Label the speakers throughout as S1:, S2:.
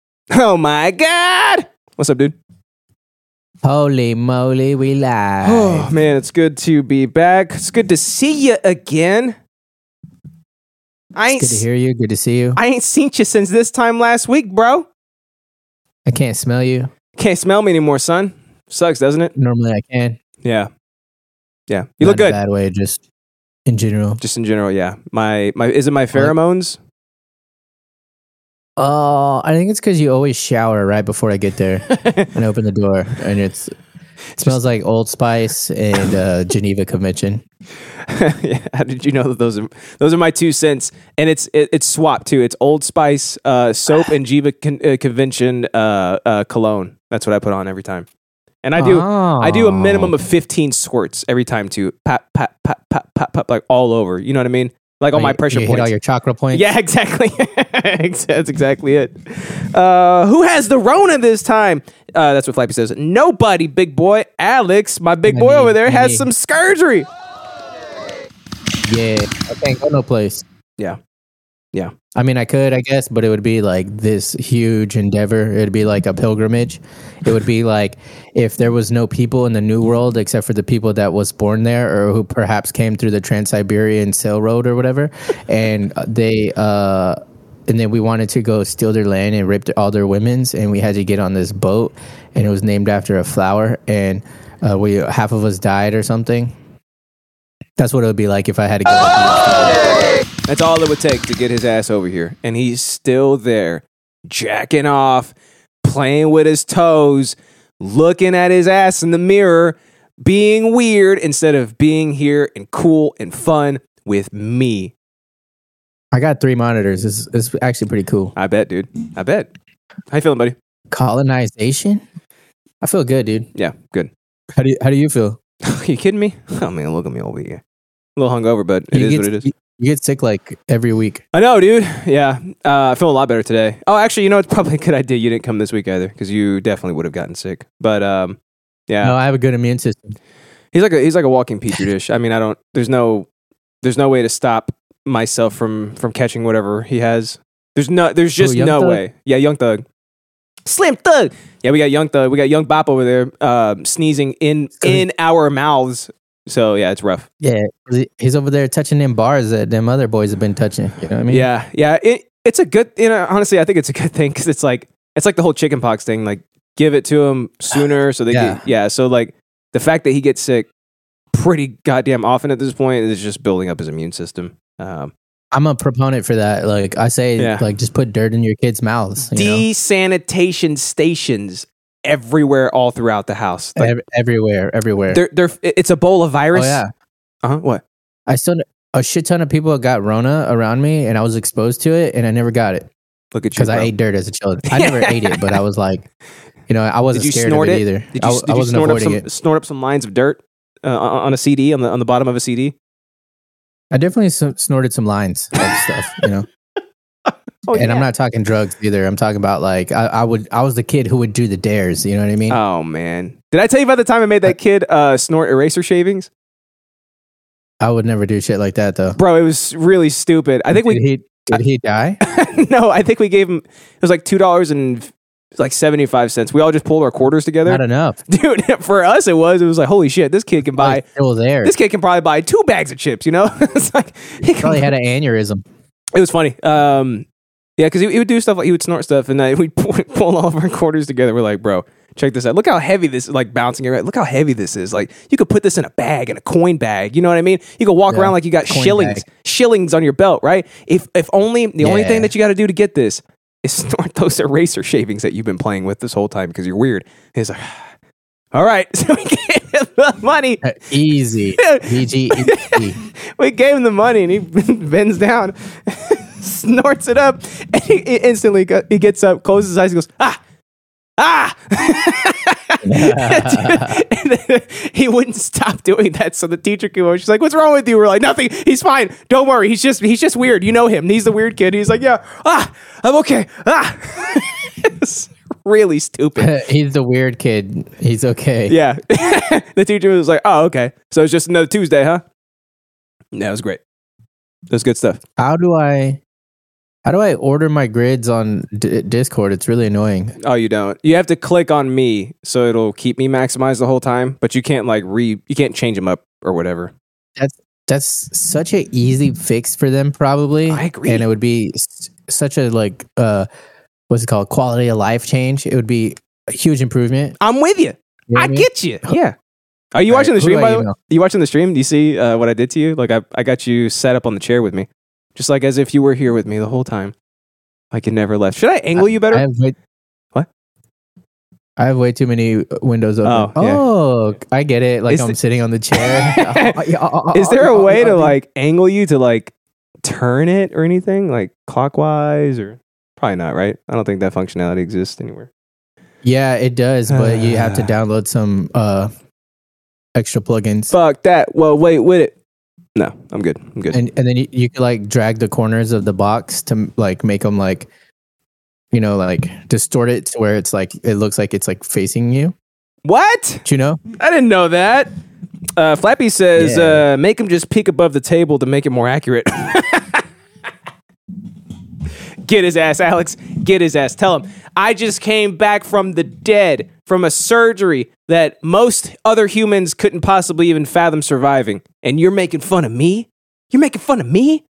S1: Oh my God. What's up, dude?
S2: Holy moly, we live.
S1: Oh, man, it's good to be back. It's good to see you again. I ain't,
S2: Good to hear you. Good to see you.
S1: I ain't seen you since this time last week, bro.
S2: I can't smell you.
S1: Can't smell me anymore, son. Sucks, doesn't it?
S2: Normally I can.
S1: Yeah. Yeah. You
S2: Not
S1: look
S2: In a
S1: good.
S2: bad way, just in general.
S1: Just in general, yeah. My my is it my pheromones?
S2: Oh, I think it's because you always shower right before I get there and open the door, and it's it smells like Old Spice and uh, Geneva Convention.
S1: yeah. How did you know that those are those are my two cents? And it's it, it's swap too. It's Old Spice uh, soap and Jiva con- uh, convention uh, uh, cologne. That's what I put on every time. And I do I
S2: Oh.
S1: do a minimum of fifteen squirts every time too. Pat pat pat pat pat pat like all over. You know what I mean? Like all my pressure
S2: Oh, you hit
S1: points.
S2: all your chakra points.
S1: yeah, exactly. Ex- that's exactly it. Uh, who has the Rona this time? Uh, that's what Flappy says. Nobody, big boy. Alex, my big
S2: My
S1: boy
S2: knee,
S1: over there,
S2: my
S1: has
S2: knee.
S1: some surgery.
S2: yeah. I can't go no place.
S1: Yeah. Yeah.
S2: I mean, I could, I guess, but it would be like this huge endeavor. It would be like a pilgrimage. It would be like if there was no people in the New World except for the people that was born there or who perhaps came through the Trans Siberian Sail Road or whatever, and they uh, and then we wanted to go steal their land and rip all their women's, and we had to get on this boat, and it was named after a flower, and uh, we half of us died or something. That's what it would be like if I had to go.
S1: That's all it would take to get his ass over here. And he's still there, jacking off, playing with his toes, looking at his ass in the mirror, being weird instead of being here and cool and fun with me.
S2: I got three monitors. It's, it's actually pretty cool.
S1: I bet, dude. I bet. How you feeling, buddy?
S2: colonization. I feel good, dude.
S1: Yeah, good.
S2: How do you, how do you feel?
S1: you kidding me? Oh man, look at me over here. A little hungover, but it
S2: you
S1: is
S2: get,
S1: what it is.
S2: You, you get sick like every week.
S1: I know, dude. Yeah, uh, I feel a lot better today. Oh, actually, you know, it's probably a good idea you didn't come this week either, because you definitely would have gotten sick. But um, yeah,
S2: No, I have a good immune system.
S1: He's like a he's like a walking petri dish. I mean, I don't. There's no there's no way to stop myself from from catching whatever he has. There's no there's just
S2: Young
S1: no
S2: Thug?
S1: way. Yeah, Young Thug, Slim Thug. Yeah, we got Young Thug. We got Young Bop over there uh, sneezing in in our mouths. So yeah, it's rough.
S2: Yeah, he's over there touching them bars that them other boys have been touching. You know what I mean?
S1: Yeah, yeah. It, it's a good. You know, honestly, I think it's a good thing because it's like it's like the whole chickenpox thing. Like, give it to him sooner so they
S2: Yeah.
S1: get. Yeah. So like the fact that he gets sick pretty goddamn often at this point is just building up his immune system. Um,
S2: I'm a proponent for that. Like I say,
S1: Yeah.
S2: like just put dirt in your kids' mouths. You know?
S1: desanitation stations everywhere, all throughout the house. Like,
S2: Ev- everywhere, everywhere.
S1: they're, they're, it's a bowl of
S2: Oh
S1: virus.
S2: yeah,
S1: Uh-huh. What?
S2: I still a shit ton of people got Rona around me, and I was exposed to it, and I never got it
S1: Look at you.
S2: because I
S1: bro.
S2: ate dirt as a child. I never ate it, but I was like, you know, I wasn't
S1: Did you
S2: scared
S1: snort
S2: of
S1: it?
S2: it, either.
S1: Did
S2: I,
S1: you,
S2: w-
S1: did
S2: I
S1: you
S2: wasn't
S1: snort up
S2: avoiding
S1: some
S2: it.
S1: snort up some lines of dirt uh, on on a CD on the on the bottom of a CD?
S2: I definitely s snorted some lines of stuff, you know.
S1: Oh,
S2: and I'm not talking drugs either. I'm talking about like I, I would. I was the kid who would do the dares. You know what I mean?
S1: Oh man! Did I tell you about the time I made that kid uh, snort eraser shavings,
S2: I would never do shit like that though.
S1: bro? It was really stupid. I think
S2: did
S1: we
S2: he did he die?
S1: no, I think we gave him it was like two dollars and like seventy five cents. We all just pulled our quarters
S2: Not
S1: together,
S2: enough.
S1: dude. For us, it was it was like holy shit, this kid can buy
S2: Like, still there.
S1: this kid can probably buy two bags of chips. You know, it's like he can-
S2: Probably had an aneurysm.
S1: it was funny. Um, yeah, because he, he would do stuff like he would snort stuff, and then we'd pull, pull all of our quarters together. We're like, bro, check this out. Look how heavy this is, like bouncing around. Look how heavy this is. Like you could put this in a bag, in a coin bag. You know what I mean? You could walk
S2: Yeah,
S1: around like you got
S2: coin
S1: shillings, shillings on your belt, right? If if only the only
S2: Yeah.
S1: thing that you got to do to get this is snort those eraser shavings that you've been playing with this whole time because you're weird. And he's like, all right, so we gave him the money.
S2: Uh, Easy. E BG. easy.
S1: We gave him the money, and he bends down, snorts it up, and he, he instantly go, he gets up, closes his eyes, and goes ah. Ah! and then he wouldn't stop doing that. So the teacher came over. She's like, "What's wrong with you?" We're like, "Nothing. He's fine. Don't worry. He's just he's just weird. You know him. He's the weird kid." He's like, "Yeah. Ah, I'm okay. Ah." it's really stupid.
S2: He's the weird kid. He's okay.
S1: Yeah. the teacher was like, oh, okay. So it's just another Tuesday, huh? That was great. That was good stuff.
S2: How do I? How do I order my grids on D- Discord? It's really annoying.
S1: Oh, you don't. You have to click on me, so it'll keep me maximized the whole time. But you can't like re, you can't change them up or whatever.
S2: That's that's such an easy fix for them, probably.
S1: I agree.
S2: and it would be s- such a like uh, what's it called? Quality of life change. It would be a huge improvement.
S1: I'm with you.
S2: You know
S1: I
S2: what mean?
S1: get you. Yeah. Are you
S2: All
S1: watching the
S2: right, who
S1: stream?
S2: do
S1: By
S2: I
S1: the way,
S2: email?
S1: you watching the stream? Do you see uh, what I did to you? Like I, I got you set up on the chair with me, just like as if you were here with me the whole time. Like you never left. Should I angle you better?
S2: I have way,
S1: What?
S2: I have way too many windows open.
S1: Oh,
S2: Oh,
S1: yeah.
S2: I get it. Like
S1: Is
S2: I'm
S1: the-
S2: sitting on the chair.
S1: Is there a way to like angle you to like turn it or anything like clockwise or probably not, right? I don't think that functionality exists anywhere.
S2: Yeah, it does, but you have to
S1: Ah.
S2: download some uh extra plugins.
S1: Fuck that. Well, wait, wait. It. No, I'm good. I'm good.
S2: and and then you, you can like drag the corners of the box to like make them like you know like distort it to where it's like it looks like it's like facing you
S1: what?
S2: do you know
S1: I didn't know that. Uh, Flappy says,
S2: Yeah.
S1: uh, make him just peek above the table to make it more accurate. Get his ass, Alex. Get his ass. Tell him. I just came back from the dead, from a surgery that most other humans couldn't possibly even fathom surviving. And you're making fun of me? You're making fun of me?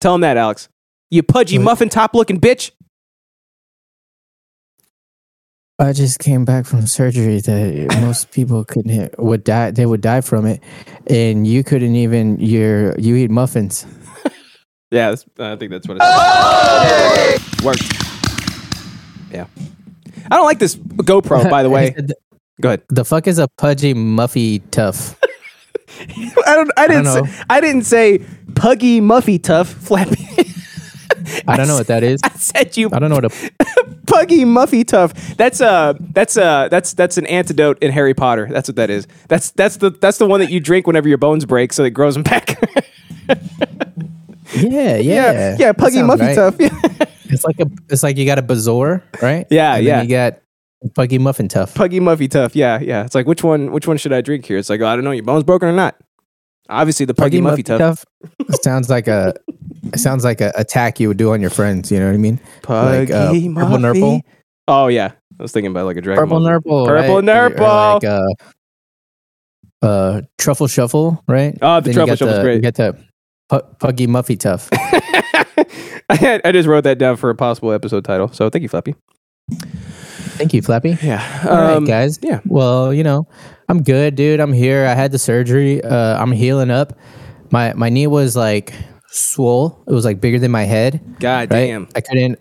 S1: Tell him that, Alex. You pudgy
S2: What?
S1: muffin top looking bitch.
S2: i just came back from surgery that most people couldn't hit, would die they would die from it and you couldn't even your you eat muffins
S1: Yeah, that's, I think that's what it is. Worked. Yeah. I don't like this GoPro, by the way.
S2: the,
S1: Go ahead.
S2: the fuck is a pudgy muffy tough
S1: I don't. I didn't.
S2: know.
S1: say, I didn't say puggy, muffy, tough, flappy.
S2: i don't know what that is
S1: I said you
S2: i don't know what a
S1: puggy, muffy, tough. That's uh That's uh That's that's an antidote in Harry Potter. That's what that is. That's that's the that's the one that you drink whenever your bones break, so it grows them back.
S2: yeah yeah
S1: yeah. Yeah.
S2: That
S1: Puggy,
S2: sounds
S1: muffy,
S2: right.
S1: tough. Yeah.
S2: it's like a it's like you got a bazaar right
S1: Yeah,
S2: And then
S1: yeah.
S2: you got puggy muffin tough
S1: Puggy Muffy Tough. Yeah, yeah. It's like which one? Which one should I drink here? It's like I don't know. Your bones broken or not? Obviously the Puggy, Muffy, Tough.
S2: It sounds like a it sounds like a attack you would do on your friends. You know what I mean?
S1: Puggy
S2: Like, uh, Purple Nurple?
S1: Oh yeah, I was thinking about like a dragon.
S2: Purple
S1: Ball Z.
S2: nurple.
S1: Purple
S2: right?
S1: Nurple.
S2: Or like uh, uh, truffle shuffle, right?
S1: Oh, the
S2: Then you
S1: Truffle
S2: got
S1: Shuffle's
S2: the-
S1: great.
S2: You got the pu- puggy muffy tough.
S1: I, had- I just wrote that down for a possible episode title. So thank you, Flappy.
S2: Thank you, Flappy.
S1: Yeah.
S2: All right,
S1: Um,
S2: guys.
S1: yeah.
S2: Well, you know, I'm good, dude. I'm here. I had the surgery. Uh, I'm healing up. My my knee was like swole. It was like bigger than my head.
S1: God
S2: right?
S1: damn.
S2: I couldn't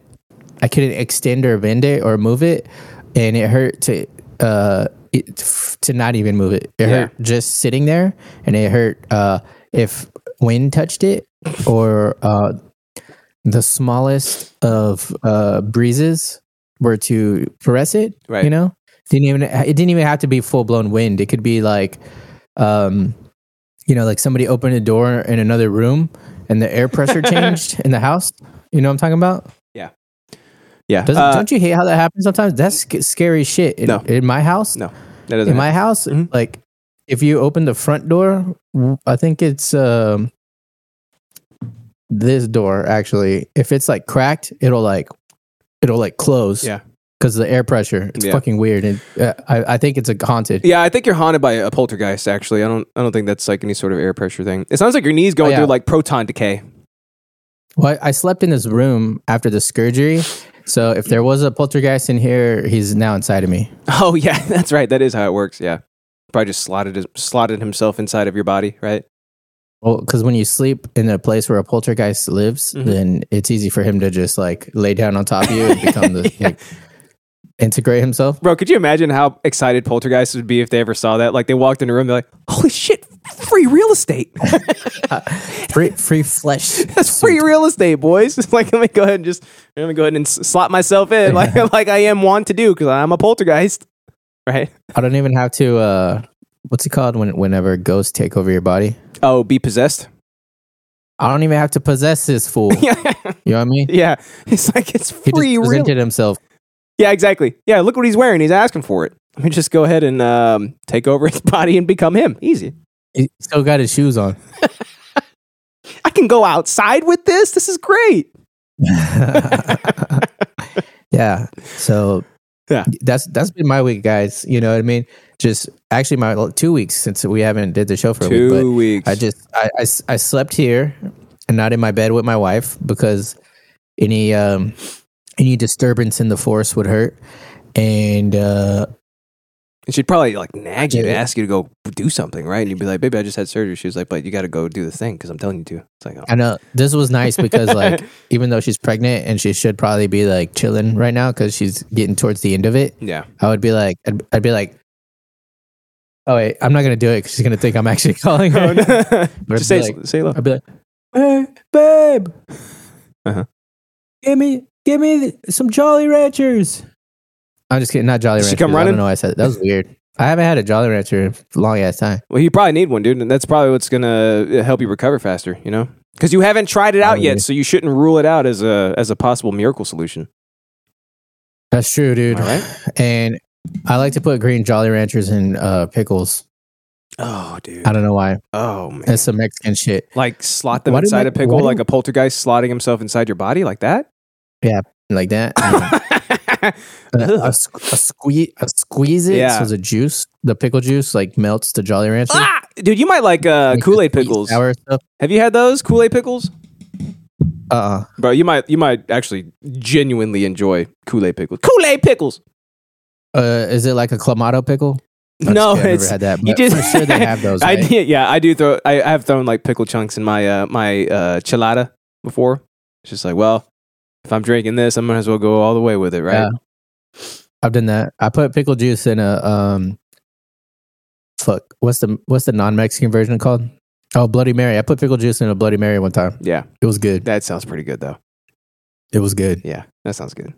S2: I couldn't extend or bend it or move it, and it hurt to uh it, f- to not even move it.
S1: Yeah.
S2: It hurt just sitting there, and it hurt uh if wind touched it or uh the smallest of uh breezes were to caress it.
S1: Right.
S2: You know, didn't even it didn't even have to be full blown wind. It could be like um you know, like somebody opened a door in another room and the air pressure changed in the house. You know what I'm talking about?
S1: Yeah.
S2: Doesn't,
S1: Uh,
S2: don't you hate how that happens sometimes? That's sc- scary shit. In,
S1: No.
S2: in my house,
S1: no, that doesn't.
S2: in my house,
S1: Mhm.
S2: like if you open the front door, w- I think it's um this door actually. If it's like cracked, it'll like it'll like close.
S1: Yeah.
S2: Because of the air pressure, it's
S1: Yeah.
S2: fucking weird, and uh, I, I think it's a haunted.
S1: yeah, I think you're haunted by a poltergeist. Actually, I don't. I don't think that's like any sort of air pressure thing. It sounds like your knees going
S2: Oh, yeah.
S1: through like proton decay.
S2: Well, I I slept in this room after the surgery. So if there was a poltergeist in here, he's now inside of me.
S1: Oh yeah, that's right. That is how it works. Yeah, probably just slotted his, slotted himself inside of your body. Right.
S2: Well, because when you sleep in a place where a poltergeist lives,
S1: Mhm.
S2: then it's easy for him to just like lay down on top of you and become the
S1: Yeah.
S2: like, integrate himself.
S1: Bro, could you imagine how excited poltergeists would be if they ever saw that? Like they walked in a room, they're like, "Holy shit, free real estate!
S2: Free, free flesh.
S1: That's free real estate, boys." It's like let me go ahead and just let me go ahead and s- slot myself in, like like I am wont to do, because I'm a poltergeist, right?
S2: I don't even have to. uh What's it called when whenever ghosts take over your body?
S1: Oh, be possessed.
S2: I don't even have to possess this fool. you
S1: yeah,
S2: know what I mean?
S1: yeah. It's like it's
S2: He just
S1: free real.
S2: presented himself.
S1: Yeah, exactly. Yeah, look what he's wearing. He's asking for it. Let me just go ahead and um, take over his body and become him. Easy.
S2: He still got his shoes on.
S1: I can go outside with this. This is great.
S2: yeah. So
S1: Yeah.
S2: that's that's been my week, guys. You know what I mean? Just actually my well, two weeks since we haven't did the show for a week.
S1: Two weeks.
S2: But I just I, I s- I slept here and not in my bed with my wife because any um any disturbance in the forest would hurt. And uh
S1: and she'd probably like nag you and
S2: Yeah.
S1: ask you to go do something, right? And you'd be like, "Baby, I just had surgery." She was like, "But you got to go do the thing because I'm telling you to." It's like, oh.
S2: I know this was nice because like even though she's pregnant and she should probably be like chilling right now because she's getting towards the end of it.
S1: yeah,
S2: I would be like, I'd, I'd be like, oh wait, I'm not gonna do it because she's gonna think I'm actually calling her.
S1: Oh, no.
S2: I'd,
S1: just say
S2: be like,
S1: say hello.
S2: I'd be like,
S1: Hey, babe.
S2: give me, give me some Jolly Ranchers. I'm just kidding, not Jolly
S1: Does
S2: Ranchers.
S1: she come
S2: I
S1: running?
S2: don't know why I said that. That was weird. I haven't had a Jolly Rancher in a long ass time.
S1: Well, you probably need one, dude, and that's probably what's gonna uh, help you recover faster. You know, because you haven't tried it out
S2: Probably.
S1: yet, so you shouldn't rule it out as a as a possible miracle solution.
S2: That's true, dude.
S1: All right.
S2: And I like to put green Jolly Ranchers in uh, pickles.
S1: Oh, dude.
S2: I don't know why.
S1: Oh man.
S2: That's some Mexican shit.
S1: like slot them
S2: Why do
S1: inside
S2: my-
S1: a pickle,
S2: why do-
S1: like a poltergeist slotting himself inside your body, like that.
S2: Like that. Uh, a, sque- a, squeeze, a squeeze it
S1: Yeah.
S2: so the juice, the pickle juice, like melts the Jolly Rancher.
S1: ah, dude, you might like uh,
S2: Like the
S1: Kool Aid
S2: sweet,
S1: pickles.
S2: sour stuff.
S1: Have you had those Kool Aid pickles,
S2: Uh-uh.
S1: bro? You might you might actually genuinely enjoy Kool Aid pickles. Kool Aid pickles.
S2: Uh Is it like a clamato pickle? I'm
S1: No,
S2: just kidding,
S1: it's
S2: I've never had that.
S1: you
S2: but
S1: just
S2: for sure they have those.
S1: I
S2: right?
S1: did, yeah, I do throw. I have thrown like pickle chunks in my uh, my uh, chilada before. It's just like, well, if I'm drinking this, I might as well go all the way with it, right?
S2: Yeah. I've done that. I put pickle juice in a um. Fuck. What's the what's the non Mexican version called? Oh, Bloody Mary. I put pickle juice in a Bloody Mary one time.
S1: yeah,
S2: It was good.
S1: that sounds pretty good though.
S2: It was good.
S1: Yeah, that sounds good.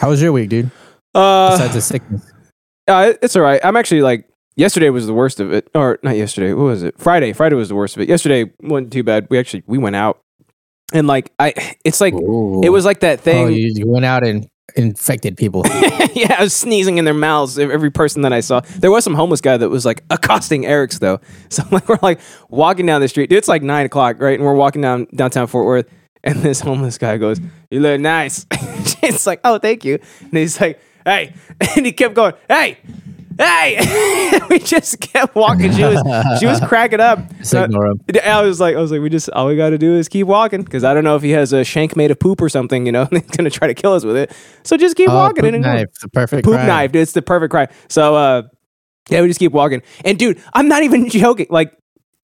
S2: How was your week, dude?
S1: Uh,
S2: Besides the sickness.
S1: Uh, it- it's all right. I'm actually like yesterday was the worst of it, or not yesterday. What was it? Friday. Friday was the worst of it. Yesterday wasn't too bad. We actually we went out, and like I, it's like it was like that
S2: Oh,
S1: thing.
S2: you, you went out and infected people.
S1: yeah, I was sneezing in their mouths. ev- Every person that I saw, there was some homeless guy that was like accosting Eric's though. So like we're like walking down the street. Dude, it's like nine o'clock, right? And we're walking down downtown Fort Worth, and this homeless guy goes, "You look nice." it's like, "Oh, thank you." And he's like, "Hey," and he kept going, "Hey." Hey, we just kept walking. She was she was cracking up. So-
S2: Signal room.
S1: and I was like, I was like, we just all we got to do is keep walking because I don't know if he has a shank made of poop or something, you know, and he's gonna try to kill us with it. So just keep
S2: Oh,
S1: walking
S2: poop
S1: and enjoy.
S2: knife. The perfect
S1: poop
S2: crime.
S1: knife, dude. It's the perfect crime. So uh, yeah, we just keep walking. And dude, I'm not even joking. Like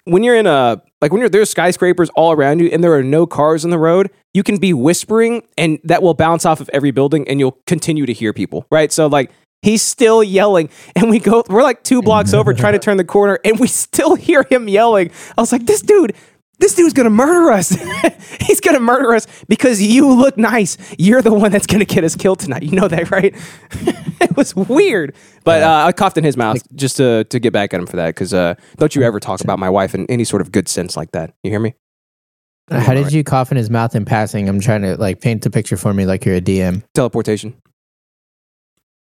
S1: when you're in a like when you're there's skyscrapers all around you and there are no cars on the road, you can be whispering and that will bounce off of every building and you'll continue to hear people. Right. So like he's still yelling and we go we're like two blocks over trying to turn the corner and we still hear him yelling. I was like, this dude this dude's gonna murder us. He's gonna murder us because you look nice. You're the one that's gonna get us killed tonight. You know that, right? it was weird, but uh, I coughed in his mouth just to to get back at him for that. Because uh, don't you ever talk about my wife in any sort of good sense like that. You hear me?
S2: How did you cough in his mouth in passing? I'm trying to like paint the picture for me like you're a DM.
S1: Teleportation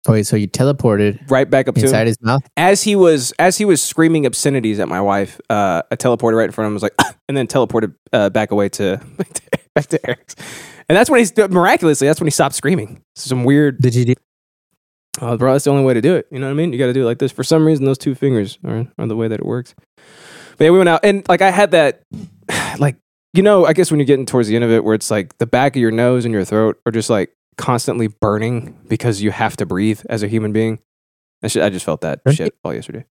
S2: Oh, wait, so you teleported
S1: right back up to him.
S2: inside his mouth?
S1: as he was as he was screaming obscenities at my wife, uh, I teleported right in front of him. Was like, and then teleported uh, back away to back to Eric's. And that's when he's miraculously. That's when he stopped screaming. Some weird,
S2: Did you do?
S1: oh, bro. That's the only way to do it. You know what I mean? You got to do it like this. For some reason, those two fingers are, are the way that it works. But yeah, we went out and like I had that, like you know, I guess when you're getting towards the end of it, where it's like the back of your nose and your throat are just like constantly burning because you have to breathe as a human being. I, should, I just felt that
S2: Don't
S1: shit all yesterday.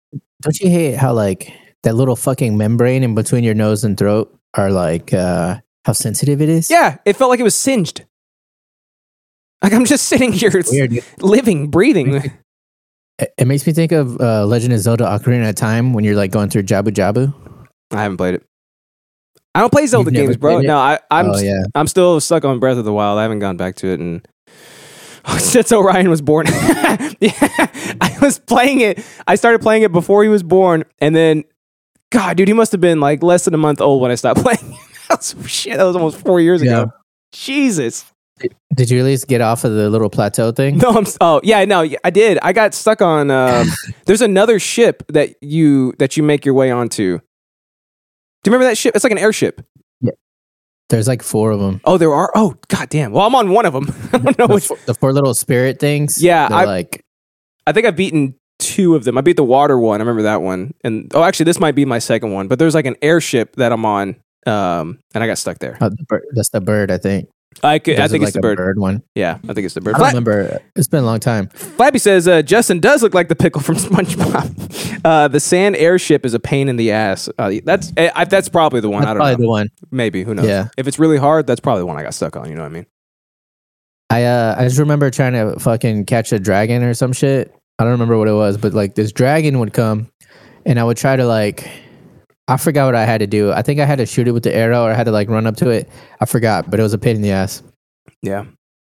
S2: Don't you hate how like that little fucking membrane in between your nose and throat are like uh how sensitive it is?
S1: Yeah, it felt like it was singed. Like I'm just sitting here,
S2: It's Weird. dude.
S1: living, breathing.
S2: It, it makes me think of uh, Legend of Zelda: Ocarina of Time when you're like going through Jabu Jabu.
S1: I haven't played it. I don't play Zelda
S2: You've never
S1: games, bro.
S2: played it?
S1: No, I, I'm
S2: oh yeah,
S1: I'm still stuck on Breath of the Wild. I haven't gone back to it, and since Orion was born, yeah, I was playing it. I started playing it before he was born, and then God, dude, he must have been like less than a month old when I stopped playing. that was, shit, that was almost four years ago. Jesus.
S2: Did you at least get off of the little plateau thing?
S1: No, I'm. s- Oh, yeah, no, y- I did. I got stuck on. Um, there's another ship that you that you make your way onto. Do you remember that ship? It's like an airship.
S2: Yeah. There's like four of them.
S1: Oh, there are. Oh, goddamn. Well, I'm on one of them. I don't know
S2: The,
S1: which.
S2: four, the four little spirit things.
S1: Yeah,
S2: they're
S1: I-
S2: like
S1: I think I've beaten two of them. I beat the water one. I remember that one. And oh, actually, this might be my second one. But there's like an airship that I'm on, um, and I got stuck there.
S2: oh, the bird, that's the bird. I think.
S1: I, could, I
S2: Those are
S1: think
S2: like
S1: it's the
S2: a
S1: bird.
S2: one.
S1: Yeah, I think it's the bird.
S2: I don't remember. It's been a long time.
S1: Flappy says uh, Justin does look like the pickle from SpongeBob. Uh, the sand airship is a pain in the ass. Uh, that's eh, I, that's probably the one.
S2: That's
S1: I don't
S2: probably
S1: know.
S2: the one.
S1: Maybe who knows?
S2: Yeah.
S1: If it's really hard, that's probably the one I got stuck on. You know what I mean?
S2: I uh, I just remember trying to fucking catch a dragon or some shit. I don't remember what it was, but like this dragon would come, and I would try to like, I forgot what I had to do. I think I had to shoot it with the arrow, or I had to like run up to it. I forgot, but it was a pain in the ass.
S1: Yeah.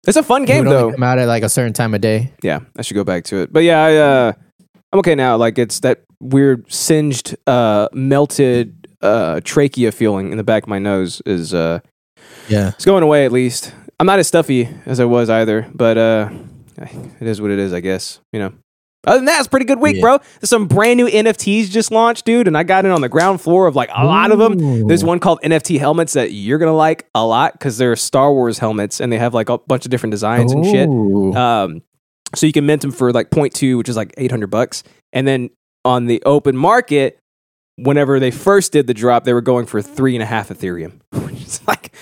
S1: It's a fun
S2: It
S1: game
S2: would only
S1: though.
S2: Come out at like a certain time of day.
S1: Yeah, I should go back to it. But yeah, I, uh, I'm okay now. Like it's that weird singed, uh, melted uh, trachea feeling in the back of my nose is uh,
S2: Yeah,
S1: it's going away at least. I'm not as stuffy as I was either, but uh, it is what it is, I guess. You know. Other than that, it's a pretty good week,
S2: Yeah.
S1: bro. There's some brand new NFTs just launched, dude, and I got in on the ground floor of like a lot of them. There's one called NFT helmets that you're gonna like a lot because they're Star Wars helmets and they have like a bunch of different designs and shit. Um, so you can mint them for like 0.2, which is like 800 bucks. And then on the open market, whenever they first did the drop, they were going for three and a half Ethereum, which is like,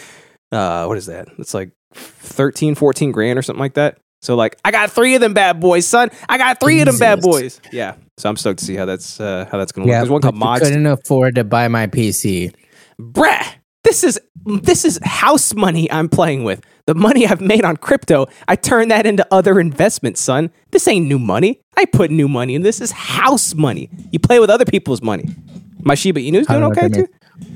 S1: uh, what is that? It's like 13, 14 grand or something like that. So like, I got three of them bad boys, son. I got three of them bad boys.
S2: Jesus.
S1: Yeah. So I'm stoked to see how that's, uh, how that's going to work.
S2: Yeah,
S1: There's one
S2: but
S1: called
S2: you
S1: Mods.
S2: couldn't afford to buy my PC.
S1: Bruh, this is, this is house money I'm playing with. The money I've made on crypto, I turn that into other investments, son. This ain't new money. I put new money in. This is house money. You play with other people's money. My Shiba Inu's doing
S2: don't know what
S1: okay
S2: that
S1: too.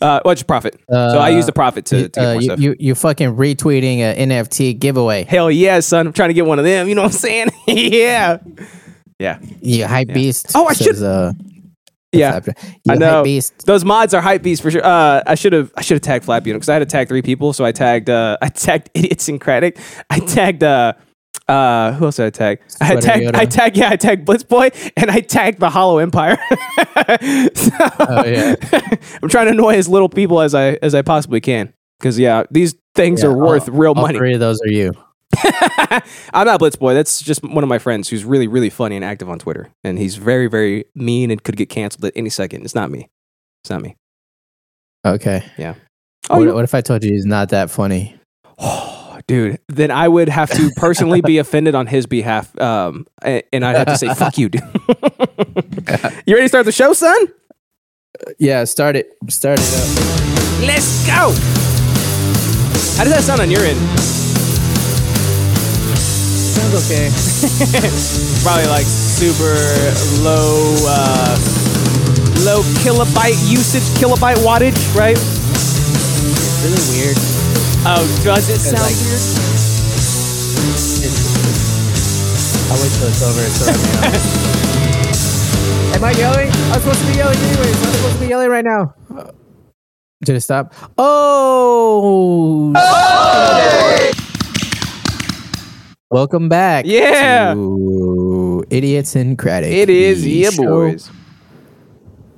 S1: Uh, what's your profit? so I use the profit to, to get
S2: Uh,
S1: more
S2: you,
S1: stuff.
S2: you you fucking retweeting an NFT giveaway.
S1: Hell yeah, son. I'm trying to get one of them. You know what I'm saying? yeah. Yeah.
S2: You hype beast.
S1: Oh, I
S2: says,
S1: should-
S2: Uh,
S1: Yeah.
S2: Flapjack.
S1: I
S2: You
S1: know
S2: hype beast.
S1: those mods are hype beast for sure. Uh, I should have I should have tagged Flappy because I had to tag three people. So I tagged uh, I tagged idiosyncratic. I tagged uh, uh, who else did I tag? I had
S2: Sweater
S1: tagged I
S2: Yoda.
S1: tagged yeah I tagged Blitz Boy and I tagged the Hollow Empire. So-
S2: Oh, yeah.
S1: I'm trying to annoy as little people as I as I possibly can because yeah these things
S2: Yeah,
S1: are worth
S2: all-
S1: real
S2: all
S1: money.
S2: Three of those are you.
S1: I'm not Blitz Boy. That's just one of my friends who's really really funny and active on Twitter and he's very very mean and could get canceled at any second. It's not me. It's not me.
S2: Okay.
S1: Oh,
S2: what,
S1: you-
S2: what if I told you he's not that funny?
S1: Oh, dude, then I would have to personally be offended on his behalf. Um, a- and I'd have to say, fuck you, dude. you ready to start the show, son?
S2: Yeah, start it. Start it up.
S1: Let's go. How does that sound on your end?
S2: Sounds okay.
S1: Probably like super low, uh, low kilobyte usage, kilobyte wattage, right?
S2: It's really weird.
S1: Oh, does it sound
S2: like-
S1: weird?
S2: I wait till it's over. It's over. Am I yelling? I'm supposed to be yelling anyways. I'm supposed to be yelling right now. Did it stop? Oh!
S1: Oh!
S2: Welcome back.
S1: Yeah.
S2: To Idiots and Craddock.
S1: It is,
S2: the
S1: yeah,
S2: show-
S1: boys.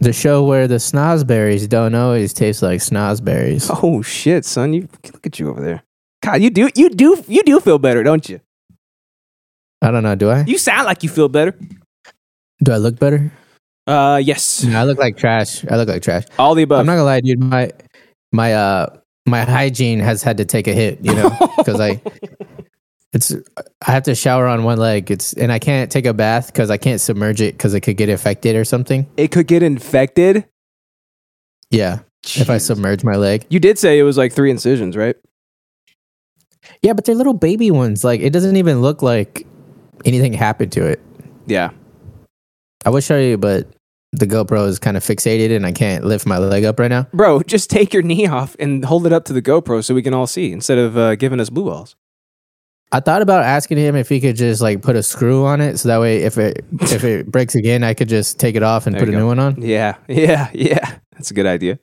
S2: The show where the snozberries don't always taste like snozberries.
S1: Oh shit, son! You look at you over there. God, you do, you do, you do feel better, don't you?
S2: I don't know. Do I?
S1: You sound like you feel better.
S2: Do I look better?
S1: Uh, yes.
S2: No, I look like trash. I look like trash.
S1: All the above.
S2: I'm not gonna lie, dude. My my uh my hygiene has had to take a hit, you know, because I it's I have to shower on one leg. It's and I can't take a bath because I can't submerge it because it could get infected or something.
S1: it could get infected.
S2: Yeah, if I submerge my leg.
S1: you did say it was like three incisions, right?
S2: Yeah, but they're little baby ones. Like it doesn't even look like anything happened to it.
S1: Yeah.
S2: I would show you, but the GoPro is kind of fixated and I can't lift my leg up right now.
S1: Bro, just take your knee off and hold it up to the GoPro so we can all see instead of uh, giving us blue balls.
S2: I thought about asking him if he could just like put a screw on it, so that way if it if it breaks again, I could just take it off and
S1: There
S2: put a
S1: you go.
S2: new one on.
S1: Yeah. Yeah. Yeah. That's a good idea.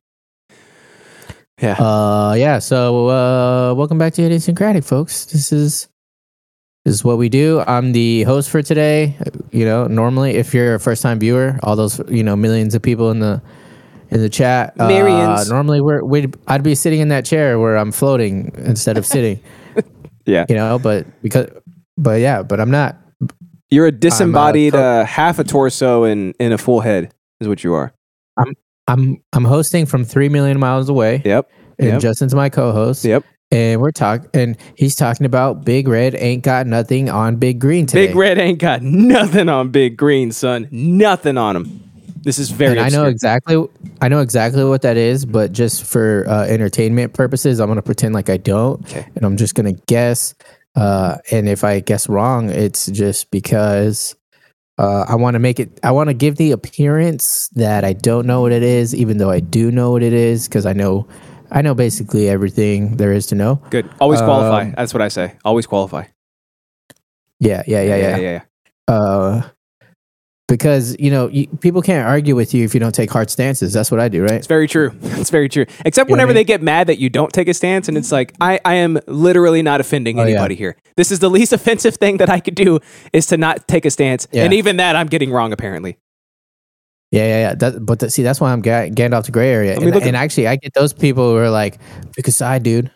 S1: Yeah.
S2: Uh, yeah. So, uh, welcome back to Idiosyncratic, folks. This is this is what we do. I'm the host for today. You know, normally if you're a first time viewer, all those you know millions of people in the in the chat. Uh,
S1: Miriams.
S2: normally, we're, we'd, I'd be sitting in that chair where I'm floating instead of sitting,
S1: Yeah.
S2: you know, but because, but yeah, but I'm not.
S1: You're a disembodied
S2: pro-
S1: uh, half a torso and, and a full head is what you are.
S2: I'm I'm hosting from three million miles away,
S1: Yep.
S2: and
S1: yep.
S2: Justin's my co-host.
S1: Yep.
S2: and we're talking, and he's talking about Big Red ain't got nothing on Big Green today.
S1: Big Red ain't got nothing on Big Green, son. Nothing on him. This is very.
S2: and I know
S1: obscure.
S2: exactly, I know exactly what that is, but just for uh, entertainment purposes, I'm gonna pretend like I don't, and I'm just gonna guess. Uh, and if I guess wrong, it's just because uh, I want to make it. I want to give the appearance that I don't know what it is, even though I do know what it is, because I know, I know basically everything there is to know.
S1: Good. Always qualify.
S2: Um,
S1: That's what I say. Always qualify.
S2: Yeah, yeah, yeah, yeah.
S1: yeah. yeah.
S2: Uh, because you know you, people can't argue with you if you don't take hard stances. That's what I do, right?
S1: It's very true. It's very true. Except
S2: You know what
S1: whenever
S2: I
S1: they get mad that you don't take a stance, and it's like I, I am literally not offending
S2: Oh, yeah.
S1: anybody here. This is the least offensive thing that I could do is to not take a stance,
S2: Yeah.
S1: and even that I'm getting wrong apparently.
S2: Yeah, yeah, yeah. That, but that, see, that's why I'm Ga- Gandalf the Gray Area.
S1: me
S2: And,
S1: look at-
S2: and actually, I get those people who are like, "Pick a side, dude."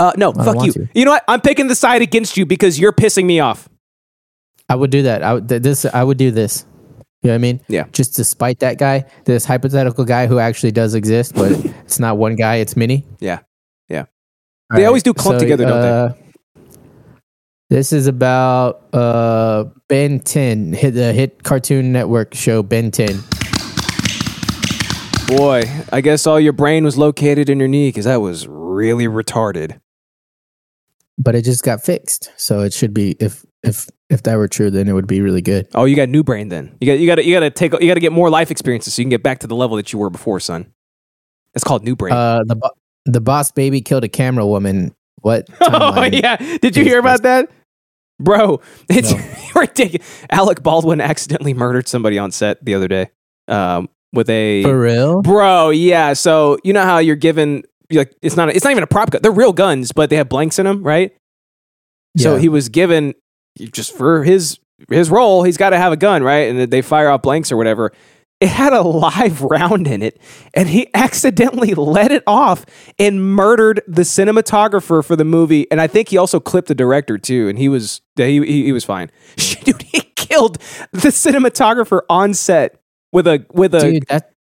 S1: Uh, no,
S2: don't
S1: fuck
S2: want
S1: you.
S2: to.
S1: You know what? I'm picking the side against you because you're pissing me off.
S2: I would do that. I would th- this. I would do this. You know what I mean?
S1: Yeah.
S2: Just despite that guy, this hypothetical guy who actually does exist, but it's not one guy; it's many.
S1: Yeah. Yeah. They always do clump together, don't
S2: uh,
S1: they?
S2: they? This is about uh, Ben 10, hit the hit Cartoon Network show Ben 10.
S1: Boy, I guess all your brain was located in your knee because that was really retarded.
S2: but it just got fixed. So it should be if if if that were true, then it would be really good.
S1: Oh, you got new brain then. You got you got to you got to take you got to get more life experiences so you can get back to the level that you were before, son. That's called new brain.
S2: Uh, the bo- the boss baby killed a camera woman. What?
S1: Oh
S2: timeline?
S1: yeah, did you hear about that, bro? It's ridiculous. Alec Baldwin accidentally murdered somebody on set the other day um, with a
S2: For real?
S1: bro. Yeah, so you know how you're given you're like it's not it's not even a prop gun. They're real guns, but they have blanks in them, right? So
S2: Yeah.
S1: he was given just for his his role, he's got to have a gun, right? And they fire off blanks or whatever. It had a live round in it, and he accidentally let it off and murdered the cinematographer for the movie. And I think he also clipped the director too. And he was he he, he was fine. Dude, he killed the cinematographer on set with a with a
S2: dude. That.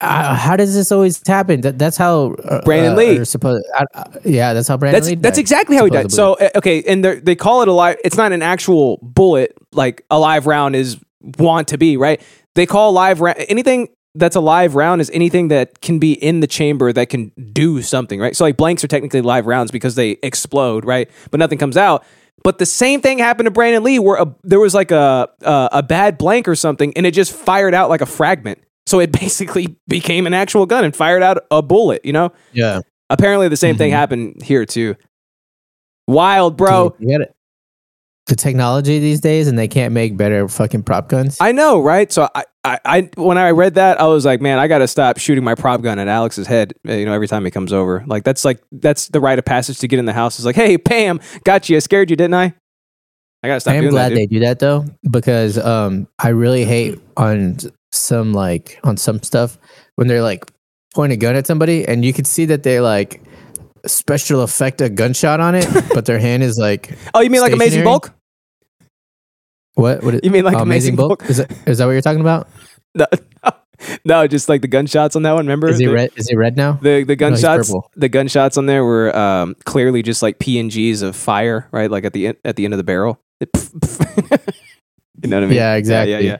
S2: Uh, how does this always happen? That that's how uh,
S1: Brandon
S2: uh,
S1: Lee.
S2: are supposed. I- I- yeah, that's how Brandon
S1: that's
S2: Lee.
S1: that's
S2: died,
S1: exactly how he died. So
S2: supposedly.
S1: uh, okay, and they're- they call it a live. It's not an actual bullet like a live round is want to be right. They call live round anything that's a live round is anything that can be in the chamber that can do something right. So like blanks are technically live rounds because they explode right, but nothing comes out. But the same thing happened to Brandon Lee where a, there was like a, a a bad blank or something, and it just fired out like a fragment. So it basically became an actual gun and fired out a bullet. You know
S2: yeah,
S1: apparently the same thing
S2: Mhm.
S1: happened here too wild bro
S2: Dude, you got it. The technology these days, and they can't make better fucking prop guns.
S1: i know right so I, I i when i read that i was like man i gotta stop shooting my prop gun at alex's head uh, you know every time he comes over like that's like that's the rite of passage to get in the house it's like hey pam got you i scared you didn't i i gotta stop
S2: I am
S1: doing
S2: glad
S1: that dude.
S2: they do that though, because um, I really hate on some like on some stuff when they're like point a gun at somebody and you can see that they like special effect a gunshot on it, but their hand is like
S1: oh you mean like amazing
S2: Stationary? Oh,
S1: bulk
S2: what? What?
S1: you mean like amazing, bulk,
S2: Is that, is that what you're talking about?
S1: No, no just like the gunshots on that one remember
S2: Is he
S1: The-
S2: red? Is he red now?
S1: the the
S2: No, he's
S1: gunshots
S2: purple.
S1: the gunshots on there were um, clearly just like PNGs of fire, right? Like at the end, at the end of the barrel. It pff, pff. you know what I mean?
S2: Yeah,
S1: Yeah,
S2: exactly.
S1: yeah.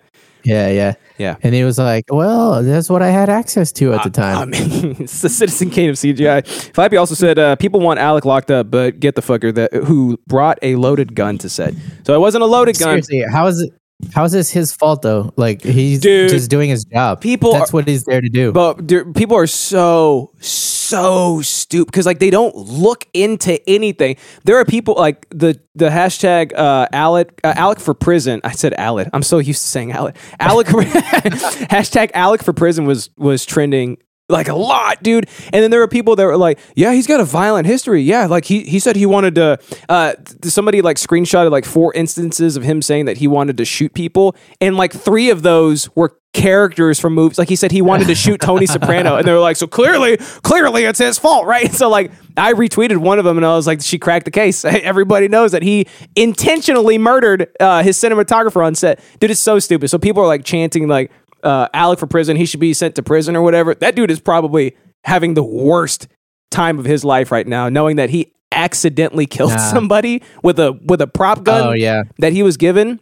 S2: Yeah, yeah,
S1: Yeah.
S2: And he was like, "Well, that's what I had access to at the time."
S1: I, I mean, it's the Citizen Kane of CGI. Flappy also said uh, people want Alec locked up, but get the fucker that who brought a loaded gun to set. So it wasn't a loaded gun.
S2: Seriously, how is it? How is this his fault though? Like he's
S1: Dude,
S2: just doing his job.
S1: people
S2: that's what he's there to do.
S1: But there- people are so so stupid because like they don't look into anything. There are people like the the hashtag uh, Alec uh, Alec for prison. I said Alec. I'm so used to saying Alec. Alec hashtag Alec for prison was was trending like a lot, dude. And then there were people that were like, "Yeah, he's got a violent history. Yeah, like he he said he wanted to." Uh, th- somebody like screenshotted like four instances of him saying that he wanted to shoot people, and like three of those were characters from movies. Like he said he wanted to shoot Tony Soprano, and they were like, "So clearly, clearly, it's his fault, right?" So like, I retweeted one of them, and I was like, "She cracked the case." Everybody knows that he intentionally murdered uh, his cinematographer on set, dude. It's so stupid. So people are like chanting like uh, Alec for prison. He should be sent to prison or whatever. That dude is probably having the worst time of his life right now, knowing that he accidentally killed
S2: Nah.
S1: somebody with a with a prop gun
S2: Oh yeah.
S1: that he was given,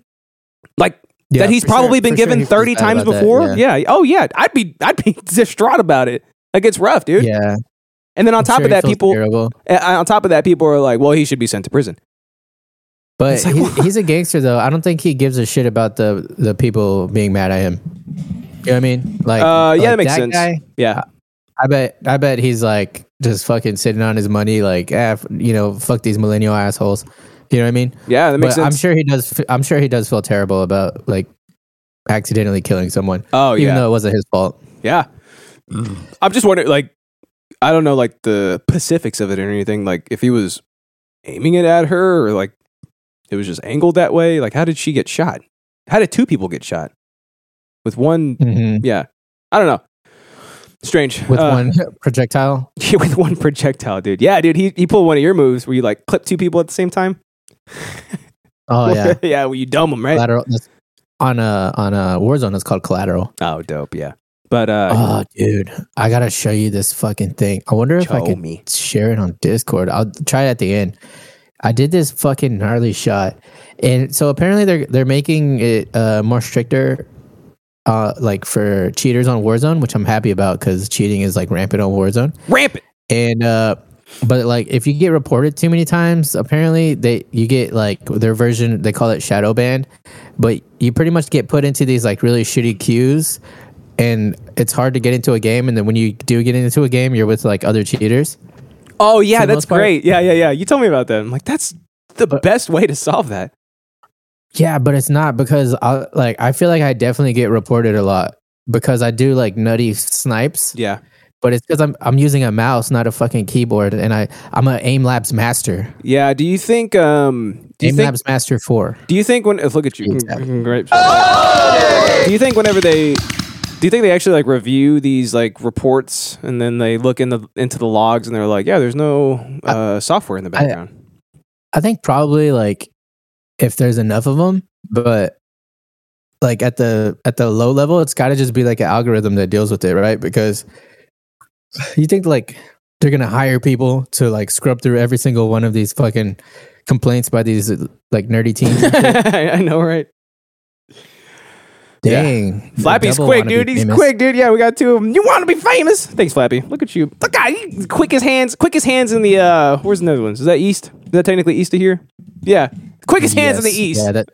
S1: like
S2: Yeah,
S1: that he's
S2: for sure-
S1: probably been
S2: for sure
S1: given
S2: he was
S1: thirty
S2: sad
S1: times
S2: about that,
S1: before. yeah. Oh yeah. I'd be I'd be distraught about it. Like it's rough, dude.
S2: Yeah.
S1: And then on
S2: I'm
S1: top
S2: sure
S1: of
S2: he
S1: that,
S2: feels
S1: people
S2: terrible.
S1: uh, on top of that, people are like, well, he should be sent to prison.
S2: But
S1: It's like,
S2: he-
S1: what?
S2: he's a gangster though. I don't think he gives a shit about the the people being mad at him. You know what I mean? Like,
S1: Uh, yeah, that
S2: like
S1: makes sense.
S2: guy,
S1: Yeah.
S2: I bet I bet he's like just fucking sitting on his money, like, eh, f- you know, fuck these millennial assholes. You know what I mean?
S1: Yeah, that makes
S2: but I'm
S1: sense.
S2: sure he does. f- I'm sure he does feel terrible about like accidentally killing someone.
S1: oh
S2: even
S1: yeah.
S2: though it wasn't his fault.
S1: Yeah. I'm just wondering, like, I don't know, like, the specifics of it or anything. Like, if he was aiming it at her or, like, it was just angled that way. Like, how did she get shot? How did two people get shot? With one, yeah. I don't know. Strange.
S2: Mm-hmm. With
S1: Uh,
S2: one projectile,
S1: yeah, with one projectile, dude. Yeah, dude. He, he pulled one of your moves where you, like, clip two people at the same time.
S2: oh yeah,
S1: yeah, where you dumb them, right?
S2: collateral. That's, on a on a Warzone, it's called collateral.
S1: Oh, dope. Yeah. But, uh,
S2: Oh, dude, I gotta show you this fucking thing. I wonder if I
S1: show
S2: could
S1: me.
S2: share it on Discord. I'll try it at the end. I did this fucking gnarly shot, and so apparently they're they're making it uh, more stricter, uh, like for cheaters on Warzone, which I'm happy about because cheating is like rampant on Warzone.
S1: Rampant.
S2: and uh but like if you get reported too many times apparently they you get like their version they call it shadow banned but you pretty much get put into these like really shitty queues and it's hard to get into a game and then when you do get into a game you're with like other cheaters
S1: Oh, yeah,
S2: For the
S1: that's
S2: most part-
S1: great. Yeah, yeah, yeah. You told me about that. I'm like, that's the best way to solve that.
S2: yeah but it's not because i like i feel like i definitely get reported a lot because i do like nutty snipes
S1: Yeah.
S2: but it's because i'm i'm using a mouse not a fucking keyboard and i i'm a aim labs master
S1: Yeah. Do you think? Um, do you
S2: aim
S1: think?
S2: labs master 4
S1: Do you think when? uh, Look at you.
S2: Exactly.
S1: Mm, Great. Do you think whenever they? Do you think they actually like review these like reports and then they look in the into the logs and they're like, yeah, there's no uh, software in the background.
S2: I think probably like if there's enough of them, but like at the at the low level, it's got to just be like an algorithm that deals with it, right? Because you think like they're gonna hire people to like scrub through every single one of these fucking complaints by these like nerdy teams.
S1: I, know, right? Yeah.
S2: Dang, the
S1: Flappy's
S2: devil
S1: quick,
S2: wanna be
S1: dude. He's
S2: famous.
S1: quick, dude. Yeah, we got two of them. You want to be famous? Thanks, Flappy. Look at you. Look out. He's quick as hands. Quick as hands in the. uh Where's the Netherlands? Is that east? Is that technically east of here? Yeah. Quick as hands in the
S2: Yes.
S1: east.
S2: Yeah, that,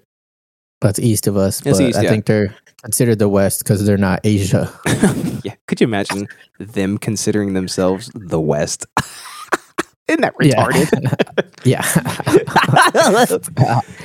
S2: that's east of us.
S1: That's
S2: but
S1: east,
S2: I
S1: yeah.
S2: think they're considered the west because they're not Asia.
S1: Yeah, could you imagine them considering themselves the West? Isn't that retarded?
S2: yeah.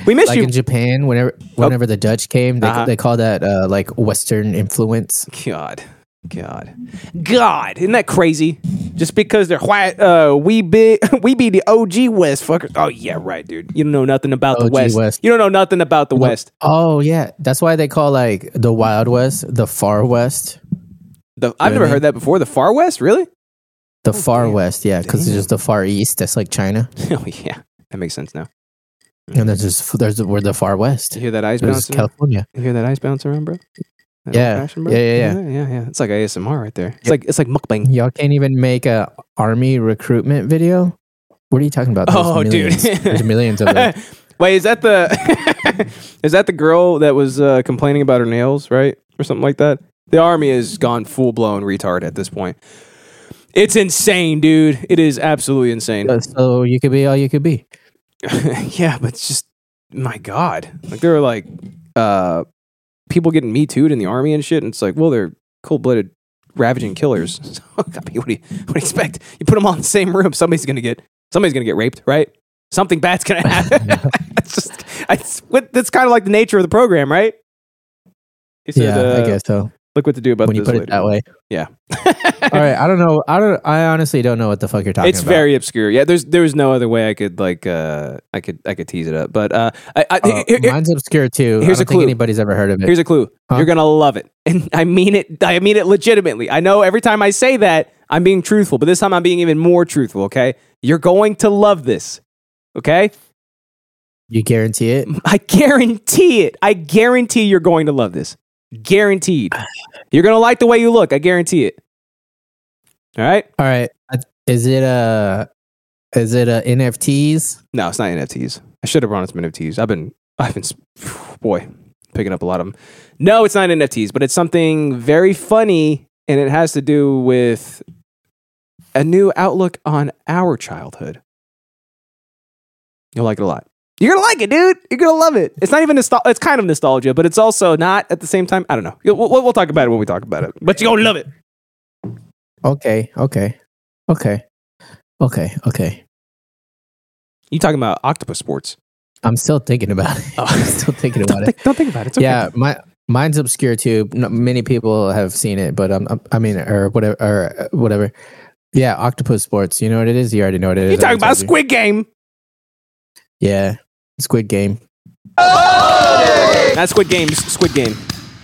S1: we miss
S2: like
S1: you.
S2: in Japan, whenever whenever the Dutch came, they,
S1: Oh. Uh-huh.
S2: they call that uh, like Western influence.
S1: God, God, God! Isn't that crazy? Just because they're white, uh, we be we be the OG West fuckers. Oh yeah, right, dude. You don't know nothing about the
S2: OG
S1: West.
S2: West.
S1: You don't know nothing about the West.
S2: Oh yeah, that's why they call like the Wild West, the Far West,
S1: The, I've never
S2: Really?
S1: heard that before. The Far West, really?
S2: the Far West. Yeah, because
S1: Oh, Damn.
S2: it's just the Far East. That's like China,
S1: oh yeah, that makes sense now.
S2: and there's just there's we're the Far West.
S1: You hear that ice
S2: There's
S1: bouncing?
S2: California.
S1: You hear that ice bouncing around, bro? That
S2: Yeah.
S1: old-fashioned, bro?
S2: Yeah, yeah, yeah.
S1: yeah, yeah, yeah. It's like ASMR right there. It's like it's like mukbang.
S2: Y'all can't even make a army recruitment video. What are you talking about? There's
S1: Oh, dude.
S2: millions. there's millions of them.
S1: Wait, is that the is that the girl that was uh, complaining about her nails, right, or something like that? The army has gone full blown retard at this point. It's insane, dude. It is absolutely insane.
S2: So you could be all you could be.
S1: yeah, but it's just my god. Like there are like uh, people getting me too'd in the army and shit, and it's like, well, they're cold blooded ravaging killers. So, I mean, what do you what do you expect? You put them all in the same room, somebody's gonna get somebody's gonna get raped, right? Something bad's gonna happen. it's just it's, what, that's kind of like the nature of the program, right? He said,
S2: yeah,
S1: uh,
S2: I guess so.
S1: Look what to do about
S2: when you
S1: this
S2: put
S1: later.
S2: it that way.
S1: Yeah.
S2: All right, I don't know. I don't. I honestly don't know what the fuck you're talking
S1: it's
S2: about.
S1: very obscure. Yeah, there's there was no other way I could like uh I could I could tease it up. But uh I, I
S2: Oh,
S1: here- here-
S2: mine's obscure too.
S1: here's
S2: I don't
S1: a
S2: think
S1: clue.
S2: anybody's ever heard of it.
S1: here's a clue.
S2: Huh?
S1: You're going to love it. And I mean it I mean it legitimately. I know every time I say that, I'm being truthful, but this time I'm being even more truthful, okay? You're going to love this. Okay?
S2: you guarantee it?
S1: I guarantee it. I guarantee you're going to love this. Guaranteed. You're going to like the way you look. I guarantee it. All right?
S2: All right. I- Is it a? Is it uh, a NFTs?
S1: No, it's not NFTs. I should have brought some NFTs. I've been, I've been, boy, picking up a lot of them. No, it's not NFTs, but it's something very funny, and it has to do with a new outlook on our childhood. You'll like it a lot. You're gonna like it, dude. You're gonna love it. It's not even nostalgia. It's kind of nostalgia, but it's also not at the same time. I don't know. We'll, we'll we'll talk about it when we talk about it. But you're gonna love it.
S2: Okay. Okay. Okay. Okay. Okay.
S1: You talking about octopus sports?
S2: I'm still thinking about it. I'm still thinking about
S1: Oh. Don't
S2: it.
S1: think, don't think about it. It's okay.
S2: Yeah, my mine's obscure too. No, many people have seen it, but um, I mean, or whatever, or uh, whatever. Yeah, Octopus Sports. You know what it is? You already know what it is.
S1: You
S2: I
S1: talking about
S2: already told
S1: Squid Game?
S2: you. Yeah, Squid Game.
S1: Not Squid Games. Squid Game.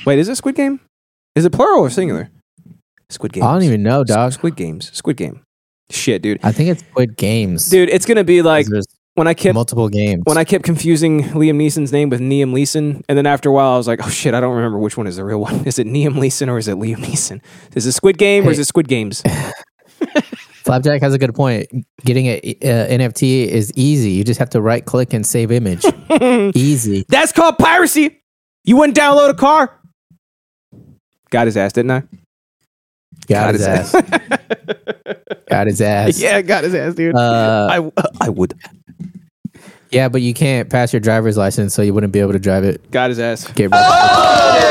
S1: Wait, is it Squid Game? Is it plural or singular? Squid Games.
S2: I don't even know, dog.
S1: Squid Games. Squid Game. Shit, dude.
S2: I think it's Squid Games.
S1: Dude, it's gonna be like
S2: there's
S1: when I kept
S2: multiple games.
S1: when I kept confusing Liam Neeson's name with Liam Leeson, and then after a while I was like, oh shit, I don't remember which one is the real one. Is it Liam Leeson or is it Liam Neeson? Is it Squid Game or is
S2: Hey.
S1: it Squid Games?
S2: Flapjack has a good point. Getting a uh, NFT is easy. You just have to right click and save image. easy.
S1: That's called piracy. You wouldn't download a car. Got his ass, didn't I?
S2: Got his ass. Got his ass.
S1: yeah, got his ass, dude.
S2: Uh,
S1: I, I would.
S2: yeah, but you can't pass your driver's license, so you wouldn't be able to drive it.
S1: Got his ass.
S2: Get rid-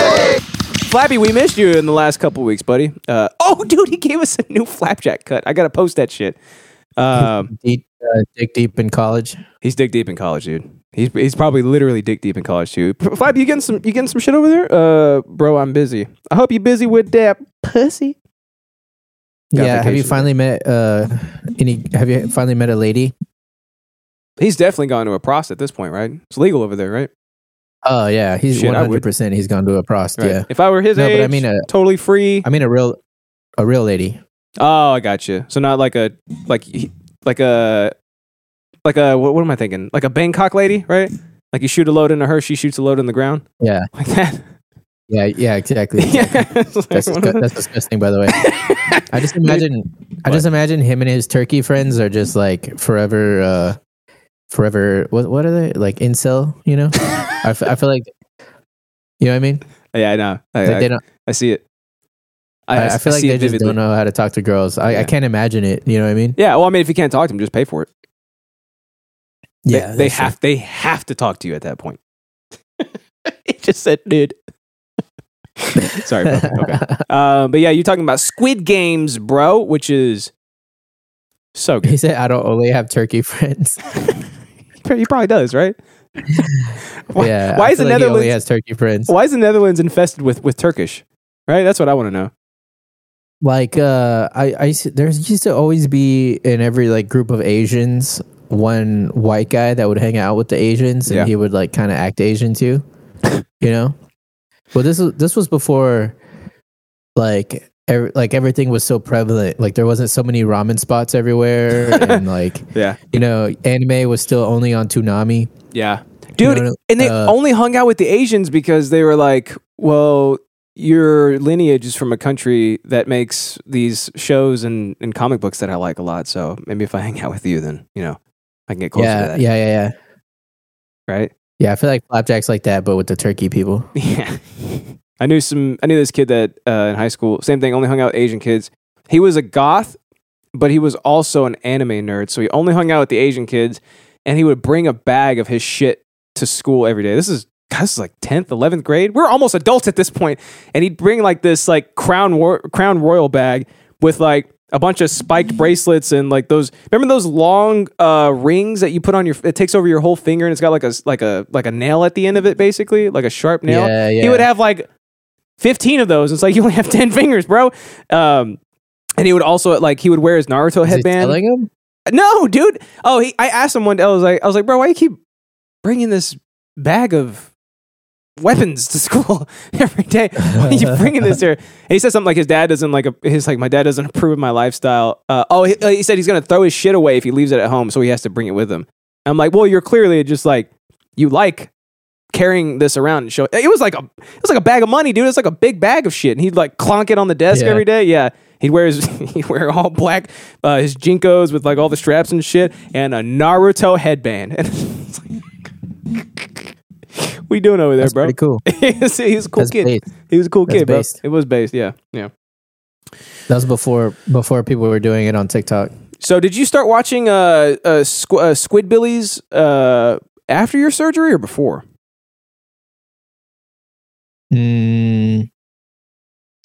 S1: Flappy, we missed you in the last couple weeks, buddy. Uh, oh, dude, he gave us a new flapjack cut. I gotta post that shit. Um,
S2: deep, uh, dig deep in college.
S1: he's dick deep in college, dude. He's he's probably literally dick deep in college too. P- Flappy, you getting some you getting some shit over there? Uh, bro, I'm busy. I hope you busy with that pussy. Got
S2: Yeah. Have you
S1: vacation.
S2: finally met uh any? Have you finally met a lady?
S1: He's definitely gone to a prost at this point, right? It's legal over there, right?
S2: Oh yeah, he's
S1: Shit,
S2: one
S1: I would.
S2: hundred percent. He's gone to a prost.
S1: Right.
S2: Yeah.
S1: If I were his
S2: No,
S1: age,
S2: but I mean uh, a-
S1: totally free.
S2: I mean a real, a real lady.
S1: Oh, I got you. So not like a like he- like a like a what, what am I thinking? Like a Bangkok lady, right? Like you shoot a load into her, she shoots a load in the ground
S2: Yeah.
S1: like that.
S2: Yeah. Yeah. Exactly.
S1: yeah, It's like
S2: That's,
S1: one
S2: disgu-
S1: of
S2: that's disgusting, by the way. I just imagine, I just imagine him and his turkey friends are just like forever, uh, forever. What what are they like? Incel, you know? I, f- I feel like, you know what I mean?
S1: the- yeah, I know. I,
S2: Like
S1: I,
S2: they don't.
S1: I see it.
S2: I, I feel like
S1: see
S2: they
S1: it
S2: just
S1: vividly.
S2: don't know how to talk to girls. I,
S1: Yeah.
S2: I can't imagine it. You know what I mean?
S1: Yeah, well, I mean, if you can't talk to them, just pay for it. They- they,
S2: that's true.
S1: have they have to talk to you at that point. he just said, "Dude." Sorry, bro. okay. Uh, but yeah, you're talking about Squid Games, bro, which is so good.
S2: He said, "I don't only have turkey friends."
S1: He probably does, right? Why-
S2: yeah.
S1: why
S2: I
S1: is the
S2: feel like he
S1: Netherlands-
S2: only has turkey friends?
S1: Why is the Netherlands infested with, with Turkish? Right? That's what I want to know.
S2: like uh i i used to- there used to always be in every like group of asians one white guy that would hang out with the asians and
S1: Yeah.
S2: he would like kind of act asian too you know well this was this was before like ev- like everything was so prevalent like there wasn't so many ramen spots everywhere and like
S1: Yeah.
S2: you know anime was still only on Toonami.
S1: Yeah. Dude,
S2: You know,
S1: and they
S2: uh,
S1: only hung out with the Asians because they were like, well, your lineage is from a country that makes these shows and, and comic books that I like a lot. So maybe if I hang out with you, then, you know, I can get closer to
S2: yeah yeah
S1: that.
S2: yeah yeah
S1: Right?
S2: yeah i feel like flapjacks like that but with the turkey people
S1: Yeah. I knew some I knew this kid that uh, in high school, same thing, only hung out with Asian kids. He was a goth, but he was also an anime nerd, so he only hung out with the Asian kids and he would bring a bag of his shit to school every day. This is God, this is like 10th, 11th grade. We're almost adults at this point. And he'd bring like this like crown Ro- crown royal bag with like a bunch of spiked bracelets and like those remember those long uh rings that you put on your it takes over your whole finger and it's got like a s- like a like a nail at the end of it basically, like a sharp nail.
S2: Yeah,
S1: He
S2: yeah.
S1: would have like 15 of those. It's like you only have 10 fingers, bro. Um, and he would also like he would wear his Naruto
S2: Is he
S1: headband.
S2: telling him?
S1: No, dude. Oh, he, I asked him one day. I was like, I was like, bro, why you keep bringing this bag of weapons to school every day? Why are you bringing this here? And he said something like his dad doesn't like. A, he's like, my dad doesn't approve of my lifestyle. Uh, oh, he, he said he's gonna throw his shit away if he leaves it at home, so he has to bring it with him. I'm like, well, you're clearly just like you like carrying this around and show it was like a it was like a bag of money dude it's like a big bag of shit and he'd like clonk it on the desk
S2: Yeah.
S1: every day yeah he'd wear his he'd wear all black uh, his jinkos with like all the straps and shit and a naruto headband and it's like- what you doing over there
S2: That's
S1: bro
S2: pretty cool.
S1: he was he was a cool
S2: That's
S1: kid
S2: based.
S1: he was a cool
S2: That's
S1: kid bro
S2: based.
S1: it was based yeah yeah
S2: That was before before people were doing it on TikTok.
S1: so did you start watching uh, uh, squ- uh squidbillies uh after your surgery or before
S2: Mm,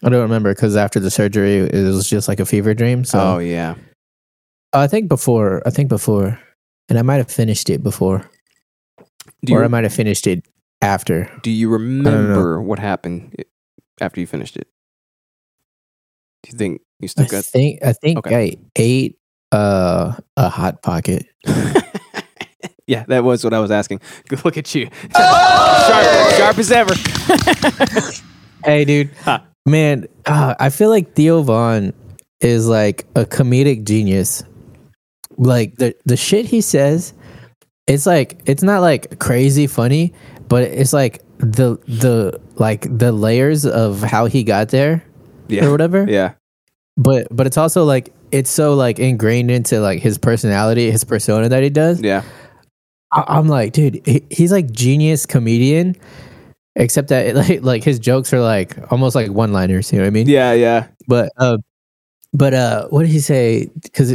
S2: I don't remember because after the surgery, it was just like a fever dream. So
S1: Oh, yeah
S2: I think before. I think before, and I might have finished it before,
S1: do
S2: or I
S1: you,
S2: might have finished it after.
S1: do you remember what happened i- after you finished it do you think you
S2: I
S1: still got
S2: think. I think
S1: Okay.
S2: I ate uh, a hot pocket.
S1: yeah that was what i was asking Good look at you sharp, sharp as ever
S2: Hey, dude,
S1: Huh.
S2: man, uh, I feel like Theo Vaughn is like a comedic genius. Like the the shit he says, it's like it's not like crazy funny, but it's like the the like the layers of how he got there or
S1: yeah
S2: whatever.
S1: yeah
S2: But but it's also like it's so like ingrained into like his personality, his persona that he does.
S1: yeah
S2: I, I'm like, dude, he, he's like genius comedian, except that it, like like his jokes are like almost like one liners. You know what I mean?
S1: yeah yeah
S2: But uh, but uh, what did he say? Because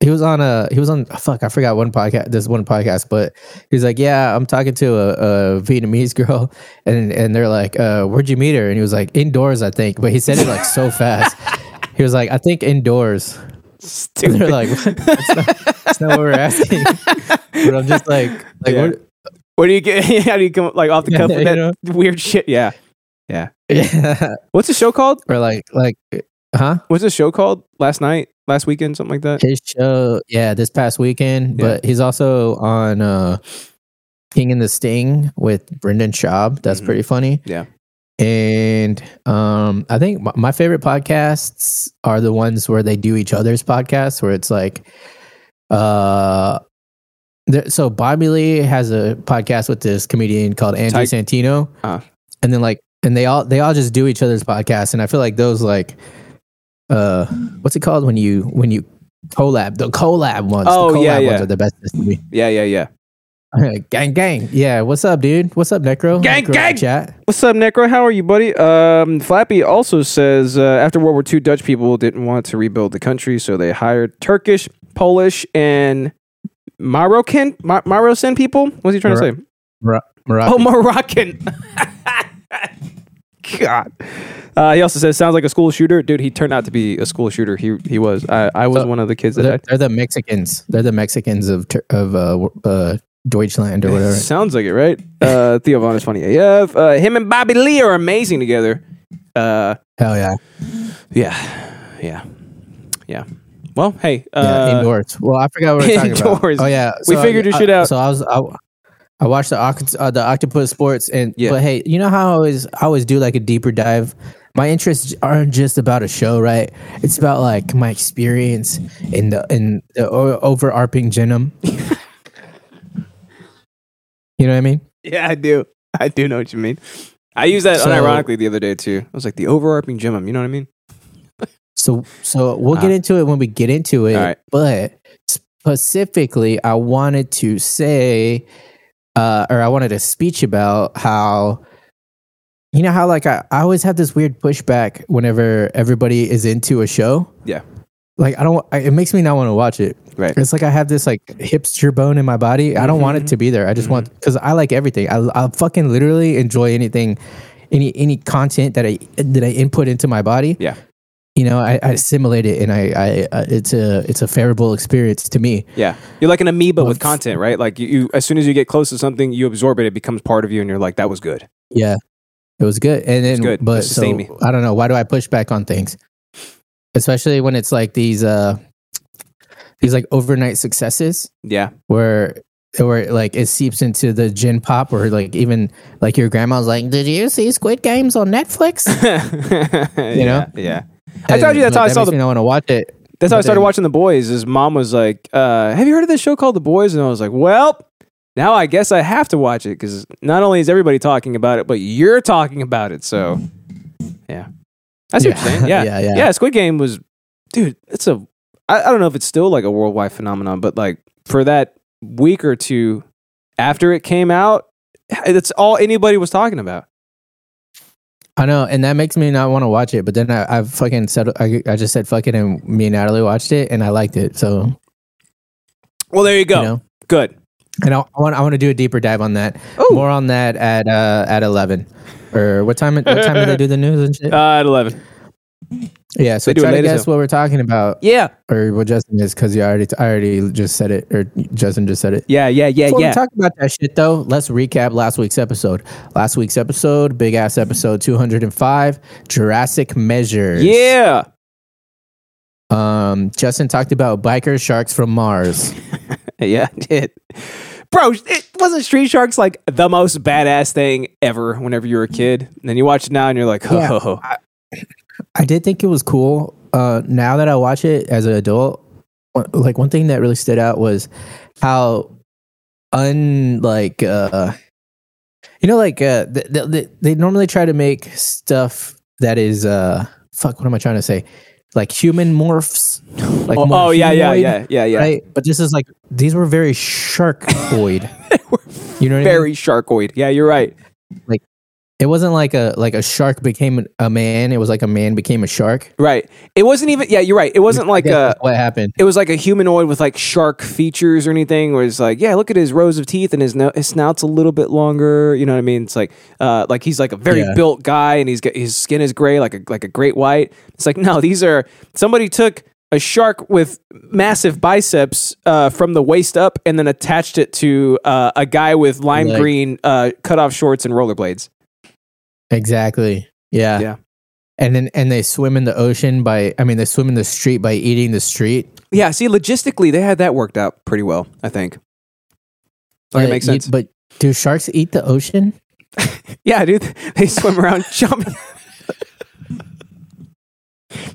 S2: he was on a he was on fuck I forgot one podcast this one podcast, but he's like, yeah, I'm talking to a, a Vietnamese girl, and and they're like, uh, where'd you meet her? And he was like, indoors, I think. But he said it like so fast. He was like, I think indoors. And
S1: Stupid.
S2: they're like, that's not, that's not what we're asking. but I'm just like, like
S1: Yeah.
S2: what,
S1: Where do you get? How do you come like off the
S2: Yeah,
S1: cuff with
S2: you
S1: that
S2: know?
S1: weird shit? Yeah.
S2: Yeah.
S1: What's the show called?
S2: or like like huh?
S1: What's the show called? Last night, last weekend, something like that.
S2: His show yeah, this past weekend,
S1: Yeah.
S2: but he's also on uh King and the Sting with Brendan Schaub. That's
S1: Mhm.
S2: pretty funny.
S1: Yeah.
S2: And um I think my, my favorite podcasts are the ones where they do each other's podcasts where it's like uh there, so Bobby Lee has a podcast with this comedian called
S1: Ty-
S2: Andy Santino.
S1: Ah.
S2: And then like and they all they all just do each other's podcasts and I feel like those like uh what's it called when you when you collab the collab ones
S1: Oh,
S2: the collab
S1: yeah, yeah.
S2: ones are the best to me.
S1: Yeah, yeah, yeah.
S2: gang gang. Yeah, what's up dude? What's up Necro?
S1: Gang,
S2: Necro in
S1: gang!
S2: Chat.
S1: What's up, Necro? How are you, buddy? Um, Flappy also says uh, after World War II, Dutch people didn't want to rebuild the country, so they hired Turkish, Polish, and Moroccan Mo- Moroccan people. What's he trying to say?
S2: Mor- Morocco.
S1: Oh, Moroccan. God. Uh, he also says sounds like a school shooter, dude. He turned out to be a school shooter. He he was. I, I Oh, was
S2: So-
S1: one of the kids that
S2: they're,
S1: died.
S2: they're the Mexicans. They're the Mexicans of Tur- of uh, w- uh, Deutschland or whatever.
S1: Sounds like it, right? Uh, Theo Von is funny AF. Uh, him and Bobby Lee are amazing together. Uh,
S2: Hell yeah,
S1: yeah, yeah, yeah. Well, hey,
S2: yeah,
S1: uh,
S2: indoors. Well, I forgot what we we're talking
S1: indoors.
S2: about. Oh yeah,
S1: We figured your
S2: I-
S1: shit out.
S2: So I was I, I watched the oct- uh, the octopus sports and
S1: Yeah.
S2: but hey, you know how I always I always do like a deeper dive. My interests aren't just about a show, right? It's about like my experience in the in the o- overarching genome. you know what I mean?
S1: yeah, I do, I do know what you mean. I used that
S2: So-
S1: unironically the other day too. I was like the overarching gem, you know what I mean?
S2: So so we'll get
S1: Ah.
S2: into it when we get into it.
S1: All right.
S2: But specifically, I wanted to say, uh, or I wanted to speech about how. You know how like I, I always have this weird pushback whenever everybody is into a show.
S1: Yeah.
S2: Like I don't I, it makes me not want to watch it.
S1: Right.
S2: It's like I have this like hipster bone in my body. I don't want
S1: Mm-hmm.
S2: it to be there. I just want because I like everything. I I fucking literally enjoy anything, any any content that I that I input into my body.
S1: Yeah.
S2: You know, I, I assimilate it, and I, I, I it's a it's a favorable experience to me.
S1: Yeah, you're like an amoeba
S2: Well,
S1: with
S2: f-
S1: content, right? Like you, you, as soon as you get close to something, you absorb it. It becomes part of you, and you're like, that was good.
S2: Yeah. It was good. And then,
S1: good.
S2: but
S1: It
S2: so
S1: sustained me.
S2: I don't know. Why do I push back on things? Especially when it's like these, uh, these like overnight successes
S1: Yeah.
S2: where, where like it seeps into the gin pop or like even like your grandma's like, did you see Squid Games on Netflix?
S1: you yeah,
S2: know?
S1: Yeah. I told you that's how I saw the
S2: I want to watch it.
S1: That's how I
S2: But
S1: started
S2: then-
S1: watching The Boys. His mom was like, uh, "Have you heard of this show called The Boys?" And I was like, "Well, now I guess I have to watch it because not only is everybody talking about it, but you're talking about it." So, yeah, I see what you're
S2: Yeah.
S1: saying. Yeah. yeah,
S2: Yeah, yeah.
S1: Squid Game was, dude. It's a. I, I don't know if it's still like a worldwide phenomenon, but like for that week or two after it came out, that's all anybody was talking about.
S2: I know, and that makes me not want to watch it. But then I, I fucking said, I, I just said fucking, and me and Natalie watched it, and I liked it. So
S1: Well, there you go.
S2: you know,
S1: Good.
S2: and I want, I want to do a deeper dive on that.
S1: Ooh.
S2: More on that at uh, at eleven, or what time? What time do they do the news and shit?
S1: Uh, at eleven.
S2: yeah, so
S1: they do it
S2: try to
S1: later,
S2: guess
S1: so-
S2: what we're talking about,
S1: Yeah.
S2: or what Justin is, because you already, I already just said it, or Justin just said it.
S1: Yeah. Yeah. Yeah.
S2: Before
S1: yeah.
S2: we talk about that shit though, let's recap last week's episode. Last week's episode, big ass episode two hundred and five, Jurassic Measures.
S1: yeah.
S2: Um, Justin talked about biker sharks from Mars.
S1: Yeah, I did. Bro, it wasn't Street Sharks like the most badass thing ever whenever you were a kid? And then you watch it now and you're like, oh,
S2: Yeah. I did think it was cool. Uh, now that I watch it as an adult, one- like one thing that really stood out was how un like uh, you know like uh, th- th- th- they normally try to make stuff that is uh fuck what am I trying to say like human morphs like
S1: oh, oh, yeah, yeah,
S2: morphoid,
S1: yeah, yeah, yeah.
S2: right but this is like these were very sharkoid you know what I mean?
S1: Very sharkoid. Yeah, you're right.
S2: it wasn't like a like a shark became a man it was like a man became a shark
S1: Right. It wasn't even, yeah, you're right. It wasn't like
S2: Guess
S1: a,
S2: what happened
S1: it was like a humanoid with like shark features or anything where it's like yeah look at his rows of teeth and his, no- his snout's a little bit longer you know what i mean it's like uh like he's like a very
S2: Yeah.
S1: built guy and he's got his skin is gray like a like a great white it's like no these are somebody took a shark with massive biceps uh, from the waist up and then attached it to uh, a guy with lime
S2: Leg.
S1: green uh, cut off shorts and rollerblades
S2: exactly yeah
S1: Yeah.
S2: and then and they swim in the ocean by i mean they swim in the street by eating the street
S1: yeah see logistically they had that worked out pretty well i think like it
S2: Uh,
S1: makes
S2: you-
S1: sense
S2: but do sharks eat the ocean
S1: Yeah, dude. They swim around jumping.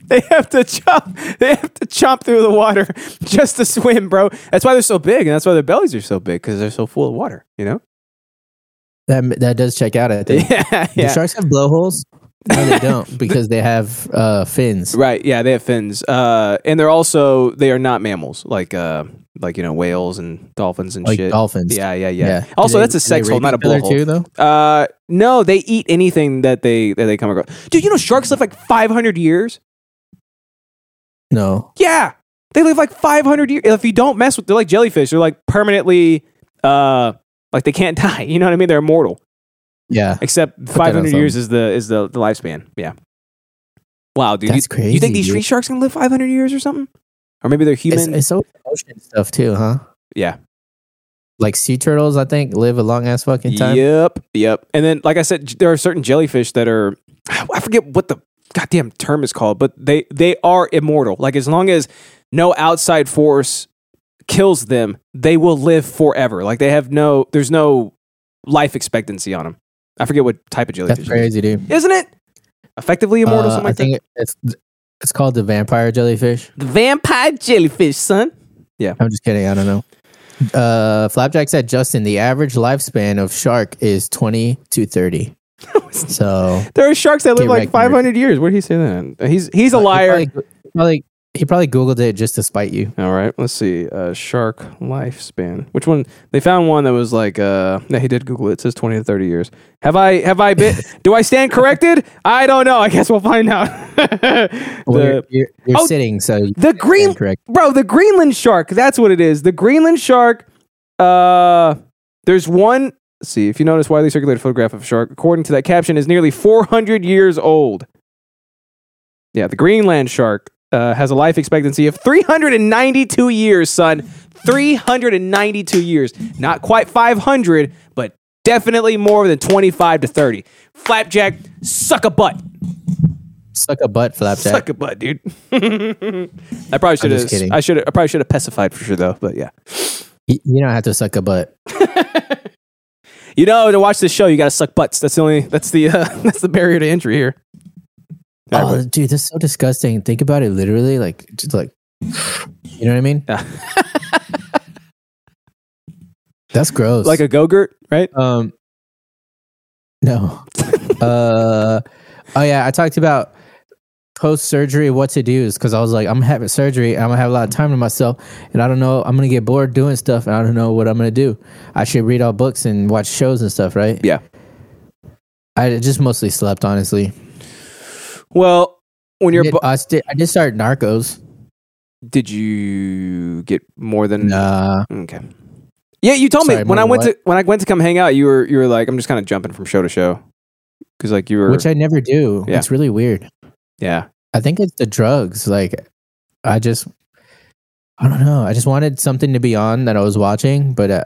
S1: they have to chop. They have to chomp through the water just to swim, bro. That's why they're so big, and that's why their bellies are so big because they're so full of water. You know?
S2: that that does check out i think
S1: Yeah,
S2: do sharks have blowholes no they don't because they have uh fins
S1: Right. Yeah, they have fins, uh, and they're also they are not mammals like uh, like you know whales and dolphins and
S2: like
S1: shit.
S2: dolphins
S1: Yeah, yeah, yeah.
S2: Do
S1: Also,
S2: they-
S1: that's a
S2: do they
S1: sex hole,
S2: rape
S1: not a
S2: each other
S1: blowhole.
S2: too though
S1: Uh, no, they eat anything that they that they come across. Dude, you know sharks live like five hundred years.
S2: no
S1: Yeah. They live like 500 years. If you don't mess with, they're like jellyfish. They're like permanently, uh, like they can't die. You know what I mean? They're immortal.
S2: yeah
S1: Except
S2: on
S1: 500 years
S2: something.
S1: is the is the, the lifespan. Yeah. Wow, dude.
S2: That's
S1: you, You
S2: crazy,
S1: think these
S2: dude.
S1: street sharks can live 500 years or something? Or maybe they're
S2: it's,
S1: human.
S2: it's so ocean stuff too huh
S1: yeah.
S2: like sea turtles i think live a long ass fucking time
S1: Yep. Yep. And then, like I said, j- there are certain jellyfish that are, I forget what the goddamn term is called, but they they are immortal. Like as long as no outside force kills them, they will live forever. Like they have no, there's no life expectancy on them. I forget what type of jellyfish,
S2: that's
S1: it
S2: crazy dude
S1: is. isn't it? Effectively immortal,
S2: Uh,
S1: something
S2: I
S1: like
S2: think it's it's called the vampire jellyfish.
S1: that. The vampire jellyfish, son.
S2: I'm just kidding. I don't know. Uh, Flapjack said, Justin, the average lifespan of shark is 20 to 30. so
S1: There are sharks that live
S2: Get
S1: like
S2: wrecked, nerd.
S1: 500 years. Where did he say that? He's he's a liar.
S2: He probably, he probably he probably googled it just to spite you.
S1: All right, let's see. Uh, shark lifespan. Which one? They found one that was like. Uh, yeah, he did Google it. It says twenty to thirty years. Have I? Have I been? do I stand corrected? I don't know. I guess we'll find out.
S2: Well,
S1: the,
S2: you're you're, you're
S1: oh,
S2: sitting, so you
S1: the green
S2: stand correct.
S1: bro, the Greenland shark. That's what it is. The Greenland shark. Uh, there's one. Let's see if you notice widely circulated photograph of a shark, according to that caption, is nearly 400 years old. Yeah, the Greenland shark uh, has a life expectancy of 392 years, son. 392 years. Not quite 500, but Definitely more than 25 to 30. Flapjack, suck a butt.
S2: Suck a butt, flapjack.
S1: Suck a butt, dude. I probably should
S2: just
S1: have
S2: kidding.
S1: I should I probably should have pessified for sure though, but yeah.
S2: Y- You don't have to suck a butt.
S1: You know, to watch this show, you got to suck butts. That's the only that's the uh, that's the barrier to entry here. Uh, All right,
S2: Oh, dude, that's so disgusting. Think about it literally, like, just like, you know what I mean?
S1: Yeah.
S2: that's gross.
S1: like a go-gurt, right?
S2: um, no. uh, oh yeah, I talked about post surgery what to do is because I was like, I'm having surgery, I'm gonna have a lot of time to myself, and I don't know, I'm gonna get bored doing stuff, and I don't know what I'm gonna do. I should read all books and watch shows and stuff, right?
S1: Yeah.
S2: I just mostly slept, honestly.
S1: Well, when you're
S2: Did-
S1: bu-
S2: I, sti- I did start Narcos.
S1: did you get more than
S2: Nah.
S1: Okay. Yeah, you told me
S2: Sorry,
S1: when I
S2: more
S1: went
S2: what?
S1: to when I went to come hang out, you were you were like I'm just kind of jumping from show to show because like you were
S2: which I never do.
S1: Yeah.
S2: It's really weird.
S1: yeah
S2: I think it's the drugs. Like, I just, I don't know. I just wanted something to be on that I was watching, but uh,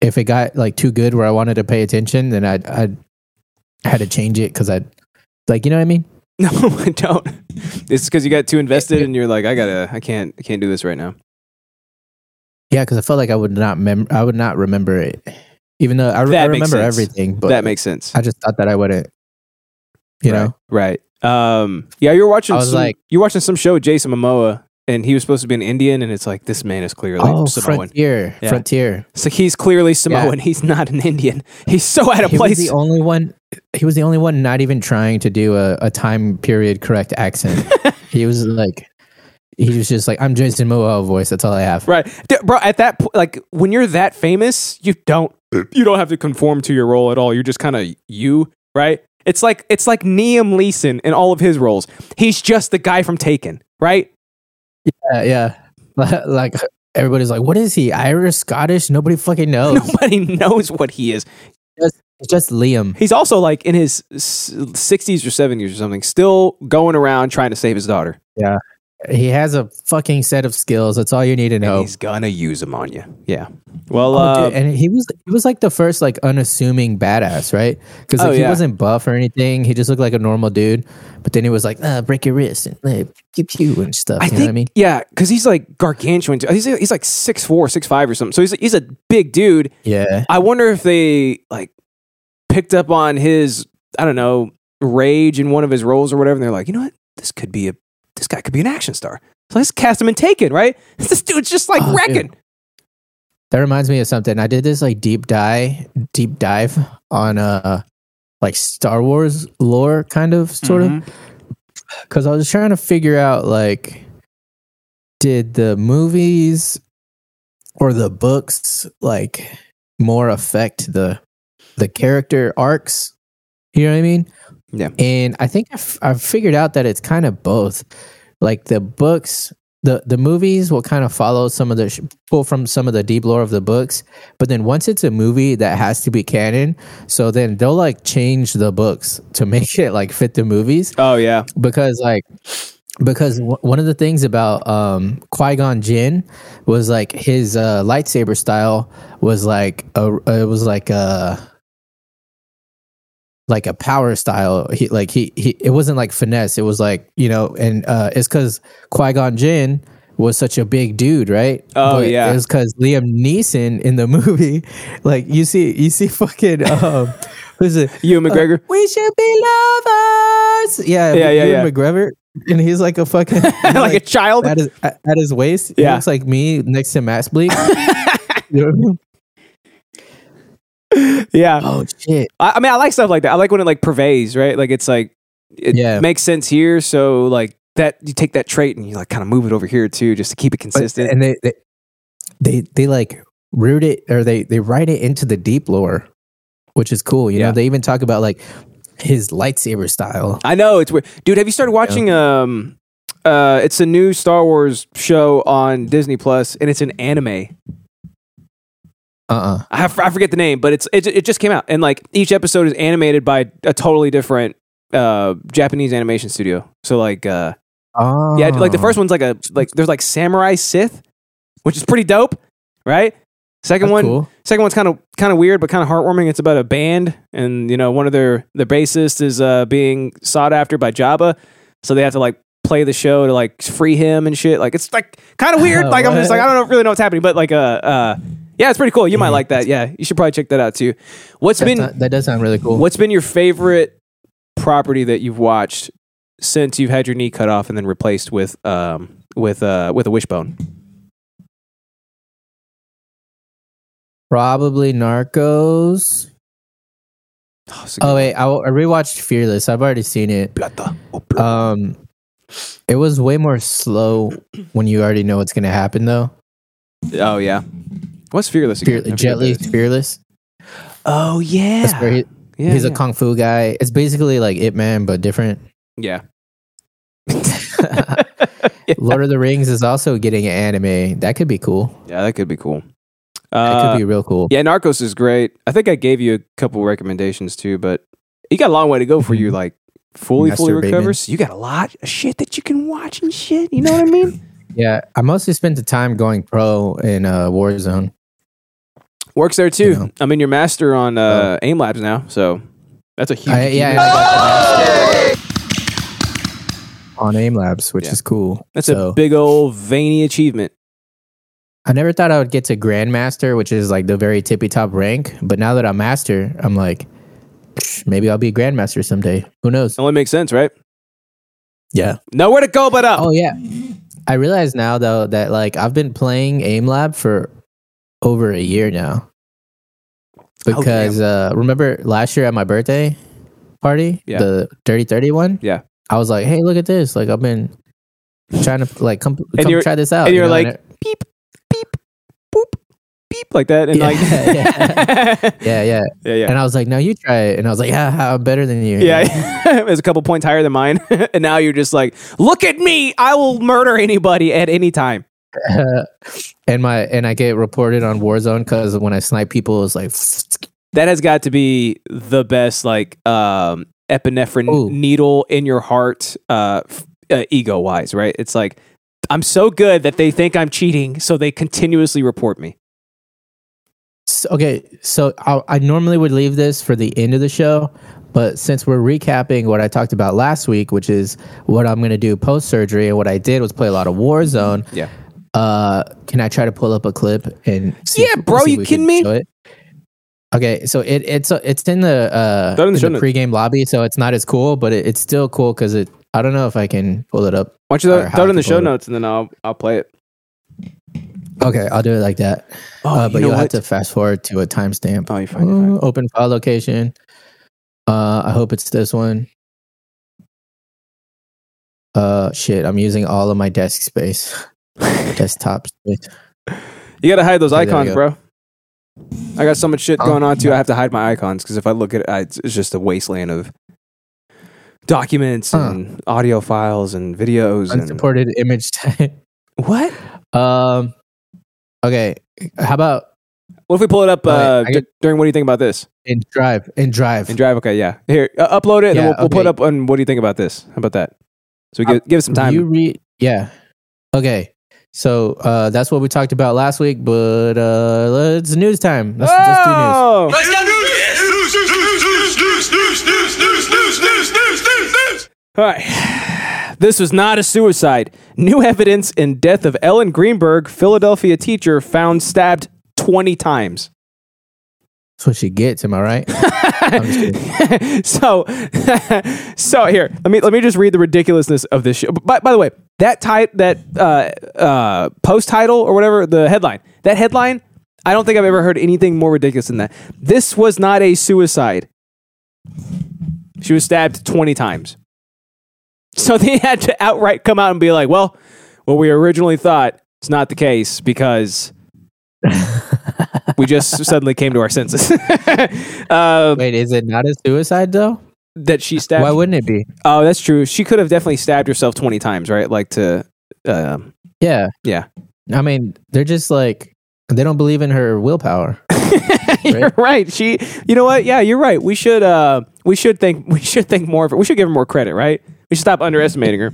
S2: if it got like too good where I wanted to pay attention, then I I had to change it because I, like, you know what I mean?
S1: no I don't it's because you got too invested and you're like I gotta I can't I can't do this right now
S2: Yeah, because I felt like I would not mem I would not remember it, even though I, re- I
S1: That makes
S2: remember
S1: sense.
S2: everything. But
S1: that makes sense
S2: I just thought that I wouldn't. You know,
S1: right right. um yeah you were watching
S2: I was
S1: some-
S2: like-
S1: you were watching some show with Jason Momoa and he was supposed to be an Indian and it's like this man is clearly
S2: oh,
S1: Samoan
S2: frontier,
S1: Yeah.
S2: frontier.
S1: so he's clearly Samoan he's not an Indian he's so out of
S2: he
S1: place
S2: was the only one. He was the only one not even trying to do a, a time period correct accent. he was like, he was just like, I'm Jason Momoa voice. That's all I have.
S1: Right, D- bro. At that point, like when you're that famous, you don't you don't have to conform to your role at all. You're just kind of you, right? It's like it's like Liam Leeson in all of his roles. He's just the guy from Taken, right?
S2: Uh, yeah, like everybody's like, what is he? Irish, Scottish? Nobody fucking knows.
S1: Nobody knows what he is.
S2: It's just Liam.
S1: He's also like in his sixties or seventies or something, still going around trying to save his daughter.
S2: He has a fucking set of skills. That's all you need to
S1: And
S2: know.
S1: he's gonna use him on you. Yeah. Well,
S2: Oh,
S1: uh,
S2: dude, and he was he was like the first like unassuming badass, right? Because like,
S1: Oh, yeah.
S2: he wasn't buff or anything. He just looked like a normal dude. But then he was like, uh, break your wrist and uh, pew pew and stuff.
S1: I
S2: you
S1: think,
S2: know what I mean?
S1: yeah, because he's like gargantuan. too. He's he's like six four, six five or something. So he's he's a big dude.
S2: Yeah.
S1: I wonder if they like picked up on his I don't know rage in one of his roles or whatever, and they're like, you know what, this could be a this guy could be an action star. So let's cast him in Taken, right? This dude's just like
S2: Oh, dude.
S1: wrecking.
S2: That reminds me of something. I did this like deep dive deep dive on uh like Star Wars lore kind of sort
S1: Mm-hmm.
S2: of. 'Cause of cuz I was trying to figure out like did the movies or the books like more affect the the character arcs? You know what I mean?
S1: Yeah.
S2: And I think I f- I figured out that it's kind of both. Like the books the the movies will kind of follow some of the sh- pull from some of the deep lore of the books but then once it's a movie that has to be canon so then they'll like change the books to make it like fit the movies
S1: Oh yeah,
S2: because like because w- one of the things about um Qui-Gon Jinn was like his uh lightsaber style was like a uh, it was like a like a power style he like he, he it wasn't like finesse it was like you know and uh it's cuz Qui-Gon Jinn was such a big dude, right?
S1: Oh, yeah.
S2: It was because Liam Neeson in the movie, like you see, you see, fucking um, who's it?
S1: you and McGregor.
S2: Uh, We should be lovers. Yeah,
S1: Yeah, yeah,
S2: Ewan McGregor, and he's like a fucking
S1: like, a child.
S2: at his at at his waist.
S1: Yeah.
S2: He looks like me next to Max Bleak. You know what I mean?
S1: yeah,
S2: Oh shit!
S1: I, I mean, I like stuff like that. I like when it like purveys, right? Like it's like it
S2: Yeah.
S1: makes sense here, so like that you take that trait and you like kind of move it over here too, just to keep it
S2: But,
S1: consistent.
S2: and they, they they they like root it or they they write it into the deep lore, which is cool. You
S1: Yeah.
S2: know, they even talk about like his lightsaber style.
S1: I know it's weird, dude. Have you started watching? Um, uh, it's a new Star Wars show on Disney Plus, and it's an anime.
S2: Uh uh
S1: I, f- I forget the name, but it's it, it just came out, and like each episode is animated by a totally different uh Japanese animation studio. So like uh
S2: Oh
S1: yeah, like the first one's like a like there's like samurai Sith, which is pretty dope, right? Second
S2: That's
S1: one,
S2: cool.
S1: second one's kind of kind of weird, but kind of heartwarming. It's about a band, and you know, one of their the bassist is uh, being sought after by Jabba, so they have to like play the show to like free him and shit. Like it's like kind of weird. like I'm just like I don't know, really know what's happening, but like uh, uh yeah, it's pretty cool. You might like that. Yeah, you should probably check that out too. What's
S2: That's
S1: been
S2: not- that does sound really cool.
S1: what's been your favorite property that you've watched since you've had your knee cut off and then replaced with um with uh with a wishbone?
S2: Probably Narcos.
S1: Oh, it's a
S2: Oh
S1: good-
S2: wait, I, I rewatched Fearless. I've already seen it.
S1: Plata. Oh,
S2: Um, it was way more slow when you already know what's gonna happen though.
S1: Oh yeah. What's fearless?
S2: Fear,
S1: again? I forget
S2: Jet
S1: what it
S2: Li,
S1: is.
S2: Fearless.
S1: Oh yeah.
S2: That's where he,
S1: yeah
S2: he's
S1: yeah.
S2: a kung fu guy. It's basically like Ip Man but different.
S1: yeah.
S2: Lord of the Rings is also getting an anime. That could be cool.
S1: Yeah, that could be cool.
S2: That
S1: Uh,
S2: could be real cool.
S1: yeah, Narcos is great. I think I gave you a couple recommendations too, but you got a long way to go for
S2: Mm-hmm.
S1: you. Like fully, fully
S2: Masturbating.
S1: recover. So you got a lot of shit that you can watch and shit. You know what I mean?
S2: Yeah, I mostly spent the time going pro in uh, Warzone.
S1: Works there too.
S2: You know.
S1: I'm in your master on uh, Aim Labs now, so that's a huge.
S2: Oh. I, yeah, and I got the- on AIM Labs, which
S1: Yeah.
S2: is cool.
S1: that's a
S2: So,
S1: big old veiny achievement.
S2: I never thought I would get to Grandmaster, which is like the very tippy top rank. But now that I'm Master, I'm like, "Psh, maybe I'll be Grandmaster someday. Who knows?
S1: Only makes sense, right?
S2: Yeah.
S1: Nowhere to go but up.
S2: Oh yeah. I realize now though that like I've been playing AIM Lab for over a year now.
S1: damn.
S2: Because uh remember last year at my birthday party,
S1: Yeah.
S2: the Dirty Thirty one?
S1: Yeah.
S2: I was like, "Hey, look at this. Like I've been trying to like come, come
S1: you're-
S2: try this out."
S1: and
S2: you
S1: you're
S2: know,
S1: like
S2: and it-
S1: beep beep boop beep like that and
S2: Yeah,
S1: like
S2: yeah. yeah, yeah.
S1: yeah yeah
S2: And I was like, "No, you try it." And I was like, "Yeah, I'm better than you."
S1: yeah it was a couple points higher than mine and now you're just like look at me I will murder anybody at any time
S2: And my and I get reported on Warzone cuz when I snipe people it's like
S1: that has got to be the best like um epinephrine
S2: Ooh.
S1: needle in your heart uh, f- uh ego wise right it's like I'm so good that they think I'm cheating so they continuously report me
S2: S okay, so I, I normally would leave this for the end of the show, but since we're recapping what I talked about last week, which is what I'm going to do post surgery, and what I did was play a lot of Warzone.
S1: Yeah.
S2: Uh, can I try to pull up a clip and? see
S1: Yeah, bro,
S2: see if
S1: you
S2: we
S1: kidding
S2: can
S1: me?
S2: show it? Okay, so it, it's uh, it's in the uh
S1: Throw it in the
S2: in
S1: show
S2: the
S1: notes.
S2: pregame lobby, so it's not as cool, but it, it's still cool because it. I don't know if I can pull it up.
S1: why don't you
S2: Or
S1: throw,
S2: how
S1: throw it
S2: I
S1: in the
S2: can
S1: show
S2: pull it up.
S1: notes and then I'll I'll play it
S2: Okay, I'll do it like that.
S1: oh
S2: uh, but
S1: you know
S2: you'll have
S1: what
S2: to fast forward to a timestamp.
S1: oh you find it, find it.
S2: Ooh, Mm, open file location. Uh, I hope it's this one. Uh, shit, I'm using all of my desk space, desktop space.
S1: You gotta hide those
S2: Okay, Mm. there we
S1: icons, bro. I got so much shit
S2: Oh,
S1: going on too. I have to hide my icons because if I look at it, I, it's it's just a wasteland of documents
S2: Huh.
S1: and audio files and videos and
S2: Unsupported image type.
S1: what?
S2: Um, okay, how about
S1: What if we pull it up
S2: Oh, wait,
S1: uh,
S2: I get-
S1: d- during? What do you think about this?
S2: in Drive? In Drive,
S1: In Drive, okay, yeah. Here, uh, upload it, and then
S2: Yeah,
S1: we'll, we'll put
S2: okay. Um,
S1: up. on what do you think about this? How about that? So we give, give it some time.
S2: You read, yeah. Okay, so uh, that's what we talked about last week, but uh, it's news time. Let's, let's do news.
S1: oh,
S3: Let's get news! News, news, news, news, news, news, news, news, news, news!
S1: all right. This was not a suicide. New evidence in death of Ellen Greenberg, Philadelphia teacher found stabbed twenty times.
S2: That's what she gets. Am I right? I'm just kidding.
S1: so so here let me let me just read the ridiculousness of this show by, by the way that type that uh uh post title or whatever the headline that headline i don't think i've ever heard anything more ridiculous than that this was not a suicide she was stabbed 20 times so they had to outright come out and be like well what we originally thought is not the case because we just suddenly came to our senses uh,
S2: Wait, is it not a suicide though?
S1: that she stabbed
S2: Why wouldn't it be?
S1: Oh, that's true. She could have definitely stabbed herself twenty times, right? Like to, um,
S2: Yeah.
S1: yeah.
S2: I mean, they're just like they don't believe in her willpower.
S1: You're right. She, you know what? Yeah, you're right. We should, uh, we should think, we should think more of her. We should give her more credit, right? We should stop underestimating her.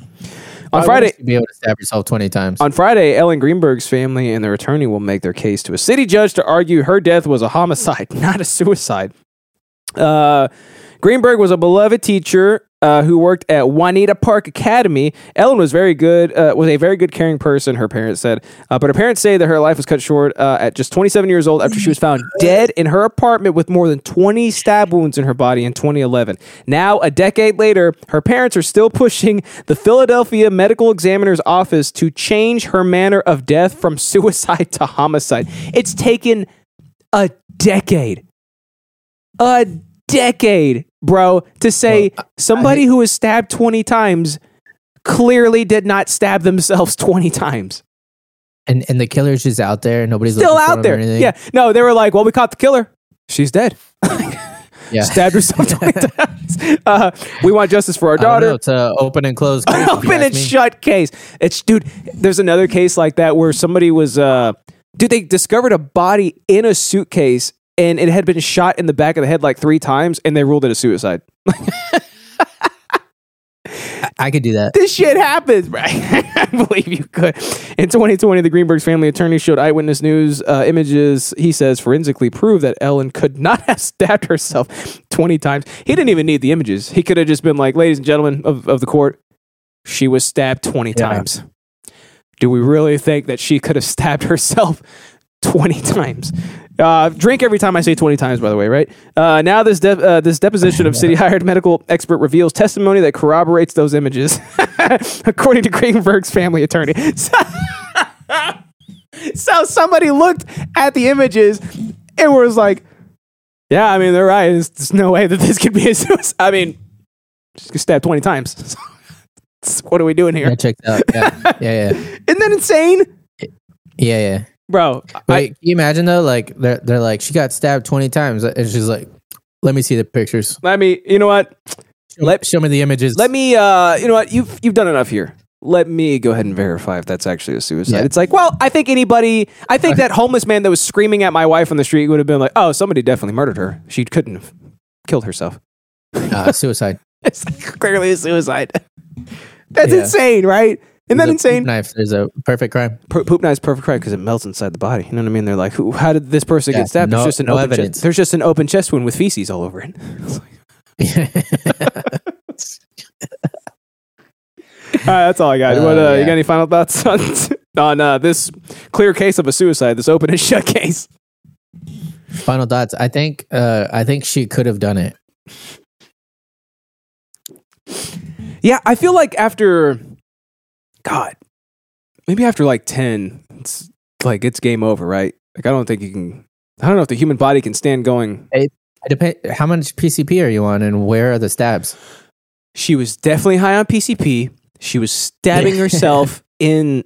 S1: On
S2: Why
S1: Friday,
S2: wouldn't you be able to stab yourself twenty times.
S1: on Friday, Ellen Greenberg's family and their attorney will make their case to a city judge to argue her death was a homicide, not a suicide. Uh, Greenberg was a beloved teacher uh, who worked at Juanita Park Academy. Ellen was very good, uh, was a very good, caring person. Her parents said, uh, but her parents say that her life was cut short uh, at just 27 years old after she was found dead in her apartment with more than 20 stab wounds in her body in 2011. Now, a decade later, her parents are still pushing the Philadelphia Medical Examiner's Office to change her manner of death from suicide to homicide. It's taken a decade a decade, bro, to say somebody who was stabbed 20 times clearly did not stab themselves 20 times.
S2: and and the killer's just out there. Nobody's
S1: Still
S2: looking for him
S1: out
S2: or
S1: there.
S2: anything.
S1: Yeah. No, they were like, well, we caught the killer. She's dead.
S2: yeah.
S1: Stabbed herself 20 times. Uh, we want justice for our
S2: I don't
S1: daughter.
S2: know, it's a open and closed. case, if you
S1: open
S2: ask
S1: and
S2: me.
S1: shut case. It's dude. There's another case like that where somebody was uh, dude. They discovered a body in a suitcase and it had been shot in the back of the head like three times, and they ruled it a suicide.
S2: I could do that.
S1: this shit happens, bro. I believe you could. In 2020, the Greenberg's family attorney showed Eyewitness News uh, images. He says forensically prove that Ellen could not have stabbed herself 20 times. He didn't even need the images. He could have just been like, ladies and gentlemen of, of the court, she was stabbed 20
S2: Yeah.
S1: times. Do we really think that she could have stabbed herself 20 times? Uh, drink every time I say 20 times, by the way, right? Uh, now, this, de- uh, this deposition of city hired medical expert reveals testimony that corroborates those images, according to Greenberg's family attorney. So, so somebody looked at the images and was like, yeah, I mean, they're right. There's, there's no way that this could be a suicide. I mean, she's gonna stab 20 times. what are we doing here?
S2: Yeah, check that out. Yeah, yeah, yeah,
S1: Isn't that insane?
S2: yeah. yeah.
S1: Bro, I-
S2: Wait, can you imagine though? Like they're they're like she got stabbed twenty times, and she's like, "Let me see the pictures.
S1: let me, you know what?
S2: Let show me the images.
S1: Let me, uh, you know what? You've, you've done enough here. Let me go ahead and verify if that's actually a suicide.
S2: Yeah.
S1: It's like, well, I think anybody, I think that homeless man that was screaming at my wife on the street would have been like, oh, somebody definitely murdered her. She couldn't have killed herself.
S2: uh, suicide.
S1: It's like, clearly a suicide. That's
S2: Yeah.
S1: insane, right? Isn't
S2: There's
S1: that
S2: a
S1: insane?
S2: poop Knife. There's a perfect crime.
S1: per- poop knife's perfect right because it melts inside the body. You know what I mean? They're like, who, how did this person
S2: Yeah,
S1: get stabbed?
S2: no-
S1: there's just an
S2: no
S1: open
S2: evidence.
S1: chest. There's just an open chest wound with feces all over it. All right, that's all I got.
S2: Uh,
S1: what, uh, You
S2: yeah.
S1: got any final thoughts on on uh, this clear case of a suicide? This open and shut case.
S2: Final thoughts. I think uh, I think she could have done it.
S1: Yeah, I feel like after, God, maybe after like ten, it's like it's game over, right? Like I don't think you can. I don't know if the human body can stand going.
S2: It depend how much PCP are you on, and where are the stabs?
S1: She was definitely high on PCP. She was stabbing herself in.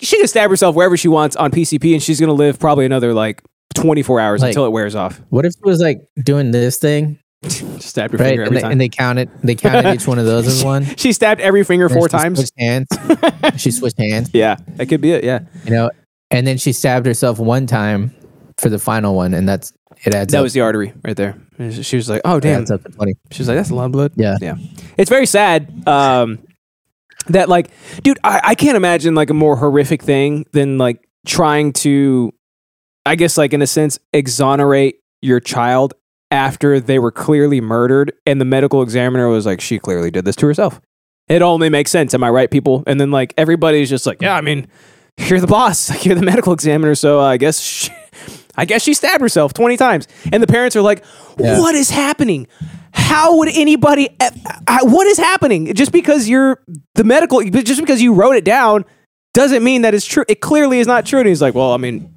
S1: She can stab herself wherever she wants on PCP, and she's gonna live probably another like twenty four hours
S2: Like-
S1: until it wears off.
S2: What if she was like doing this thing,
S1: Stabbed her
S2: right?
S1: finger
S2: And
S1: every
S2: they,
S1: time.
S2: and they counted they counted each one of those as one.
S1: she stabbed every finger
S2: And
S1: four
S2: she
S1: times.
S2: switched hands. she switched hands.
S1: Yeah, that could be it. Yeah,
S2: You know, and then she stabbed herself one time for the final one, and that's it. Adds
S1: that
S2: up.
S1: was the artery right there. She was like, "Oh
S2: it
S1: damn!"
S2: adds up to twenty.
S1: She was like, "That's a lot of blood."
S2: Yeah.
S1: yeah. It's very sad. Um, that like, dude, I, I can't imagine like a more horrific thing than like trying to, I guess, like in a sense, exonerate your child after they were clearly murdered, and the medical examiner was like, "She clearly did this to herself." It only makes sense. Am I right, people? And then like everybody's just like, "Yeah, I mean." you're the boss. Like, you're the medical examiner. So uh, I guess she, I guess she stabbed herself 20 times. And the parents are like,
S2: Yeah.
S1: what is happening? How would anybody, e, I- I- what is happening? Just because you're the medical, just because you wrote it down doesn't mean that it's true. It clearly is not true. And he's like, well, I mean,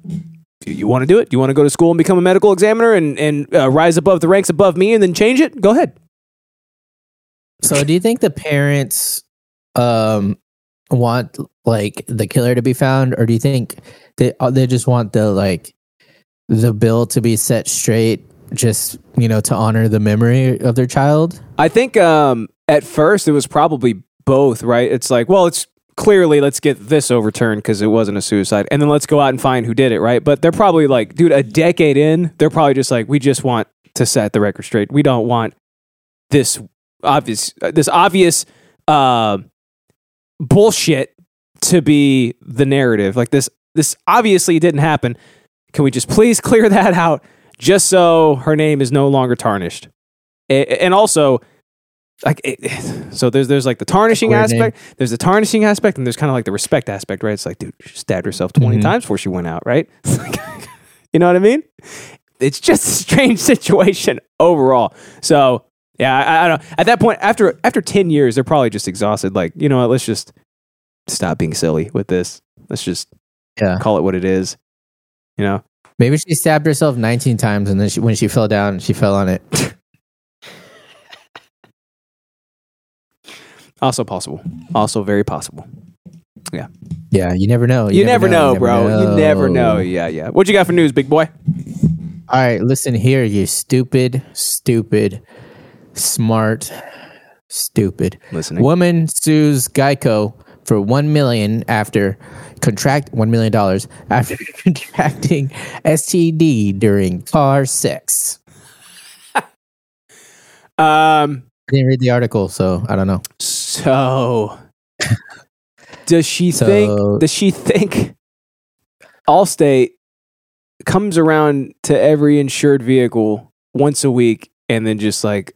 S1: do you want to do it? Do you want to go to school and become a medical examiner and, and uh, rise above the ranks above me and then change it? Go ahead.
S2: So do you think the parents um want like the killer to be found or do you think they uh, they just want the like the bill to be set straight just you know to honor the memory of their child?
S1: I think um, at first it was probably both, right? It's like, well, it's clearly let's get this overturned because it wasn't a suicide, and then let's go out and find who did it, right? But they're probably like, dude, a decade in, they're probably just like, we just want to set the record straight. We don't want this obvious, uh, this obvious. Uh, bullshit to be the narrative. Like this this obviously didn't happen. Can we just please clear that out just so her name is no longer tarnished? A- And also like it, so there's there's like the tarnishing
S2: Weird name.
S1: aspect, there's the tarnishing aspect and there's kind of like the respect aspect, right? It's like dude, she stabbed herself 20
S2: Mhm.
S1: times before she went out, right? It's like- you know what I mean? It's just a strange situation overall. So yeah, I, I don't. At that point, after after ten years, they're probably just exhausted. Like, you know what? Let's just stop being silly with this. Let's just
S2: Yeah.
S1: call it what it is. You know?
S2: Maybe she stabbed herself 19 times and then she, when she fell down, she fell on it.
S1: Also possible. Also very possible.
S2: Yeah, you never know.
S1: You, never, know,
S2: you
S1: bro. You never know. Yeah, yeah. What you got for news, big boy?
S2: All right, listen here, you stupid, stupid, smart, stupid.
S1: Listening.
S2: Woman sues Geico for one million after contract one million dollars after contracting STD during car sex.
S1: Um.
S2: I didn't read the article, so I don't know.
S1: So, does she
S2: So-
S1: think? Does she think Allstate comes around to every insured vehicle once a week and then just like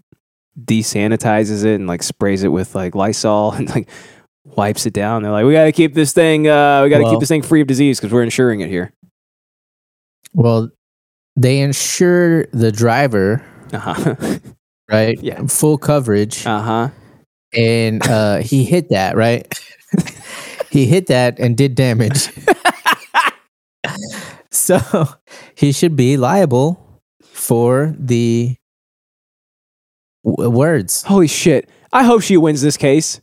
S1: desanitizes it and like sprays it with like Lysol and like wipes it down? They're like, we got to keep this thing. Uh, we got to
S2: Well-
S1: keep this thing free of disease because we're insuring it here.
S2: Well, they insure the driver,
S1: Uh huh.
S2: right?
S1: Yeah.
S2: Full coverage.
S1: uh huh.
S2: and uh, he hit that right. he hit that and did damage. so he should be liable for the w- words.
S1: Holy shit. I hope she wins this case.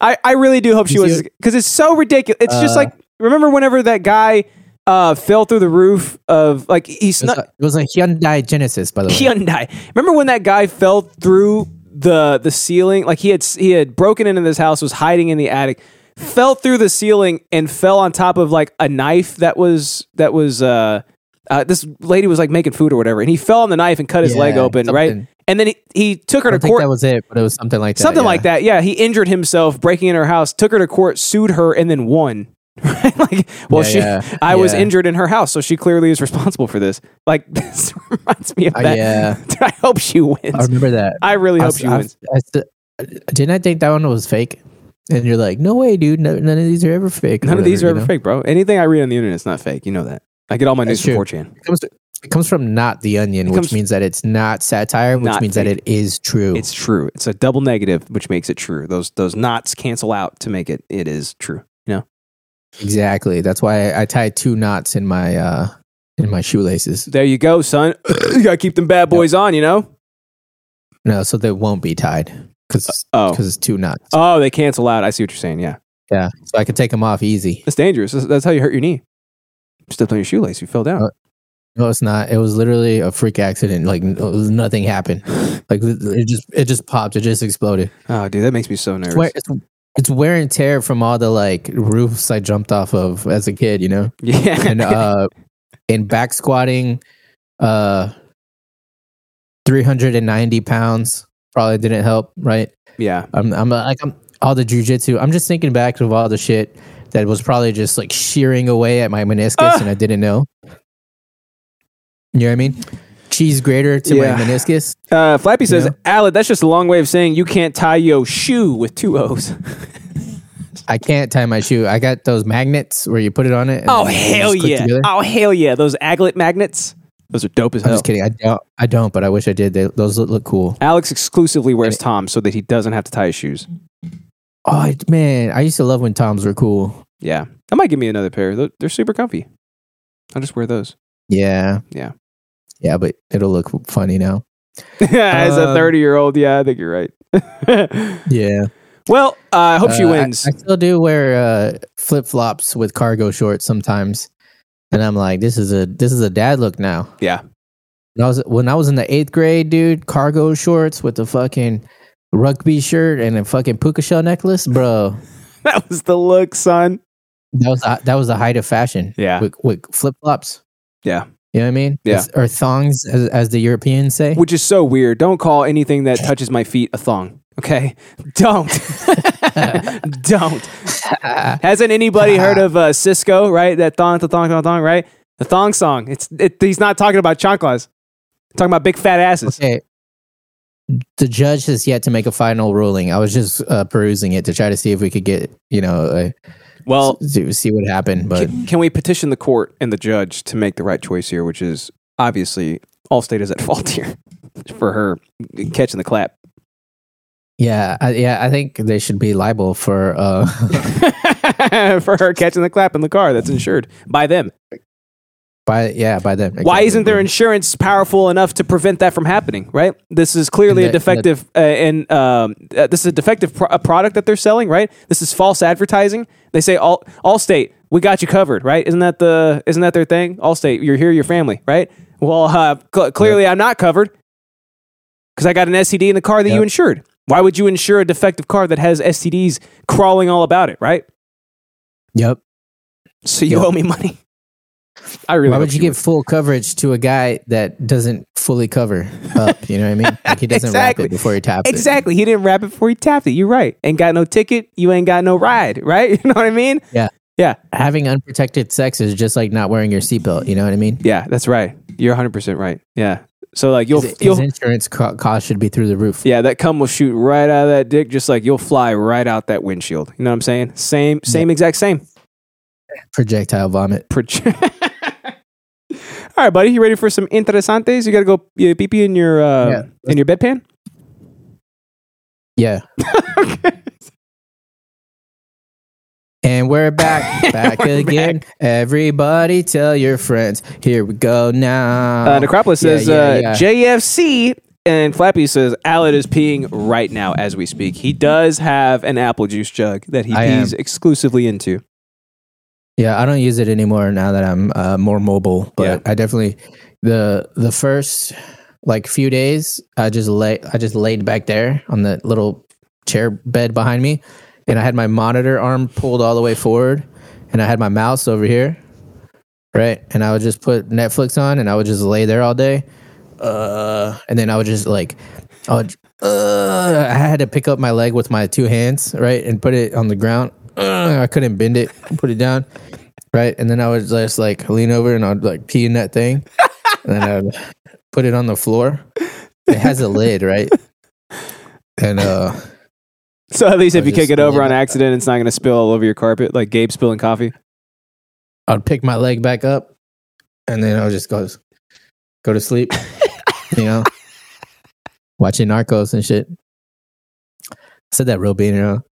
S1: I, I really do hope she
S2: You see
S1: wins because it's so ridiculous. It's just
S2: Uh,
S1: like remember whenever that guy uh, fell through the roof of like he
S2: It was,
S1: snuck
S2: a, it was a Hyundai Genesis, by the way.
S1: Hyundai. Remember when that guy fell through the the ceiling? Like he had he had broken into this house, was hiding in the attic, fell through the ceiling and fell on top of like a knife that was that was uh, uh this lady was like making food or whatever, and he fell on the knife and cut his
S2: Yeah,
S1: leg open, right?
S2: something.
S1: And then he, he took her
S2: I
S1: to
S2: don't think
S1: court
S2: that was it, but it was something like that.
S1: something
S2: yeah.
S1: like that. Yeah, he injured himself breaking in her house, took her to court, sued her, and then won. Right? like, well,
S2: Yeah,
S1: she,
S2: yeah,
S1: I was
S2: yeah.
S1: injured in her house, so she clearly is responsible for this. Like, this reminds me of
S2: Uh,
S1: that.
S2: yeah.
S1: I hope she wins.
S2: I remember that.
S1: I really hope
S2: I-
S1: she
S2: I-
S1: wins.
S2: I said- didn't I think that one was fake? And you're like, no way, dude. No, none of these are ever fake. or
S1: None of these are
S2: whatever,
S1: ever
S2: you know?
S1: fake, bro. Anything I read on the internet is not fake. You know that. I get all my news
S2: That's
S1: from
S2: true.
S1: 4chan.
S2: It comes, it comes from not the onion, which
S1: comes-
S2: means that it's not satire, which
S1: Not
S2: means that
S1: fake.
S2: it is true.
S1: It's true. It's a double negative, which makes it true. Those those knots cancel out to make it it is true. You know,
S2: exactly. That's why I, I tie two knots in my uh in my shoelaces.
S1: there you go, son. you gotta keep them bad boys on. You know.
S2: No, so they won't be tied because
S1: Oh,
S2: it's two knots.
S1: oh, they cancel out. I see what you're saying. Yeah.
S2: Yeah, so I can take them off easy.
S1: That's dangerous. That's, that's how you hurt your knee. You Stepped on your shoelace. You fell down.
S2: Uh, No, it's not. It was literally a freak accident. Like no- nothing happened. Like it just it just popped. It just exploded.
S1: oh, dude, that makes me so nervous.
S2: It's wear, it's, it's wear and tear from all the like roofs I jumped off of as a kid. You know.
S1: Yeah.
S2: and uh in back squatting uh 390 pounds probably didn't help right
S1: yeah.
S2: i'm i'm uh, like i'm all the jujitsu i'm just thinking back to all the shit that was probably just like shearing away at my meniscus
S1: Ah!
S2: and i didn't know you know what i mean cheese grater to
S1: Yeah.
S2: my meniscus
S1: Uh, Flappy says,
S2: Yeah.
S1: Alec, that's just a long way of saying you can't tie your shoe with two O's.
S2: i can't tie my shoe i got those magnets where you put it on it and
S1: oh,
S2: then they
S1: hell
S2: just click
S1: yeah.
S2: together.
S1: Oh, hell yeah. Those aglet magnets. Those are dope as
S2: i'm
S1: hell.
S2: just kidding i don't i don't but i wish i did they, those look, look cool
S1: Alex exclusively wears Tom so that he doesn't have to tie his shoes.
S2: oh I- man i used to love when toms were cool
S1: Yeah. That might give me another pair. They're, they're super comfy. I'll just wear those.
S2: Yeah.
S1: Yeah.
S2: Yeah, but it'll look funny now.
S1: As a
S2: Um,
S1: 30 year old, yeah, I think you're right.
S2: Yeah.
S1: well, uh, I hope she
S2: Uh, I-
S1: wins.
S2: I, still do wear uh, flip flops with cargo shorts sometimes. And I'm like, this is a this is a dad look now.
S1: yeah.
S2: When I was when I was in the eighth grade, dude, cargo shorts with the fucking rugby shirt and a fucking puka shell necklace, bro.
S1: That was the look, son.
S2: That was the- that was the height of fashion.
S1: Yeah.
S2: With, with flip flops.
S1: Yeah.
S2: You know what I mean?
S1: Yeah.
S2: It's- or thongs, as, as the Europeans say.
S1: Which is so weird. Don't call anything that touches my feet a thong. Okay, don't, don't. Hasn't anybody heard of uh, Cisco? Right, that thong, thong, thong, thong, thong. Right, the thong song. It's it, he's not talking about chanclas. He's talking about big fat asses.
S2: Okay. The judge has yet to make a final ruling. I was just uh, perusing it to try to see if we could get, you know, uh,
S1: Well,
S2: see, see what happened. But
S1: can, can we petition the court and the judge to make the right choice here? Which is obviously Allstate is at fault here for her catching the clap.
S2: yeah, I, yeah, I think they should be liable for. Uh,
S1: for her catching the clap in the car that's insured by them.
S2: by yeah, by them.
S1: Why
S2: Exactly.
S1: isn't their insurance powerful enough to prevent that from happening? Right. This is clearly
S2: And
S1: a
S2: that- and that-
S1: defective uh, and um, uh, this is a defective pro- a product that they're selling. Right. This is false advertising. They say all Allstate, we got you covered. Right. Isn't that the isn't that their thing? Allstate, you're here, your family. Right. Well, uh, cl- clearly I'm not covered because I got an STD in the car that you
S2: Yep.
S1: insured. Why would you insure a defective car that has STDs crawling all about it? Right.
S2: Yep.
S1: So you
S2: Yep.
S1: owe me money. I really
S2: Why
S1: hope
S2: would you
S1: she
S2: give full coverage to a guy that doesn't fully cover up? You know what I mean? Like he doesn't
S1: Exactly.
S2: wrap it before he taps it.
S1: Exactly. He didn't wrap it before he tapped it. You're right. Ain't got no ticket. You ain't got no ride. Right. You know what I mean?
S2: Yeah.
S1: Yeah.
S2: Having unprotected sex is just like not wearing your seatbelt. You know what I mean?
S1: Yeah. That's right. You're 100 percent right. Yeah. So like you'll
S2: His, his
S1: you'll
S2: insurance co- cost should be through the roof.
S1: yeah that cum will shoot right out of that dick just like you'll fly right out that windshield. You know what I'm saying? Same same exact same.
S2: Projectile vomit.
S1: Proj- All right, buddy. You ready for some interesantes? You gotta go uh, pee pee in your uh,
S2: Yeah.
S1: in your bedpan.
S2: Yeah. And we're back, back again. Everybody tell your friends. Here we go now.
S1: Uh, Necropolis
S2: Oh. Yeah,
S1: says
S2: yeah,
S1: uh,
S2: yeah.
S1: JFC, and Flappy says Alad is peeing right now as we speak. He does have an apple juice jug that he
S2: I
S1: pees exclusively into.
S2: Yeah, I don't use it anymore now that I'm uh, more mobile. But I definitely the the first like few days I just lay I just laid back there on the little chair bed behind me, and I had my monitor arm pulled all the way forward, and I had my mouse over here, right, and I would just put Netflix on, and I would just lay there all day, uh, and then I would just like, I would, uh, I had to pick up my leg with my two hands, right, and put it on the ground. Uh, I couldn't bend it, put it down, right, and then I would just like lean over and I'd like pee in that thing, and then I would put it on the floor. It has a lid, right? And uh,
S1: So at least if
S2: I
S1: you
S2: just
S1: kick it over
S2: love
S1: on
S2: that.
S1: accident, it's not going to spill all over your carpet like Gabe spilling coffee.
S2: I'd pick my leg back up, and then I would just go go to sleep, you know, watching Narcos and shit. said that real being, you know.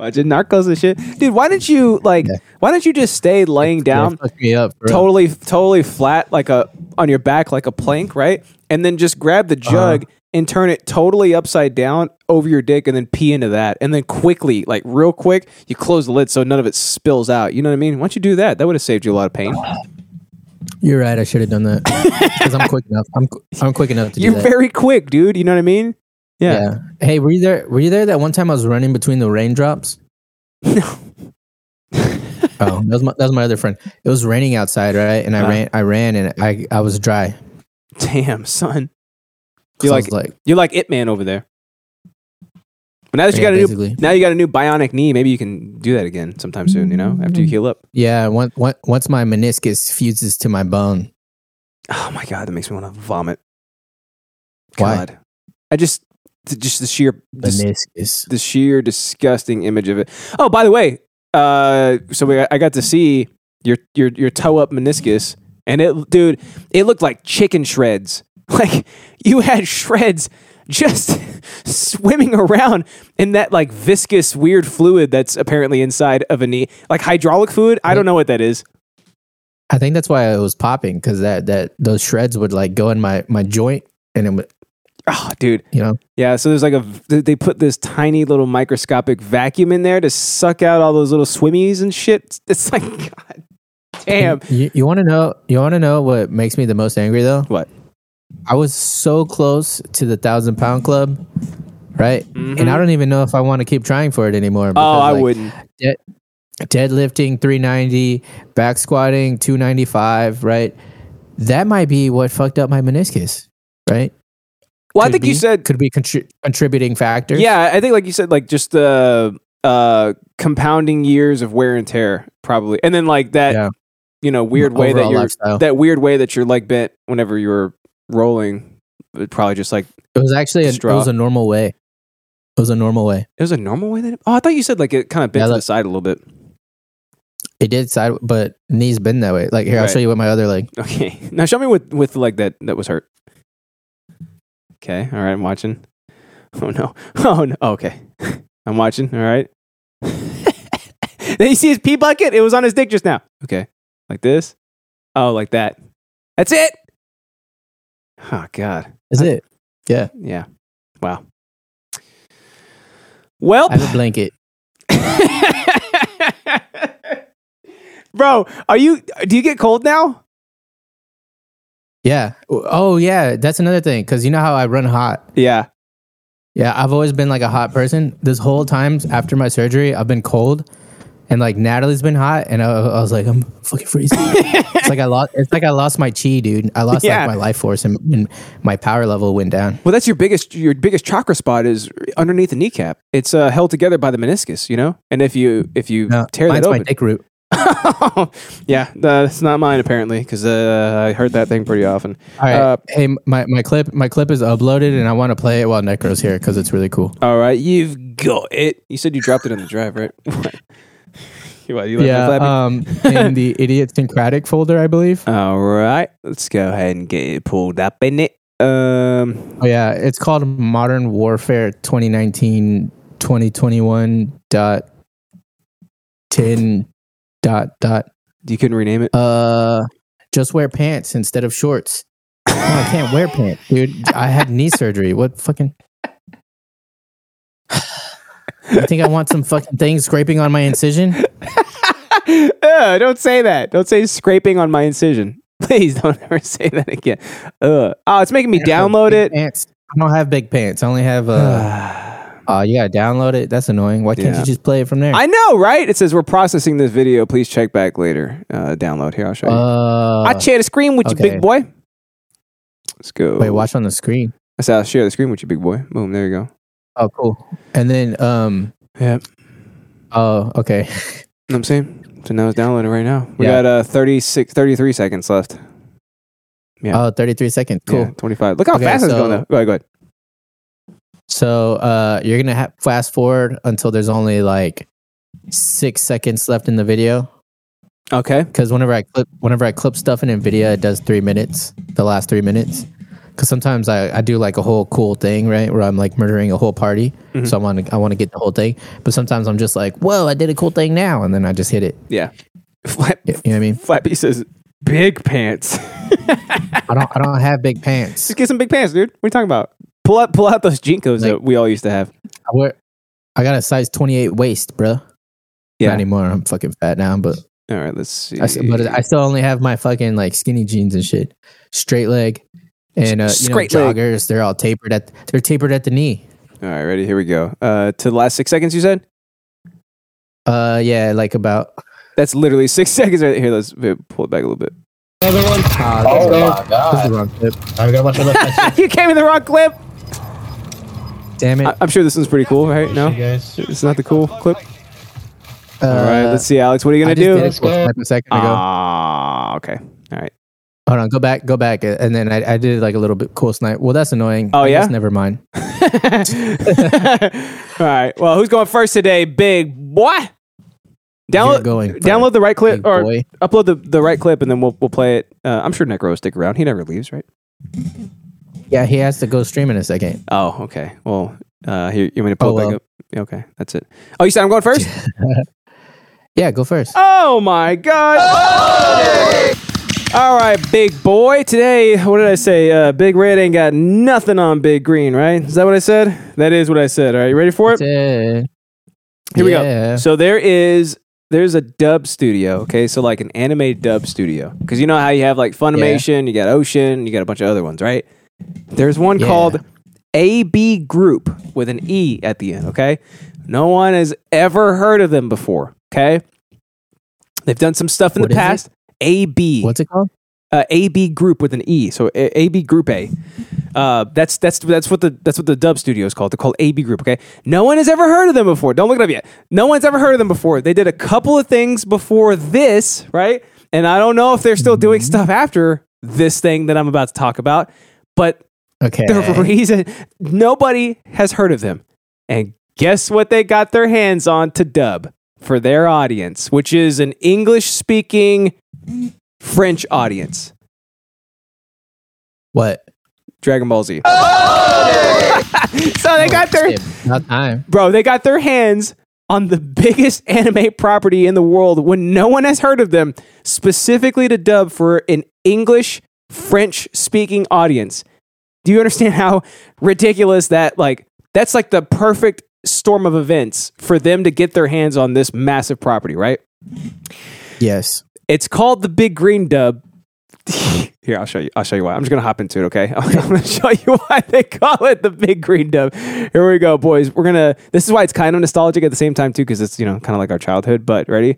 S1: Watching Narcos and shit, dude. Why didn't you like?
S2: Yeah.
S1: Why don't you just stay laying down,
S2: fuck me up, bro.
S1: totally, totally flat, like a on your back, like a plank, right? And then just grab the jug and turn it totally upside down over your dick, and then pee into that, and then quickly, like real quick, you close the lid so none of it spills out. You know what I mean? Why don't you do that? That would have saved you a lot of pain.
S2: You're right. I should have done that because I'm quick enough. I'm qu- I'm quick enough to
S1: You're
S2: do that.
S1: very quick, dude. You know what I mean? Yeah.
S2: yeah. Hey, were you there? Were you there that one time I was running between the raindrops? No. oh, that was my that was my other friend. It was raining outside, right? And I
S1: Ah.
S2: ran, I ran, and I I was dry. 'Cause
S1: Damn, son.
S2: I
S1: You like
S2: was like
S1: You're like It Man over there. But now that you
S2: Yeah,
S1: got a
S2: basically.
S1: new, now you got a new bionic knee. Maybe you can do that again sometime soon. You know,
S2: Mm-hmm.
S1: after you heal up.
S2: Yeah, once, once my meniscus fuses to my bone.
S1: Oh my god, that makes me want to vomit.
S2: Why?
S1: God, I just th- just the sheer dis-
S2: Meniscus.
S1: the sheer disgusting image of it. Oh, by the way, uh, so we, I got to see your your your toe up meniscus, and it, dude, it looked like chicken shreds. Like you had shreds just swimming around in that like viscous weird fluid that's apparently inside of a knee, like hydraulic fluid. I don't know what that is.
S2: I think that's why it was popping because that that those shreds would like go in my my joint and it would
S1: Oh, dude,
S2: you know
S1: Yeah, so there's like a v- they put this tiny little microscopic vacuum in there to suck out all those little swimmies and shit. It's like god damn.
S2: You, you want to know you want to know what makes me the most angry though?
S1: What?
S2: I was so close to the thousand pound club, right? And I don't even know if I want to keep trying for it anymore.
S1: Mm-hmm. Oh,
S2: because,
S1: I
S2: like,
S1: wouldn't.
S2: de- deadlifting 390 back squatting 295 right that might be what fucked up my meniscus right
S1: Well, I
S2: could
S1: think you
S2: be-
S1: said-
S2: could be contri- contributing factors.
S1: Yeah, I think like you said, like just the uh, compounding years of wear and tear, probably, and then like that,
S2: Yeah.
S1: you know, weird way that
S2: Overall
S1: you're
S2: lifestyle.
S1: that weird way that your leg bent whenever you were rolling. It probably just like
S2: it was actually a, it
S1: Straw.
S2: was a normal way. It was a normal way.
S1: it was a normal way that. It, oh, I thought you said like it kind of bent
S2: Yeah,
S1: to the
S2: like-
S1: side a little bit.
S2: It did side, but knees bend that way. Like here, I'll
S1: Right.
S2: show you what my other leg.
S1: Okay, now show me with with like that that was hurt. Okay, all right, I'm watching. Oh no, oh no, okay, I'm watching. All right. then you see his pee bucket. It was on his dick just now. Okay, like this. Oh, like that. That's it. Oh God.
S2: Is it? Yeah,
S1: Yeah. Wow. Well,
S2: I have a blanket.
S1: bro, are you? Do you get cold now?
S2: Yeah. Oh yeah, that's another thing because you know how I run hot.
S1: Yeah.
S2: Yeah, I've always been like a hot person. This whole time after my surgery, I've been cold, and like Natalie's been hot, and I, I was like, I'm fucking freezing. it's like I lost. It's like I lost my chi, dude. I lost
S1: Yeah.
S2: like my life force, and, and my power level went down.
S1: Well, that's your biggest your biggest chakra spot is underneath the kneecap. It's uh, held together by the meniscus, you know. And if you if you
S2: No,
S1: tear
S2: mine's
S1: that
S2: my
S1: open,
S2: dick root.
S1: yeah, that's not mine apparently because uh, I heard that thing pretty often.
S2: All right.
S1: Uh,
S2: hey, my, my clip my clip is uploaded, and I want to play it while Necro's here because it's really cool.
S1: all right, you've got it. You said you dropped it in the drive, right? What? you what, you left it
S2: Yeah,
S1: flappy?
S2: um, in the idiosyncratic folder, I believe.
S1: all right, let's go ahead and get it pulled up in it. Um,
S2: Oh yeah, it's called Modern Warfare 2019 2021 dot ten dot dot.
S1: you couldn't rename it.
S2: Uh, just wear pants instead of shorts. No, I can't wear pants, dude. I had knee surgery. What fucking? I think I want some fucking thing scraping on my incision.
S1: Ugh, don't say that. Don't say scraping on my incision. Please don't ever say that again. Ugh. Oh, it's making me download
S2: Big
S1: it.
S2: Pants. I don't have big pants. I only have. Uh, uh you gotta download it. That's annoying. Why can't
S1: Yeah.
S2: you just play it from there?
S1: I know, right? It says we're processing this video. Please check back later. Uh, download here. I'll show you.
S2: uh,
S1: I share the screen with you,
S2: okay.
S1: big boy. Let's go.
S2: wait, watch on the screen.
S1: I said I'll share the screen with you, big boy. Boom. There you go.
S2: Oh, cool. And then, um,
S1: Yep.
S2: oh,
S1: You
S2: okay.
S1: know what I'm saying? So now it's downloading right now. We
S2: Yeah.
S1: got uh, 36, 33 seconds left. Yeah.
S2: Oh, 33 seconds. Cool.
S1: Yeah, 25. Look how
S2: Okay,
S1: fast it's
S2: so-
S1: going, though. Go ahead. Go ahead.
S2: So, uh, you're gonna ha- fast forward until there's only like six seconds left in the video.
S1: Okay.
S2: Because whenever I clip, whenever I clip stuff in NVIDIA, it does three minutes, the last three minutes. Because sometimes I, I do like a whole cool thing, right, where I'm like murdering a whole party,
S1: Mm-hmm.
S2: so I want to I want to get the whole thing. But sometimes I'm just like, whoa, I did a cool thing now, and then I just hit it.
S1: Yeah. Flap,
S2: You know what I mean?
S1: Flappy says, big pants.
S2: I don't I don't have big pants.
S1: Just get some big pants, dude. What are you talking about? Pull out, pull out those Jinkos
S2: Like-
S1: that we all used to have.
S2: I wear I got a size 28 waist, bro.
S1: Yeah.
S2: Not anymore. I'm fucking fat now, but
S1: All right, let's see.
S2: I, s- but I still only have my fucking like skinny jeans and shit. Straight leg. And uh, you know,
S1: Straight leg.
S2: joggers, they're all tapered at they're tapered at the knee.
S1: All right, ready? Here we go. Uh, to the last six seconds, you said?
S2: Uh yeah, like about
S1: That's literally six seconds right here. Let's uh, pull it back a little bit.
S4: Another one.
S2: Ah, that's
S4: Let's go.
S2: the- that's the wrong clip.
S4: I've got a bunch of left.
S1: you came in the wrong clip.
S2: Damn it.
S1: I- I'm sure this one's pretty cool, right?
S4: you
S1: No?
S4: guys.
S1: It's not the cool clip? All right,
S2: Uh,
S1: let's see, Alex. What are you
S2: I
S1: going
S2: just
S1: to
S2: did
S1: do?
S2: it for a second ago.
S1: Ah, okay. All right.
S2: Hold on, go back, go back, uh, and then I, I did like a little bit cool snipe. Well, that's annoying.
S1: Oh,
S2: I guess
S1: yeah?
S2: never mind.
S1: All right. Well, who's going first today, big boy?
S2: You're
S1: Download,
S2: going first,
S1: download the right clip
S2: big
S1: or
S2: boy.
S1: upload the, the right clip, and then we'll we'll play it. Uh, I'm sure Necro will stick around. He never leaves, right?
S2: Yeah, he has to go stream in a second.
S1: Oh, okay. Well, uh, here you want me to pull
S2: Oh,
S1: it back
S2: well.
S1: up? Yeah, Okay, that's it. Oh, you said I'm going first.
S2: Yeah, go first.
S1: oh my god! All right, big boy. Today, what did I say? Uh, big red ain't got nothing on big green, right? Is that what I said? That is what I said. All right, you ready for it?
S2: Here
S1: Here we go. So there is there's a dub studio, okay? So like an anime dub studio. Cuz you know how you have like Funimation, you got Ocean, you got a bunch of other ones, right? There's one
S2: Yeah.
S1: called AB Group with an E at the end, okay? No one has ever heard of them before, okay? They've done some stuff in
S2: What
S1: the
S2: is it?
S1: past. AB
S2: What's it called?
S1: uh, AB Group with an E. So A- AB Group A. Uh, that's that's that's what the that's what the dub studio is called. They're called AB Group. Okay, no one has ever heard of them before. Don't look it up yet. No one's ever heard of them before. They did a couple of things before this, right? And I don't know if they're still doing stuff after this thing that I'm about to talk about, but
S2: Okay.
S1: the reason nobody has heard of them. And guess what they got their hands on to dub for their audience, which is an English speaking French audience.
S2: What?
S1: Dragon Ball Z. so they got their
S2: Skip. Not time.
S1: bro, they got their hands on the biggest anime property in the world when no one has heard of them, specifically to dub for an English French speaking audience. Do you understand how ridiculous that like that's like the perfect storm of events for them to get their hands on this massive property, right?
S2: Yes.
S1: It's called the Big Green Dub. Here, I'll show you. I'll show you why. I'm just gonna hop into it, okay? I'm gonna show you why they call it the Big Green Dub. Here we go, boys. We're gonna. This is why it's kind of nostalgic at the same time too, because it's you know kind of like our childhood. But ready?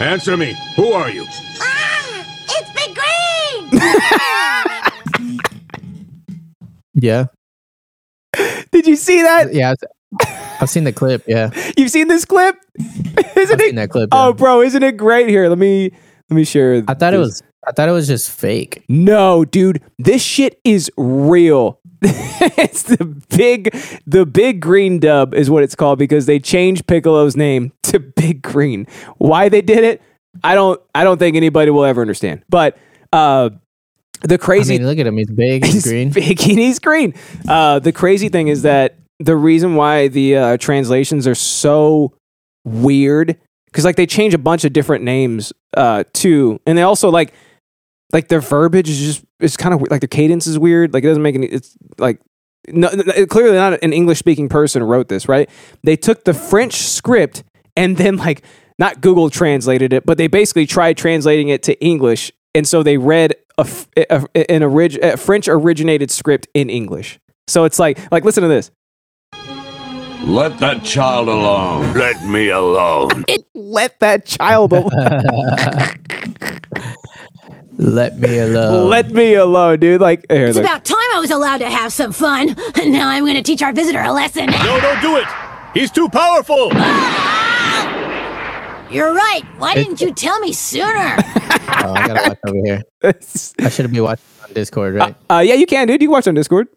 S3: Answer me. Who are you?
S4: Ah, it's Big Green!
S2: Yeah.
S1: Did you see that?
S2: Yeah. I've seen the clip. Yeah.
S1: You've seen this clip, isn't
S2: I've seen
S1: it?
S2: that clip.
S1: Oh,
S2: Oh,
S1: bro, isn't it great? Here, let me let me share.
S2: I thought it was. I thought it was just fake.
S1: No, dude, this shit is real. it's the big, the big green dub is what it's called because they changed Piccolo's name to Big Green. Why they did it, I don't, I don't think anybody will ever understand. But uh, the
S2: I
S1: crazy
S2: mean, look at him. He's big. He's green.
S1: big and he's green. Uh, the crazy thing is that the reason why the uh, translations are so weird because like they change a bunch of different names uh, too, and they also like like their verbiage is just it's kind of like their cadence is weird. Like it doesn't make any. It's like no, no- clearly not an English speaking person wrote this, right? They took the French script and then like not Google translated it, but they basically tried translating it to English, and so they read a, f- a- a- an orig- a French originated script in English. So it's like like listen to this.
S5: Let that child alone. Let me alone.
S1: Let that child alone.
S2: Let me alone.
S1: Let me alone, dude. Like here,
S4: it's
S1: look.
S4: about time I was allowed to have some fun. Now I'm gonna teach our visitor a lesson.
S3: No, don't do it. He's too powerful.
S4: You're right. Why didn't you tell me sooner?
S2: Oh, I gotta watch over here. I should be watching on Discord, right?
S1: uh, yeah, you can, dude. You can watch on Discord.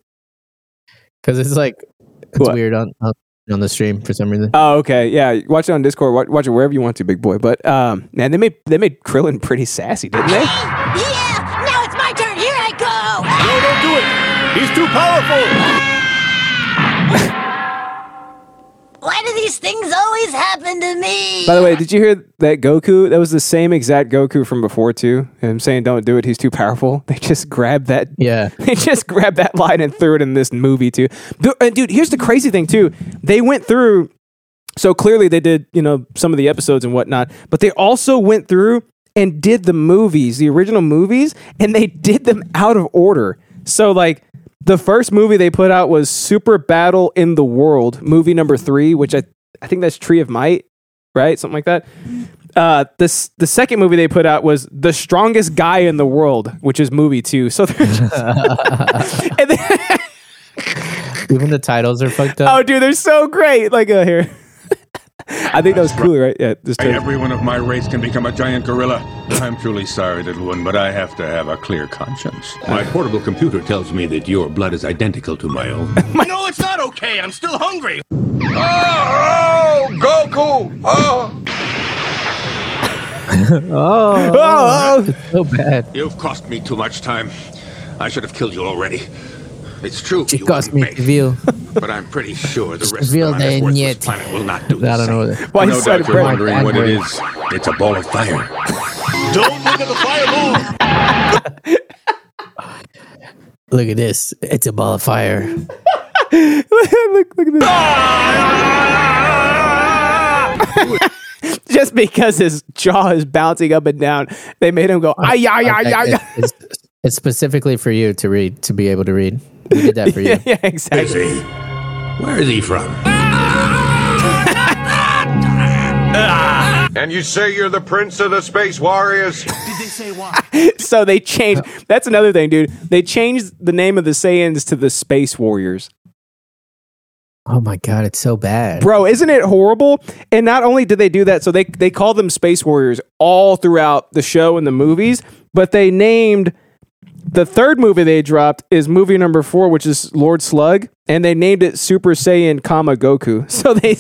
S2: Because it's like it's
S1: What?
S2: weird on, on on the stream for some reason.
S1: Oh, okay. Yeah, watch it on Discord. Watch, watch it wherever you want to, big boy. But um, man, they made they made Krillin pretty sassy, didn't they?
S4: yeah, now it's my turn. Here I go.
S3: No, don't do it. He's too powerful.
S4: Why do these things always happen to me?
S1: By the way, did you hear that Goku? That was the same exact Goku from before too. Him saying, "Don't do it. He's too powerful." They just grabbed that.
S2: Yeah.
S1: They just grabbed that line and threw it in this movie too. Du- And dude, here's the crazy thing too. They went through. So clearly, they did you know some of the episodes and whatnot, but they also went through and did the movies, the original movies, and they did them out of order. So like. The first movie they put out was Super Battle in the World, movie number three, which I, I think that's Tree of Might right? Something like that. Uh, this the second movie they put out was the strongest guy in the world, which is movie two. So they're just, and then,
S2: Even the titles are fucked up.
S1: oh, dude, they're so great. Like uh, here, I think that was cool, right? Yeah, just
S6: Everyone of my race can become a giant gorilla. I'm truly sorry, little one, but I have to have a clear conscience.
S5: My portable computer tells me that your blood is identical to my own.
S3: No, it's not okay. I'm still hungry.
S1: oh, oh,
S2: so bad.
S6: You've cost me too much time. I should have killed you already. It's true.
S2: It
S6: you
S2: cost me
S6: wouldn't
S2: to view.
S6: make, but I'm pretty sure the rest of
S2: reveal
S6: them on
S2: the
S6: this worthless
S2: yet.
S6: planet will not do
S2: I
S6: the
S2: don't know.
S6: same.
S2: What
S1: why
S6: No
S1: you said
S6: doubt you're
S1: it?
S6: wondering what it is. It's a ball of fire.
S3: Don't look at the fireball.
S2: Look at this. It's a ball of fire.
S1: look, look at this. Just because his jaw is bouncing up and down, they made him go, ay, ay, ay, ay, ay.
S2: It's, it's- it's specifically for you to read, to be able to read. We did that for you.
S1: Yeah, exactly.
S5: Is he? Where is he from?
S7: And you say you're the prince of the space warriors? say why.
S1: so they changed. That's another thing, dude. They changed the name of the Saiyans to the Space Warriors.
S2: Oh my god, it's so bad.
S1: Bro, isn't it horrible? And not only did they do that, so they they call them Space Warriors all throughout the show and the movies, but they named the third movie they dropped is movie number four, which is Lord Slug, and they named it Super Saiyan, comma Goku. So they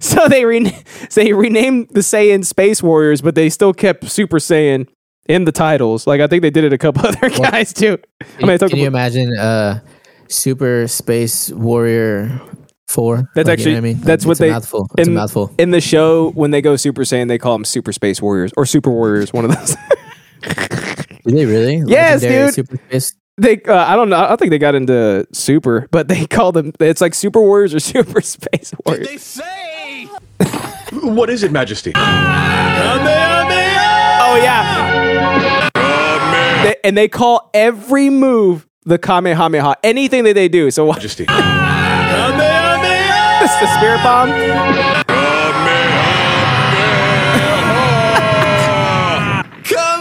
S1: so they re- so they renamed the Saiyan Space Warriors, but they still kept Super Saiyan in the titles. Like I think they did it a couple other guys too. I mean, I
S2: Can
S1: took a-
S2: you imagine uh, Super Space Warrior Four?
S1: That's
S2: Like, you
S1: actually
S2: know what I mean, Like,
S1: that's what
S2: it's
S1: they
S2: a mouthful. It's
S1: in,
S2: a mouthful.
S1: in the show when they go Super Saiyan, they call them Super Space Warriors or Super Warriors, one of those.
S2: Do they really?
S1: Yes,
S2: Legendary
S1: dude.
S2: Super Space.
S1: they uh, I don't know. I think they got into Super, but they call them it's like Super Warriors or Super Space Warriors.
S7: say
S8: What is it, Majesty?
S1: Oh yeah. They, and they call every move the Kamehameha. Anything that they do. So watch
S8: Majesty.
S1: this the spirit bomb.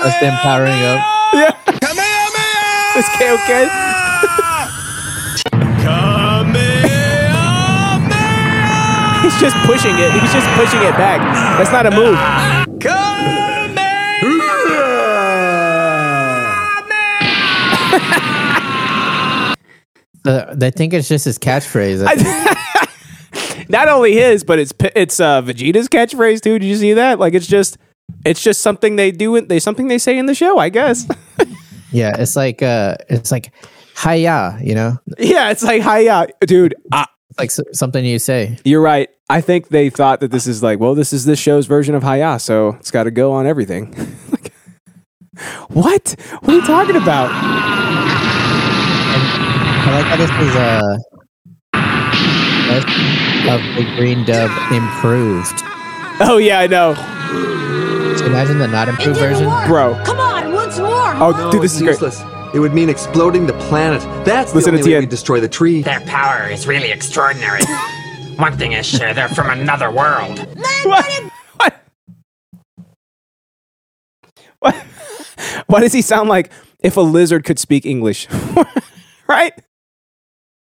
S2: That's them powering up.
S1: It's Kamehameha. He's just pushing it. He's just pushing it back. That's not a move.
S2: Uh, they think it's just his catchphrase. I think
S1: not only his, but it's it's uh, Vegeta's catchphrase too. Did you see that? Like it's just it's just something they do. in- They something they say in the show, I guess.
S2: yeah, it's like uh, it's like hiya, you know,
S1: yeah, it's like hi, yeah, dude. I,
S2: it's like s- something you say.
S1: you're right. I think they thought that this is like, well, this is this show's version of Hiya, so it's got to go on everything. Like, what? What are you talking about?
S2: I like how this is uh, that's of the green dub improved.
S1: Oh yeah, I know,
S2: So imagine the not improved version.
S1: bro.
S4: Come on, once more.
S1: Oh, dude, this is great.
S9: useless. It would mean exploding the planet. That's
S1: Listen
S9: the
S1: to
S9: only way
S1: Tien.
S9: we destroy the tree.
S10: Their power is really extraordinary. One thing is sure, they're from another world.
S1: What? What? What? Why does he sound like if a lizard could speak English? right?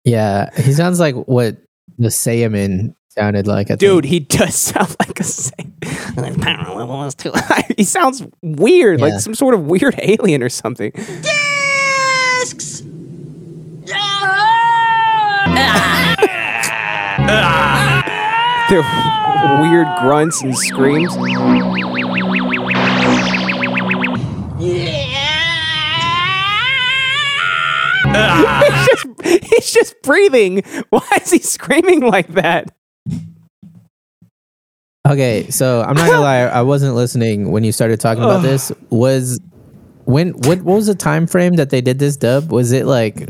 S2: Yeah, he sounds like what the Saiyaman sounded like. I think.
S1: Dude, he does sound like a saint. His power level is too high. He sounds weird,
S2: Yeah.
S1: like some sort of weird alien or something.
S4: Discs. Ah.
S1: They're weird grunts and screams. He's just, he's just breathing. Why is he screaming like that?
S2: Okay, so I'm not gonna lie, I wasn't listening when you started talking about this. Was when what what was the time frame that they did this dub? Was it like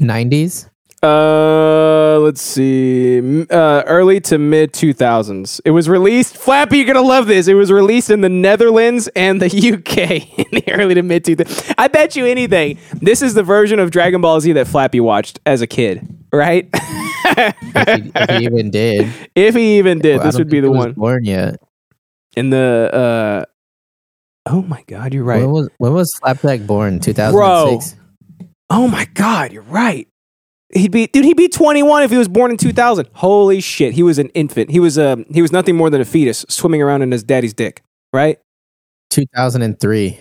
S2: 90s?
S1: Uh, let's see. M- Uh, early to mid 2000s. It was released. Flappy, you're gonna love this. It was released in the Netherlands and the UK in the early to mid 2000s. I bet you anything. This is the version of Dragon Ball Z that Flappy watched as a kid, right?
S2: If he, if he even did,
S1: if he even did,
S2: I
S1: this
S2: don't
S1: would be the
S2: think he was
S1: one
S2: Born yet?
S1: in the. uh Oh my God, you're right.
S2: When was when was Flapjack born? 2006.
S1: Oh my God, you're right. He'd be dude. He'd be 21 if he was born in 2000. Holy shit, he was an infant. He was um he was nothing more than a fetus swimming around in his daddy's dick. Right?
S2: 2003.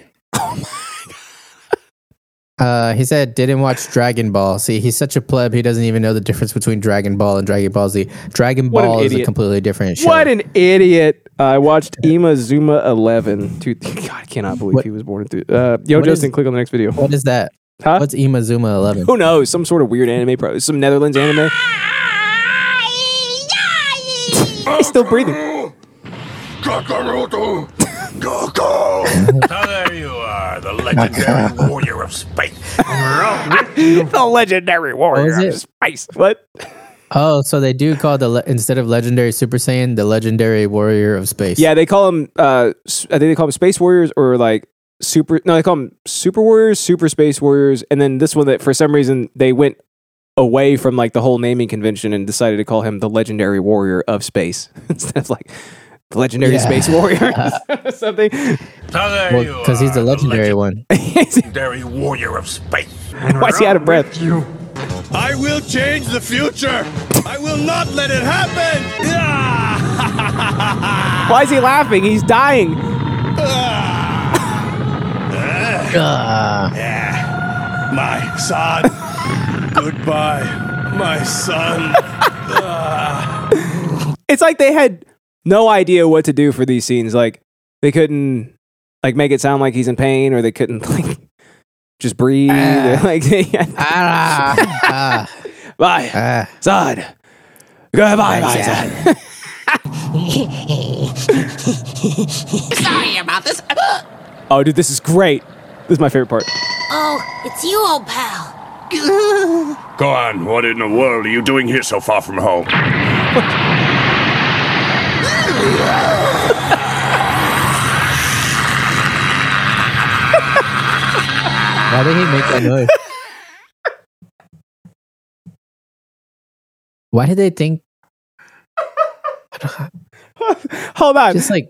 S2: Uh, he said didn't watch Dragon Ball. See, he's such a pleb. He doesn't even know the difference between Dragon Ball and Dragon Ball Z. Dragon
S1: What an
S2: Ball is a
S1: idiot.
S2: completely different show.
S1: What an idiot! I watched Ima Zuma 11. Dude, God, I cannot believe
S2: What-
S1: he was born in. Th- uh, yo,
S2: What is-
S1: Justin, click on the next video.
S2: what is that?
S1: Huh?
S2: What's Imazuma 11?
S1: Who knows? Some sort of weird anime, probably some Netherlands anime. He's still breathing.
S5: Kakaroto! Coco! Ah, there you are, the legendary warrior of space.
S1: the legendary warrior
S2: What
S1: of
S2: is
S1: space. What?
S2: Oh, so they do call the le- instead of legendary Super Saiyan, the legendary warrior of space.
S1: Yeah, they call them. Uh, s- I think they call them Space Warriors or like Super. No, they call them Super Warriors, Super Space Warriors, and then this one that for some reason they went away from like the whole naming convention and decided to call him the Legendary Warrior of Space instead of like The legendary
S2: Yeah.
S1: space warrior, something.
S5: How there you
S2: Well, because he's the
S5: are,
S2: legendary one.
S5: legendary warrior of space.
S1: Why is he out of breath?
S3: I will change the future. I will not let it happen.
S1: Why is he laughing? He's dying.
S3: My son. Goodbye, my son.
S1: It's like they had no idea what to do for these scenes. Like they couldn't like make it sound like he's in pain, or they couldn't like just breathe. or, like they had,
S2: Ah, ah,
S1: bye,
S2: ah.
S1: son. Goodbye, my son.
S10: Sorry about this.
S1: Oh, dude, this is great. This is my favorite part.
S4: Oh, it's you, old pal.
S5: Go on, what in the world are you doing here so far from home?
S2: Why did he make that noise? Why did they think
S1: Hold on.
S2: just like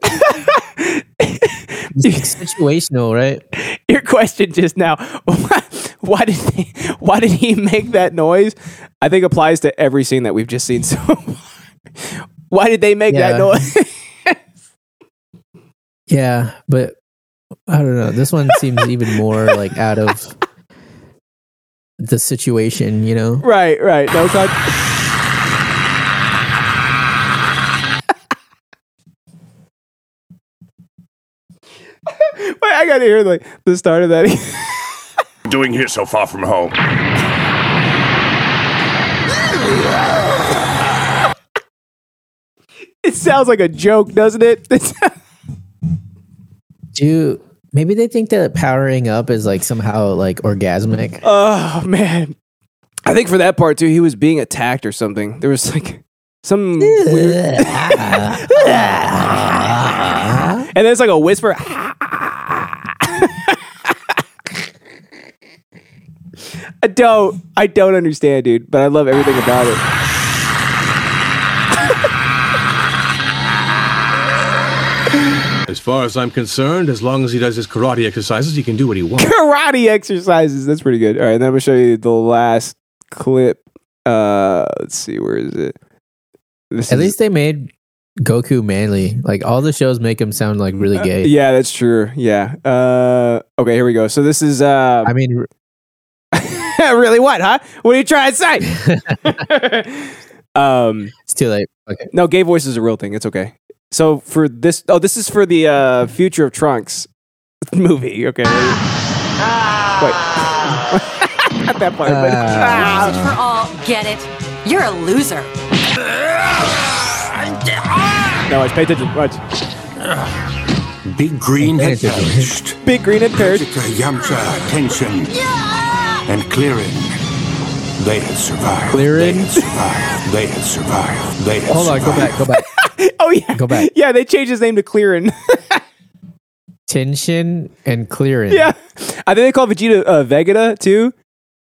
S2: it's like situational, right?
S1: your question just now why, why did he, why did he make that noise i think applies to every scene that we've just seen so far. why did they make that
S2: Yeah.
S1: noise
S2: Yeah, but I don't know. This one seems even more like out of the situation, you know?
S1: right right no con- Wait, I gotta hear like the start of that.
S5: Doing here so far from home.
S1: it sounds like a joke, doesn't it?
S2: Do maybe they think that powering up is like somehow like orgasmic?
S1: Oh man. I think for that part too, he was being attacked or something. There was like some weird And then it's like a whisper. I don't I don't understand, dude, but I love everything about it.
S8: As far as I'm concerned, as long as he does his karate exercises, he can do what he wants.
S1: Karate exercises. That's pretty good. All right, then I'm gonna show you the last clip. Uh let's see, where is it? This
S2: At
S1: is-
S2: least they made Goku manly. Like all the shows make him sound like really gay.
S1: Yeah, that's true. Yeah. Uh okay, here we go. So this is uh
S2: I mean,
S1: really what, huh? What are you trying to say? um,
S2: it's too late. Okay.
S1: no, gay voice is a real thing. It's okay. So for this, oh, this is for the uh, Future of Trunks movie. Okay. Wait. Not that part. but-
S2: Uh.
S4: Message for all. Get it? You're a loser.
S1: no, watch. Pay attention. Watch.
S5: Big green had vanished.
S1: Big green and pear.
S5: Yamcha, tension, and clearing. They had survived.
S2: Clearing?
S5: They had survived. They had survived. They had
S2: Hold on.
S5: survived.
S2: Go back. Go back.
S1: Oh yeah.
S2: Go back.
S1: Yeah, they changed his name to Clearin.
S2: Tension and clearing.
S1: yeah. I think they call Vegeta uh, Vegeta too.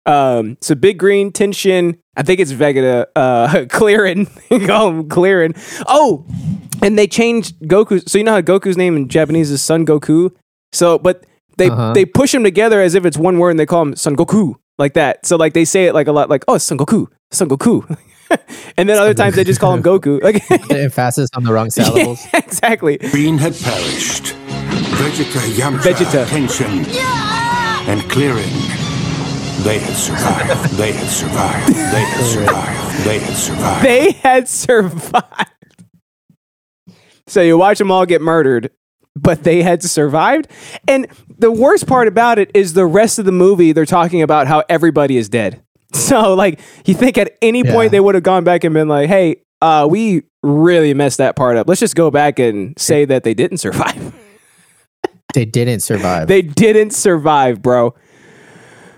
S1: Um, so Big Green, Tenshin, I think it's Vegeta, uh, Clearin. They call him Clearin. Oh, and they changed Goku. So you know how Goku's name in Japanese is Son Goku? So, but they,
S2: Uh-huh.
S1: they push him together as if it's one word and they call him Son Goku, like that. So, like, they say it like a lot, like, oh, Son Goku, Son Goku. and then other times they just call him Goku. Like,
S2: The emphasis on the wrong syllables.
S1: exactly.
S5: Green had perished. Vegeta, Yamcha,
S1: Vegeta.
S5: tension, and clearing. They had survived. They had survived. They had survived. They had survived.
S1: they had survived. So you watch them all get murdered, but they had survived. And the worst part about it is the rest of the movie, they're talking about how everybody is dead. So, like, you think at any
S2: Yeah.
S1: point they would have gone back and been like, hey, uh, we really messed that part up. Let's just go back and say that they didn't survive.
S2: they didn't survive.
S1: they didn't survive, bro.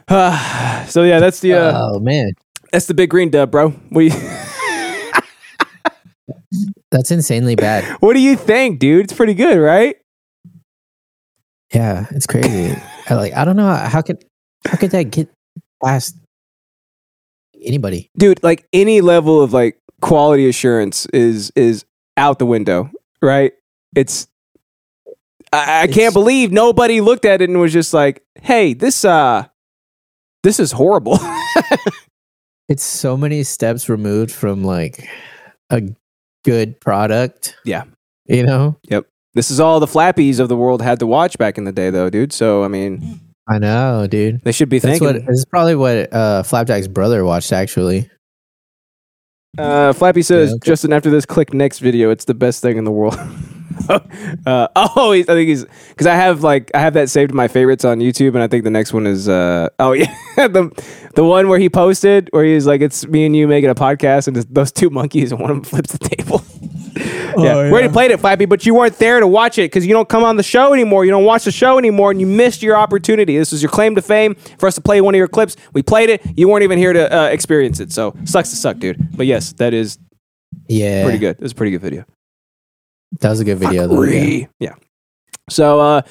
S1: Uh, so yeah, that's the uh,
S2: Oh man,
S1: that's the big green dub, bro. We
S2: that's insanely bad.
S1: what do you think, dude? It's pretty good, right?
S2: Yeah, it's crazy. I, like I don't know how, how could how could that get past anybody?
S1: dude like any level of like quality assurance is is out the window right it's I, I can't believe nobody looked at it and was just like, "Hey, this uh, this is horrible."
S2: It's so many steps removed from like a good product.
S1: Yeah.
S2: You know?
S1: this is all the flappies of the world had to watch back in the day, though, dude. So I mean,
S2: I know, dude.
S1: they should be
S2: That's what
S1: thinking.
S2: this is probably what uh Flapjack's brother watched actually.
S1: uh, Flappy says,
S2: Yeah, okay.
S1: "Justin, after this, click next video. It's the best thing in the world." uh, oh, he's, I think he's because I have like I have that saved in my favorites on YouTube, and I think the next one is uh, oh yeah, the the one where he posted where he's like, "It's me and you making a podcast," and it's those two monkeys, and one of them flips the table.
S2: Oh,
S1: yeah. we already played it, Flappy, but you weren't there to watch it because you don't come on the show anymore. You don't watch the show anymore, and you missed your opportunity. This is your claim to fame for us to play one of your clips. We played it. You weren't even here to uh, experience it, so sucks to suck, dude. But yes, that is
S2: Yeah.
S1: pretty good. It's a pretty good video.
S2: That was a good video though. Yeah.
S1: Yeah. Yeah. So, uh,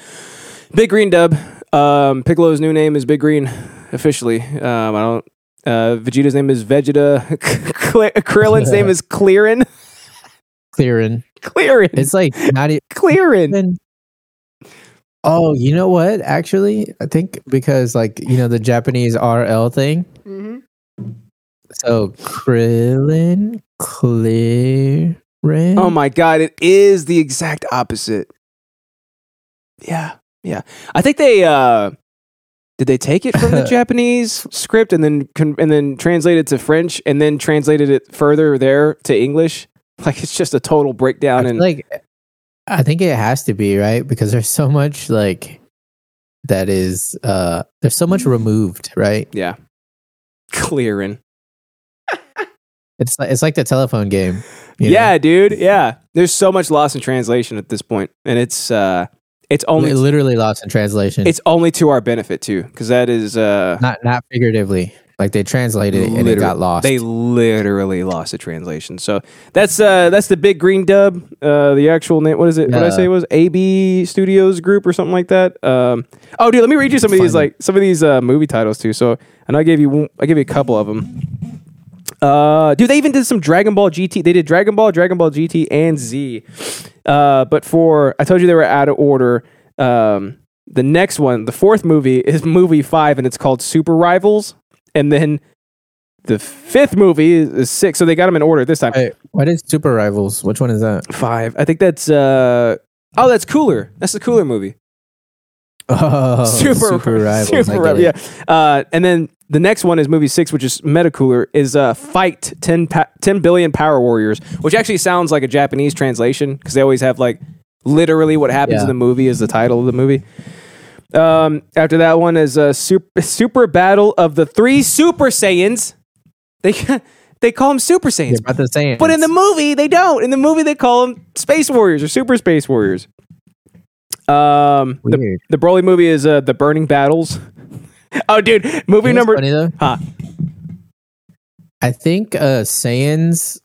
S1: Big Green Dub. Um, Piccolo's new name is Big Green officially. Um, I don't. Uh, Vegeta's name is Vegeta. Cl- Krillin's name is Clearin.
S2: Clearing.
S1: Clearin.
S2: It's like not even
S1: Clearin.
S2: Then- Oh, you know what? Actually, I think because like you know the Japanese RL thing. So Krillin, Clearin.
S1: Oh my god, it is the exact opposite. Yeah, yeah. I think they uh did they take it from the Japanese script and then con- and then translate it to French and then translated it further there to English. Like it's just a total breakdown
S2: I
S1: and
S2: feel like I think it has to be right because there's so much like that is uh there's so much removed right.
S1: yeah, clearing.
S2: It's like it's like the telephone game. you know?
S1: Yeah, dude. Yeah, there's so much loss in translation at this point, and it's uh, it's only
S2: Li- literally lost in translation.
S1: it's only to our benefit too, because that is uh,
S2: not not figuratively. Like they translated it and it
S1: Literally-
S2: got lost.
S1: They literally lost the translation. So that's uh that's the big green dub. Uh, the actual name. What is it? What I
S2: Yeah.
S1: say it was AB Studios Group or something like that. Um, oh, dude, let me read you some of these
S2: Funny.
S1: like some of these uh, movie titles too. So and I gave you one- I gave you a couple of them. Uh, dude, they even did some Dragon Ball GT. They did Dragon Ball, Dragon Ball GT, and Z. Uh, but for I told you they were out of order. Um, the next one, the fourth movie is movie five, and it's called Super Rivals. And then the fifth movie is, is six, so they got them in order this time.
S2: Wait, what is Super Rivals? Which one is that?
S1: Five, I think that's uh oh, that's cooler. That's the cooler movie.
S2: Oh,
S1: Super
S2: I
S1: Rivals,
S2: get it.
S1: yeah. Uh, and then the next one is movie six, which is Metacooler, is uh, Fight 10, pa- 10 Billion Power Warriors, which actually sounds like a Japanese translation because they always have like literally what happens
S2: Yeah.
S1: in the movie is the title of the movie. Um, after that one is uh, super, super Battle of the Three Super Saiyans. They, they call them Super Saiyans.
S2: It's about the same.
S1: But in the movie, they don't. In the movie, they call them Space Warriors or Super Space Warriors. Um, the,
S2: Weird.
S1: the Broly movie is uh, the Burning Battles. oh, dude, movie
S2: You know
S1: number
S2: what's funny, though?
S1: huh?
S2: I think uh, Saiyans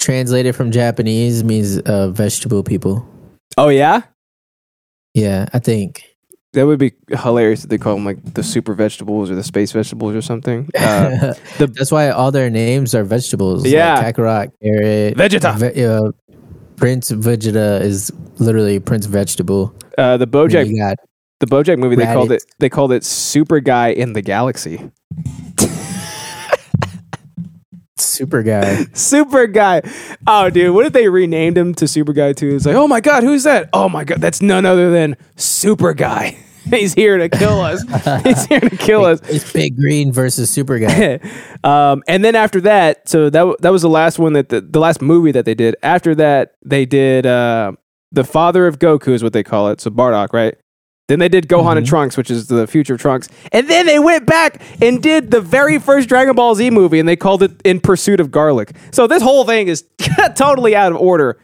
S2: translated from Japanese means uh, vegetable people.
S1: Oh yeah,
S2: Yeah, I think.
S1: that would be hilarious if they call them like the Super Vegetables or the Space Vegetables or something. Uh, the-
S2: That's why all their names are vegetables. like
S1: Yeah.
S2: Kakarot, Carrot,
S1: Vegeta.
S2: Ve- uh, Prince Vegeta is literally Prince Vegetable.
S1: uh, the
S2: And
S1: BoJack
S2: You got
S1: the BoJack movie they called
S2: Raditz.
S1: it they called it Super Guy in the Galaxy.
S2: Super Guy.
S1: Super Guy. Oh, dude, what if they renamed him to Super Guy too? It's like, oh my god, who's that? Oh my god, that's none other than Super Guy. He's here to kill us. He's here to kill us.
S2: it's Big Green versus Super Guy.
S1: Um, and then after that, so that w- that was the last one that the, the last movie that they did. After that, they did uh, the Father of Goku is what they call it. So Bardock, right? Then they did Gohan and Trunks, which is the future of Trunks. And then they went back and did the very first Dragon Ball Z movie, and they called it In Pursuit of Garlic. So this whole thing is totally out of order.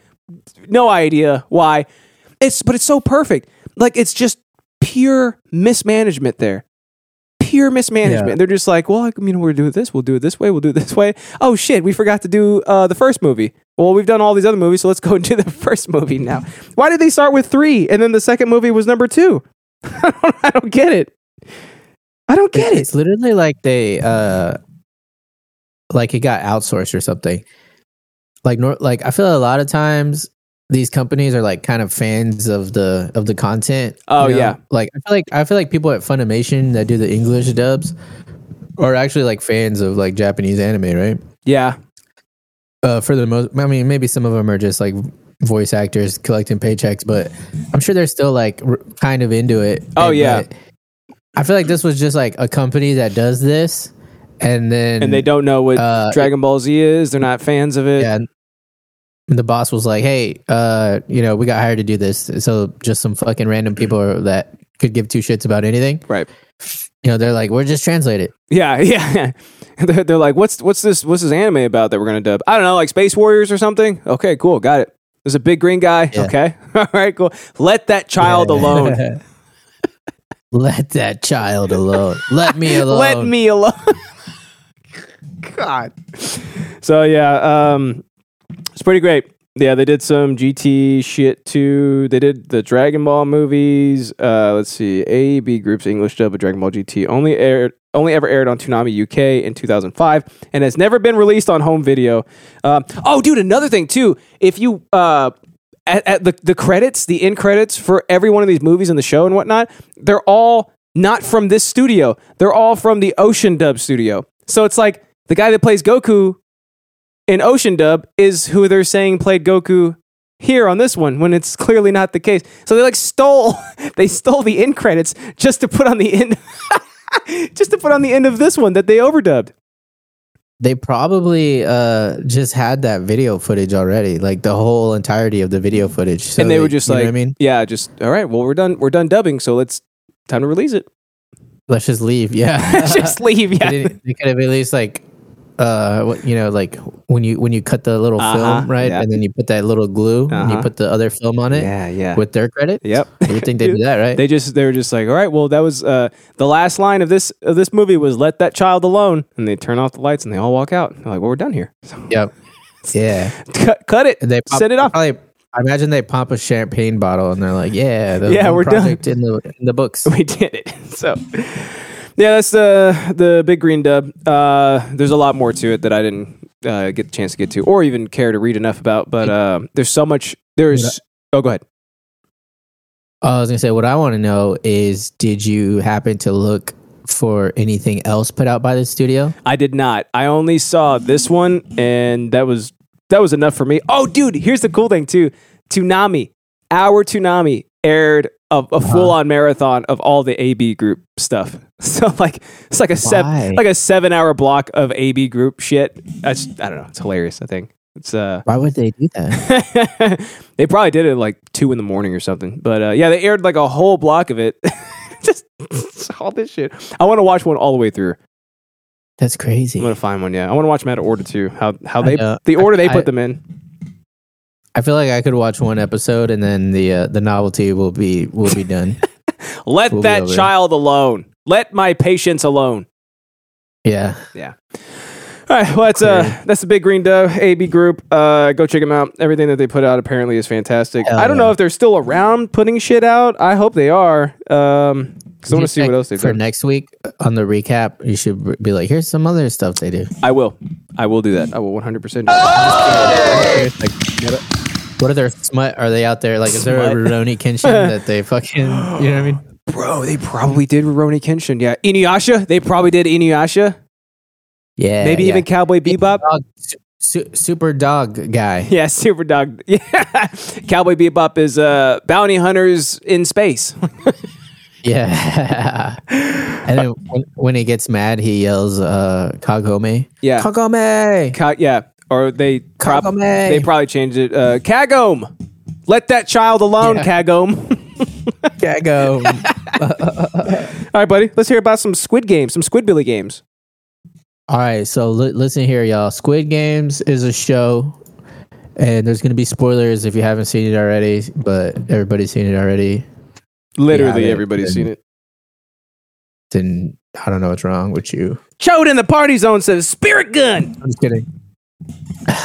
S1: No idea why. It's but it's so perfect. Like it's just pure mismanagement there pure mismanagement.
S2: Yeah.
S1: They're just like, well, I mean, we'll do it this, we'll do it this way, we'll do it this way. Oh shit, we forgot to do uh, the first movie. Well, we've done all these other movies, so let's go and do the first movie now. Why did they start with three and then the second movie was number two? I don't, I don't get it. I don't get it.
S2: It's literally like they uh like it got outsourced or something. Like nor like I feel a lot of times these companies are like kind of fans of the of the content.
S1: Oh, yeah.
S2: like I feel like I feel like people at Funimation that do the English dubs are actually like fans of like Japanese anime, right?
S1: Yeah.
S2: uh, for the most, I mean, maybe some of them are just like voice actors collecting paychecks, but I'm sure they're still like r- kind of into it.
S1: Oh,
S2: And,
S1: yeah.
S2: but I feel like this was just like a company that does this, and then
S1: And they don't know what
S2: Uh,
S1: Dragon Ball Z is. They're not fans of it.
S2: Yeah, and the boss was like, "Hey, uh, you know, we got hired to do this, so just some fucking random people that could give two shits about anything.
S1: Right.
S2: You know, they're like, we're just translate it.
S1: Yeah, yeah. they're, they're like, what's what's this what's this anime about that we're gonna dub? I don't know, like Space Warriors or something. Okay, cool, got it. There's a big green guy.
S2: Yeah.
S1: Okay, all right, cool. Let that child alone.
S2: Let that child alone. Let me alone.
S1: Let me alone. God. So yeah, um, it's pretty great. Yeah, they did some GT shit too. They did the Dragon Ball movies. Uh, let's see, A B Group's English dub of Dragon Ball GT only aired only ever aired on Toonami UK in 2005 and has never been released on home video. Um, oh, dude, another thing too. If you uh, at, at the the credits, the end credits for every one of these movies in the show and whatnot, they're all not from this studio. They're all from the Ocean Dub studio. So it's like the guy that plays Goku in Ocean Dub is who they're saying played Goku here on this one when it's clearly not the case. So they like stole they stole the end credits just to put on the end just to put on the end of this one that they overdubbed.
S2: they probably uh just had that video footage already like the whole entirety of the video footage so
S1: and they were just
S2: you know
S1: like
S2: what i mean
S1: yeah, just all right, well we're done we're done dubbing, so let's time to release it.
S2: let's just leave yeah
S1: just leave,
S2: they,
S1: yeah.
S2: didn't- they could have at least like uh what you know like when you when you cut the little
S1: Uh-huh,
S2: film right
S1: yeah.
S2: and then you put that little glue and you
S1: Uh-huh.
S2: put the other film on it
S1: Yeah, yeah.
S2: with their credit
S1: Yep.
S2: you would think they do that right
S1: They just they were just like, all right, well that was uh, the last line of this of this movie was let that child alone, and they turn off the lights and they all walk out. They're like, well, we're done here. So
S2: yep yeah
S1: cut, cut it.
S2: And they pop,
S1: set it off.
S2: probably, i imagine they pop a champagne bottle and they're like yeah the
S1: Yeah,
S2: one
S1: we're done.
S2: project in the in the books
S1: we did it. So yeah, that's the the big green dub. Uh, there's a lot more to it that I didn't uh, get the chance to get to, or even care to read enough about. But uh, there's so much. There's oh, go ahead.
S2: I was gonna say what I want to know is did you happen to look for anything else put out by the studio?
S1: I did not. I only saw this one, and that was that was enough for me. Oh, dude, here's the cool thing too. Toonami, our Toonami aired a, a full on marathon of all the AB group stuff. So like it's like a
S2: Why?
S1: seven like a seven hour block of AB group shit. That's I don't know. It's hilarious. I think it's uh
S2: Why would they do that?
S1: they probably did it like two in the morning or something. But uh, yeah, they aired like a whole block of it. Just all this shit. I want to watch one all the way through.
S2: That's crazy.
S1: I'm gonna find one. Yeah, I want to watch them out of order too. How how
S2: I
S1: they
S2: know.
S1: the order they
S2: I-
S1: put them in.
S2: I feel like I could watch one episode and then the uh, the novelty will be will be done.
S1: Let
S2: We'll be
S1: that
S2: over.
S1: child alone. Let my patients alone.
S2: yeah.
S1: All right, well that's uh that's the big green dove AB group. Uh, go check them out. Everything that they put out apparently is fantastic.
S2: Hell
S1: I don't
S2: yeah.
S1: know if they're still around putting shit out. I hope they are. Um, 'cause I want to
S2: Just
S1: see what
S2: check
S1: else they've
S2: for
S1: done.
S2: next week on the recap. You should be like, here's some other stuff they do.
S1: I will. I will do that. I will 100. percent
S2: Here's, like, what are- what are their smut? Are they out there? Like, is there a Roni Kenshin that they fucking? You know what I mean?
S1: Bro, they probably did Roni Kenshin. Yeah, Inuyasha. They probably did Inuyasha.
S2: Yeah.
S1: Maybe
S2: yeah.
S1: even Cowboy Bebop.
S2: Dog- su- su- super dog guy.
S1: Yeah, Super Dog. Yeah, Cowboy Bebop is uh, bounty hunters in space.
S2: Yeah. and then when, when he gets mad, he yells, uh, Kagome.
S1: Yeah.
S2: Kagome.
S1: Ca- yeah, or they prob-
S2: Kagome.
S1: they probably changed it. Uh, Kagome, let that child alone,
S2: Yeah.
S1: Kagome.
S2: Kago.
S1: All right, buddy, let's hear about some Squid games, some Squidbilly games.
S2: All right. So li- listen here, y'all. Squid Games is a show, and there's going to be spoilers if you haven't seen it already, but everybody's seen it already.
S1: Literally,
S2: Yeah, they-
S1: everybody's
S2: they-
S1: seen it.
S2: Then I don't know what's wrong with you.
S1: Chode in the party zone says Spirit Gun.
S2: I'm just kidding.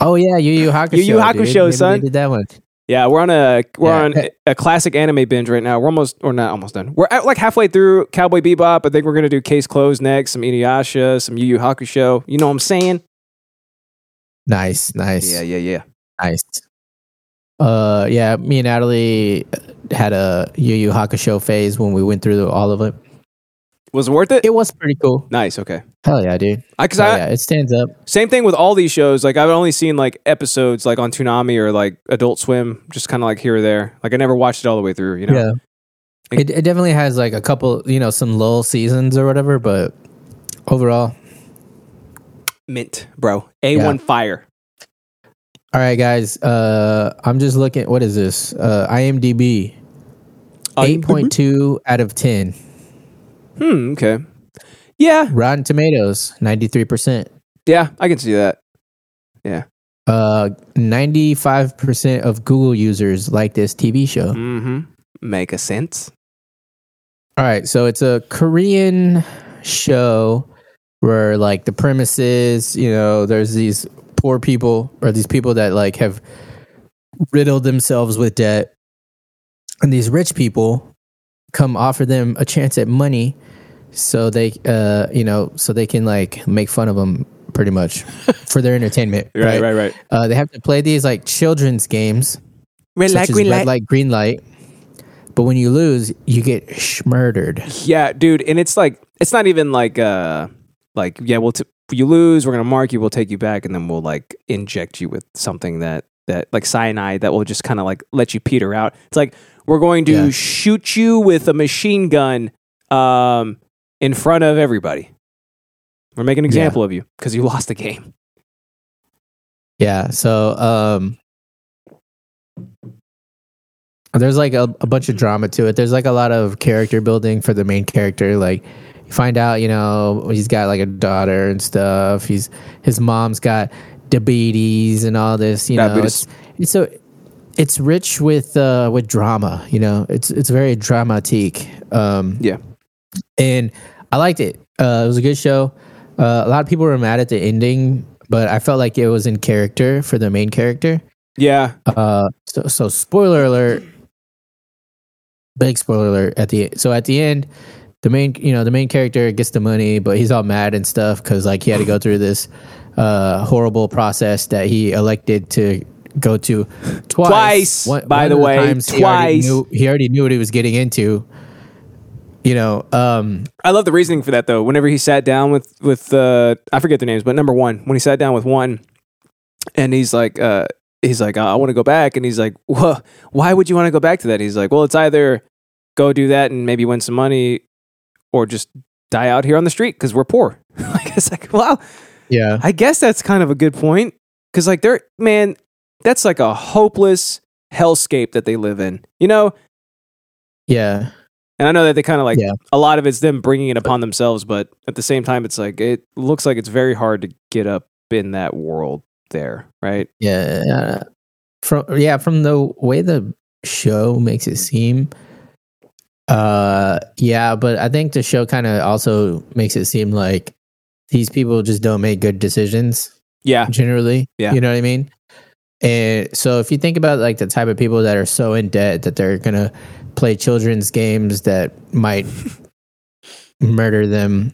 S2: oh, yeah. Yu Yu Hakusho.
S1: Yu Yu Hakusho,
S2: dude. Maybe they
S1: son.
S2: did that one.
S1: Yeah, we're on a we're
S2: Yeah.
S1: on a classic anime binge right now. We're almost or not almost done. We're at like halfway through Cowboy Bebop. I think we're gonna do Case Closed next, some Inuyasha, some Yu Yu Hakusho. You know what I'm saying?
S2: Nice. Nice.
S1: yeah, yeah.
S2: Nice. Uh, yeah, me and Natalie had a Yu Yu Hakusho phase when we went through all of it.
S1: Was it worth it?
S2: It was pretty cool.
S1: nice. Okay.
S2: Hell yeah, dude.
S1: I, cause
S2: Hell
S1: I,
S2: yeah, it stands up.
S1: same thing with all these shows. Like I've only seen like episodes like on Toonami or like Adult Swim, just kind of like here or there. Like I never watched it all the way through. You know.
S2: Yeah. It, it definitely has like a couple, you know, some lull seasons or whatever, but overall,
S1: Mint, bro. A one fire.
S2: all right, guys. Uh, I'm just looking. What is this? Uh, IMDb,
S1: Oh,
S2: eight point two out of ten.
S1: Hmm. Okay. Yeah.
S2: Rotten Tomatoes, ninety three percent.
S1: Yeah. I can see that.
S2: Uh, ninety five percent of Google users like this TV show.
S1: Mm-hmm. Make a sense.
S2: All right, so it's a Korean show where like the premises, you know, there's these poor people or these people that like have riddled themselves with debt and these rich people come offer them a chance at money so they uh you know so they can like make fun of them pretty much for their entertainment
S1: Right. Right. Right.
S2: uh, they have to play these like children's games
S1: Red
S2: such as red light green light but when you lose you get schmurdered
S1: Yeah, dude, and it's like it's not even like uh like yeah, we'll t- you lose, we're gonna mark you, we'll take you back, and then we'll like inject you with something that that like cyanide that will just kind of like let you peter out. It's like we're going to
S2: Yeah.
S1: shoot you with a machine gun um in front of everybody. We're making an example of you because you lost the game.
S2: Yeah. So um there's like a, a bunch of drama to it. There's like a lot of character building for the main character. Like you find out, you know, he's got like a daughter and stuff. He's his mom's got diabetes and all this, you
S1: Diabetes.
S2: know. It's, it's so it's rich with uh with drama, you know. It's it's very dramatique. Um
S1: Yeah,
S2: and I liked it. Uh, it was a good show. Uh, a lot of people were mad at the ending, but I felt like it was in character for the main character.
S1: yeah,
S2: Uh, so, so spoiler alert, big spoiler alert at the so at the end, the main you know the main character gets the money, but he's all mad and stuff because like he had to go through this uh, horrible process that he elected to go to twice.
S1: Twice, by
S2: of
S1: the way,
S2: times he already
S1: twice.
S2: knew- he already knew what he was getting into. You know, um,
S1: I love the reasoning for that though. Whenever he sat down with with uh, I forget their names, but number one, when he sat down with one, and he's like, uh, he's like, I want to go back, and he's like, well, why would you want to go back to that? He's like, well, it's either go do that and maybe win some money, or just die out here on the street because we're poor. like it's like, well,
S2: yeah.
S1: I guess that's kind of a good point because like they're man, that's like a hopeless hellscape that they live in, you know.
S2: Yeah.
S1: And I know that they kind of like
S2: Yeah.
S1: a lot of it's them bringing it upon themselves, but at the same time, it's like it looks like it's very hard to get up in that world there, right?
S2: Yeah. From yeah, from the way the show makes it seem. Uh yeah, but I think the show kind of also makes it seem like these people just don't make good decisions
S1: Yeah,
S2: generally.
S1: Yeah.
S2: You know what I mean? And so if you think about like the type of people that are so in debt that they're gonna play children's games that might murder them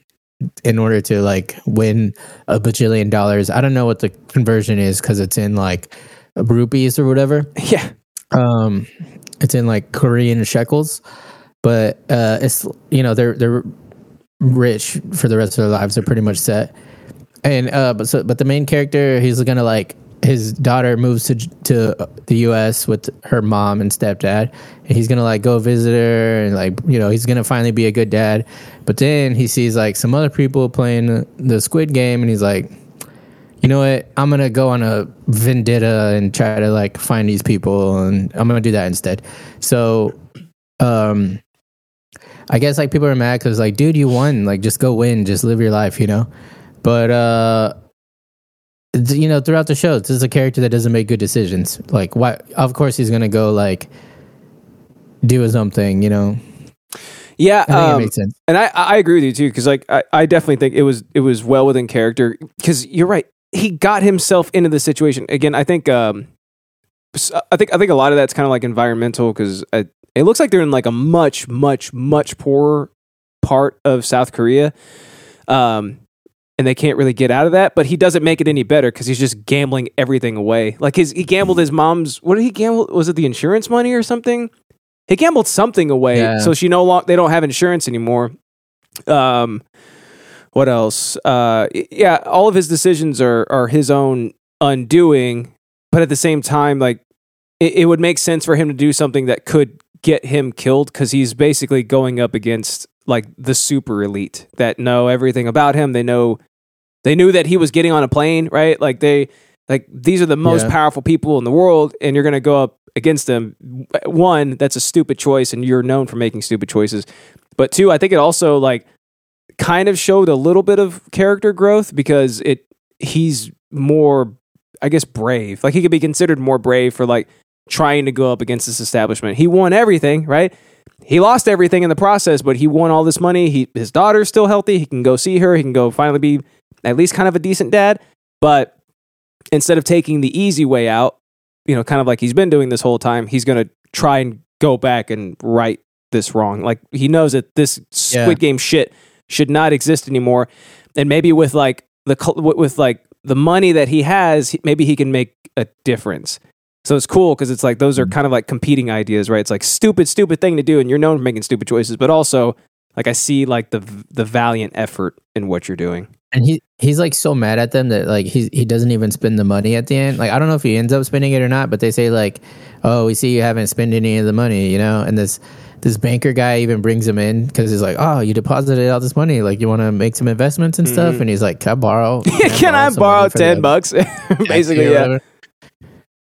S2: in order to like win a bajillion dollars. I don't know what the conversion is because it's in like rupees or whatever.
S1: yeah,
S2: Um, it's in like Korean shekels, but uh, it's you know they're they're rich for the rest of their lives. They're pretty much set. And uh, but so but the main character he's gonna like his daughter moves to to the U.S. with her mom and stepdad, and he's gonna like go visit her and like you know he's gonna finally be a good dad. But then he sees like some other people playing the Squid Game, and he's like, you know what? I'm gonna go on a vendetta and try to like find these people, and I'm gonna do that instead. So, um, I guess like people are mad because like, dude, you won. Like, just go win. Just live your life, you know. But uh, th- you know, throughout the show, this is a character that doesn't make good decisions. Like, why? Of course, he's gonna go like do his own thing, you know.
S1: yeah.
S2: I think
S1: um,
S2: it makes sense.
S1: and I, I agree with you too because like I, I definitely think it was it was well within character because you're right he got himself into the situation again I think um s- uh, I think I think a lot of that's kind of like environmental because it looks like they're in like a much much much poorer part of South Korea um and they can't really get out of that. But he doesn't make it any better because he's just gambling everything away. Like his, he gambled his mom's. What did he gamble? Was it the insurance money or something? He gambled something away,
S2: Yeah.
S1: so she no longer they don't have insurance anymore. Um, what else? Uh, y- yeah, all of his decisions are are his own undoing. But at the same time, like it, it would make sense for him to do something that could get him killed because he's basically going up against like the super elite that know everything about him. They know they knew that he was getting on a plane, right? Like they like these are the most
S2: Yeah.
S1: powerful people in the world, and you're gonna go up against them. One, that's a stupid choice, and you're known for making stupid choices. But two, I think it also like kind of showed a little bit of character growth because it he's more I guess brave. Like he could be considered more brave for like trying to go up against this establishment. He won everything, right? He lost everything in the process, but he won all this money. He his daughter's still healthy. He can go see her. He can go finally be at least kind of a decent dad. But instead of taking the easy way out, you know, kind of like he's been doing this whole time, he's going to try and go back and right this wrong. Like he knows that this Squid
S2: Yeah.
S1: Game shit should not exist anymore. And maybe with like the col- with with, like the money that he has, he- maybe he can make a difference. So it's cool because it's like those are kind of like competing ideas, right? It's like stupid, stupid thing to do, and you're known for making stupid choices, but also like I see like the the valiant effort in what you're doing.
S2: And he he's like so mad at them that like he he doesn't even spend the money at the end. Like I don't know if he ends up spending it or not, but they say like, "Oh, we see you haven't spent any of the money," you know. And this this banker guy even brings him in because he's like, "Oh, you deposited all this money. Like you want to make some investments and stuff." And he's like, "Can I borrow?
S1: Mm-hmm. Can I
S2: some
S1: borrow
S2: money for
S1: ten
S2: the
S1: bucks?
S2: taxi or
S1: Basically, yeah.
S2: whatever?"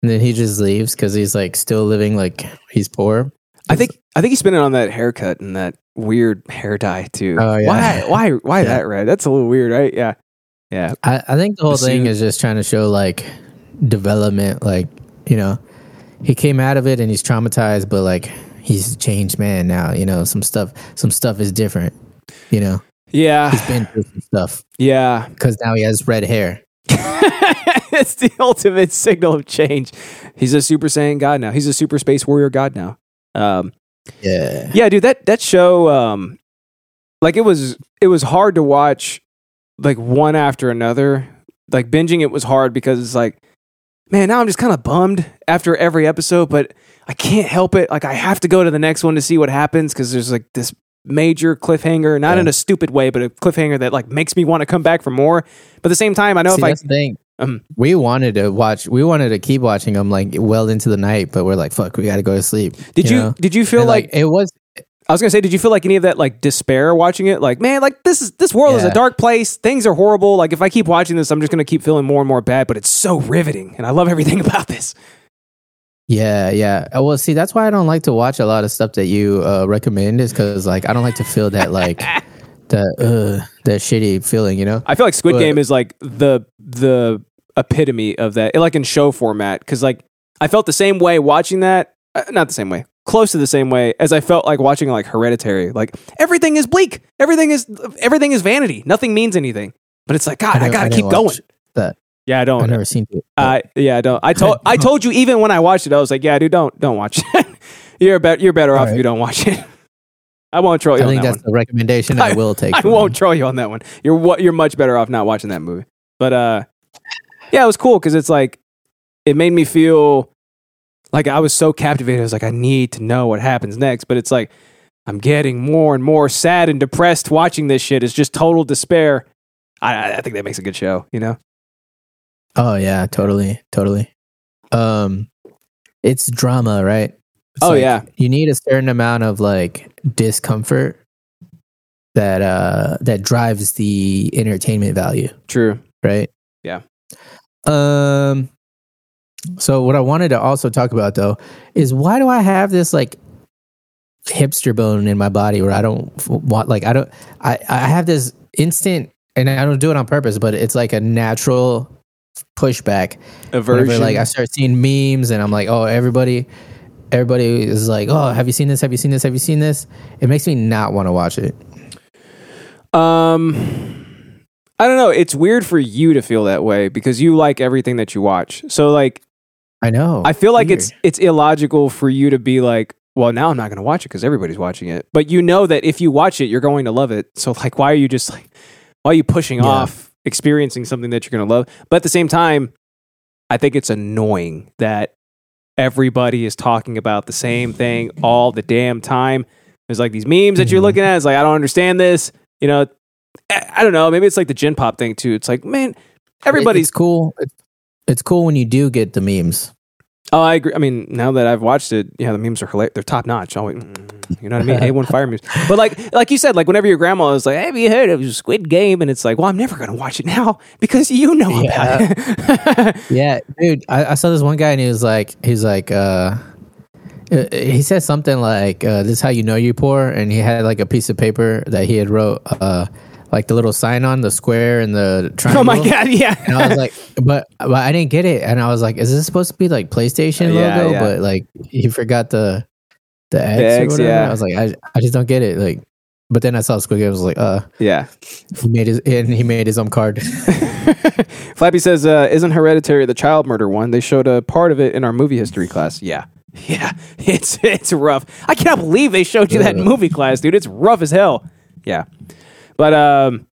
S2: And then he just leaves because he's like still living like he's poor.
S1: I think I think he spent it on that haircut and that weird hair dye too.
S2: Oh, yeah.
S1: Why? Why? Why
S2: Yeah.
S1: that red? That's a little weird, right? Yeah. Yeah.
S2: I, I think the whole thing
S1: Bassoon.
S2: is just trying to show like development, like you know, he came out of it and he's traumatized, but like he's a changed man now. You know, some stuff, some stuff is different. You know,
S1: Yeah.
S2: he's been through some stuff
S1: Yeah.
S2: because now he has red hair.
S1: it's the ultimate signal of change. He's a Super Saiyan God now. He's a Super Space Warrior God now. Um,
S2: Yeah,
S1: yeah dude that that show um like it was it was hard to watch like one after another like binging it was hard because it's like man now i'm just kind of bummed after every episode but i can't help it like i have to go to the next one to see what happens because there's like this major cliffhanger not in a stupid way but a cliffhanger that like makes me want to come back for more but at the same time i know
S2: See,
S1: if i
S2: that's the thing.
S1: Um.
S2: we wanted to watch, we wanted to keep watching him like well into the night, but we're like, fuck, we got to go to sleep.
S1: did you,
S2: know?
S1: did you feel
S2: And,
S1: like,
S2: it was
S1: I was gonna say, did you feel like any of that like despair watching it? Like, man, like this is this world is a
S2: Yeah.
S1: dark place. Things are horrible. Like, if I keep watching this, I'm just gonna keep feeling more and more bad. But it's so riveting, and I love everything about this.
S2: Yeah, yeah. Uh, Well, see, that's why I don't like to watch a lot of stuff that you uh, recommend, is because like I don't like to feel that like that uh, that shitty feeling, you know?
S1: I feel like Squid
S2: But-
S1: Game is like the the epitome of that, like in show format. Because like I felt the same way watching that, uh, not the same way, close to the same way as I felt like watching like Hereditary. Like everything is bleak. Everything is everything is vanity. Nothing means anything. But it's like God, I,
S2: don't-
S1: gotta
S2: didn't
S1: keep going.
S2: watch That
S1: Yeah, I don't.
S2: I've never seen it.
S1: Oh, I Uh, yeah, I don't. I told I told you even when I watched it, I was like, yeah, dude, don't don't watch it. you're better you're better off if
S2: Alright.
S1: you don't watch it. I won't troll
S2: I
S1: you on
S2: think
S1: that
S2: that's
S1: one.
S2: the recommendation I, will take.
S1: I
S2: from
S1: won't
S2: you.
S1: troll you on that one. You're what you're much better off not watching that movie. But uh, yeah, it was cool because it's like it made me feel like I was so captivated. I was like, I need to know what happens next. But it's like I'm getting more and more sad and depressed watching this shit. It's just total despair. I- I, I think that makes a good show. You know?
S2: Oh yeah, totally, totally. Um, it's drama, right? It's
S1: Oh,
S2: like,
S1: yeah.
S2: You need a certain amount of like discomfort that uh that drives the entertainment value.
S1: True.
S2: right?
S1: Yeah.
S2: Um. So what I wanted to also talk about though is why do I have this like hipster bone in my body where I don't f- want like I don't I I have this instant and I don't do it on purpose, but it's like a natural pushback. Whenever,
S1: Aversion.
S2: like I start seeing memes and I'm like, oh, everybody. Everybody is like, "Oh, have you seen this? Have you seen this? Have you seen this?" It makes me not want to watch it.
S1: Um, I don't know. It's weird for you to feel that way because you like everything that you watch. So like,
S2: I know.
S1: I feel like
S2: Oh, Weird.
S1: it's it's illogical for you to be like, well, now I'm not going to watch it because everybody's watching it. But you know that if you watch it, you're going to love it. So like, why are you just like, why are you pushing
S2: Yeah.
S1: off experiencing something that you're going to love. But at the same time, I think it's annoying that everybody is talking about the same thing all the damn time. There's like these memes
S2: Mm-hmm.
S1: that you're looking at. It's like, I don't understand this. You know, I, I don't know. Maybe it's like the gen pop thing too. It's like, man, everybody's.
S2: It's cool. It- It's cool when you do get the memes.
S1: Oh, I agree. I mean, now that I've watched it, yeah, the memes are hilarious. They're top notch. Always, you know what I mean? A1 fire memes. But like, like you said, like whenever your grandma is like, "Have you heard of Squid Game?" and it's like, "Well, I'm never gonna watch it now because you know about it."
S2: Yeah, dude. I, I saw this one guy and he was like, he's like, uh, uh, he said something like, uh, "This is how you know you're poor," and he had like a piece of paper that he had wrote, uh, like the little sign on the square and the triangle.
S1: oh my god,
S2: And I
S1: yeah.
S2: was like, but but I didn't get it, and I was like, is this supposed to be like PlayStation
S1: Yeah,
S2: logo?
S1: yeah.
S2: But like he forgot the the X, or
S1: X,
S2: whatever.
S1: yeah.
S2: I was like, I, I just don't get it. Like, but then I saw Squid Game. I was like, uh,
S1: yeah.
S2: he made his and he made his own card.
S1: Flappy says, uh, "Isn't Hereditary the child murder one? They showed a part of it in our movie history class." Yeah, yeah, it's it's rough. I cannot believe they showed you that in movie class, dude. It's rough as hell. Yeah, but um,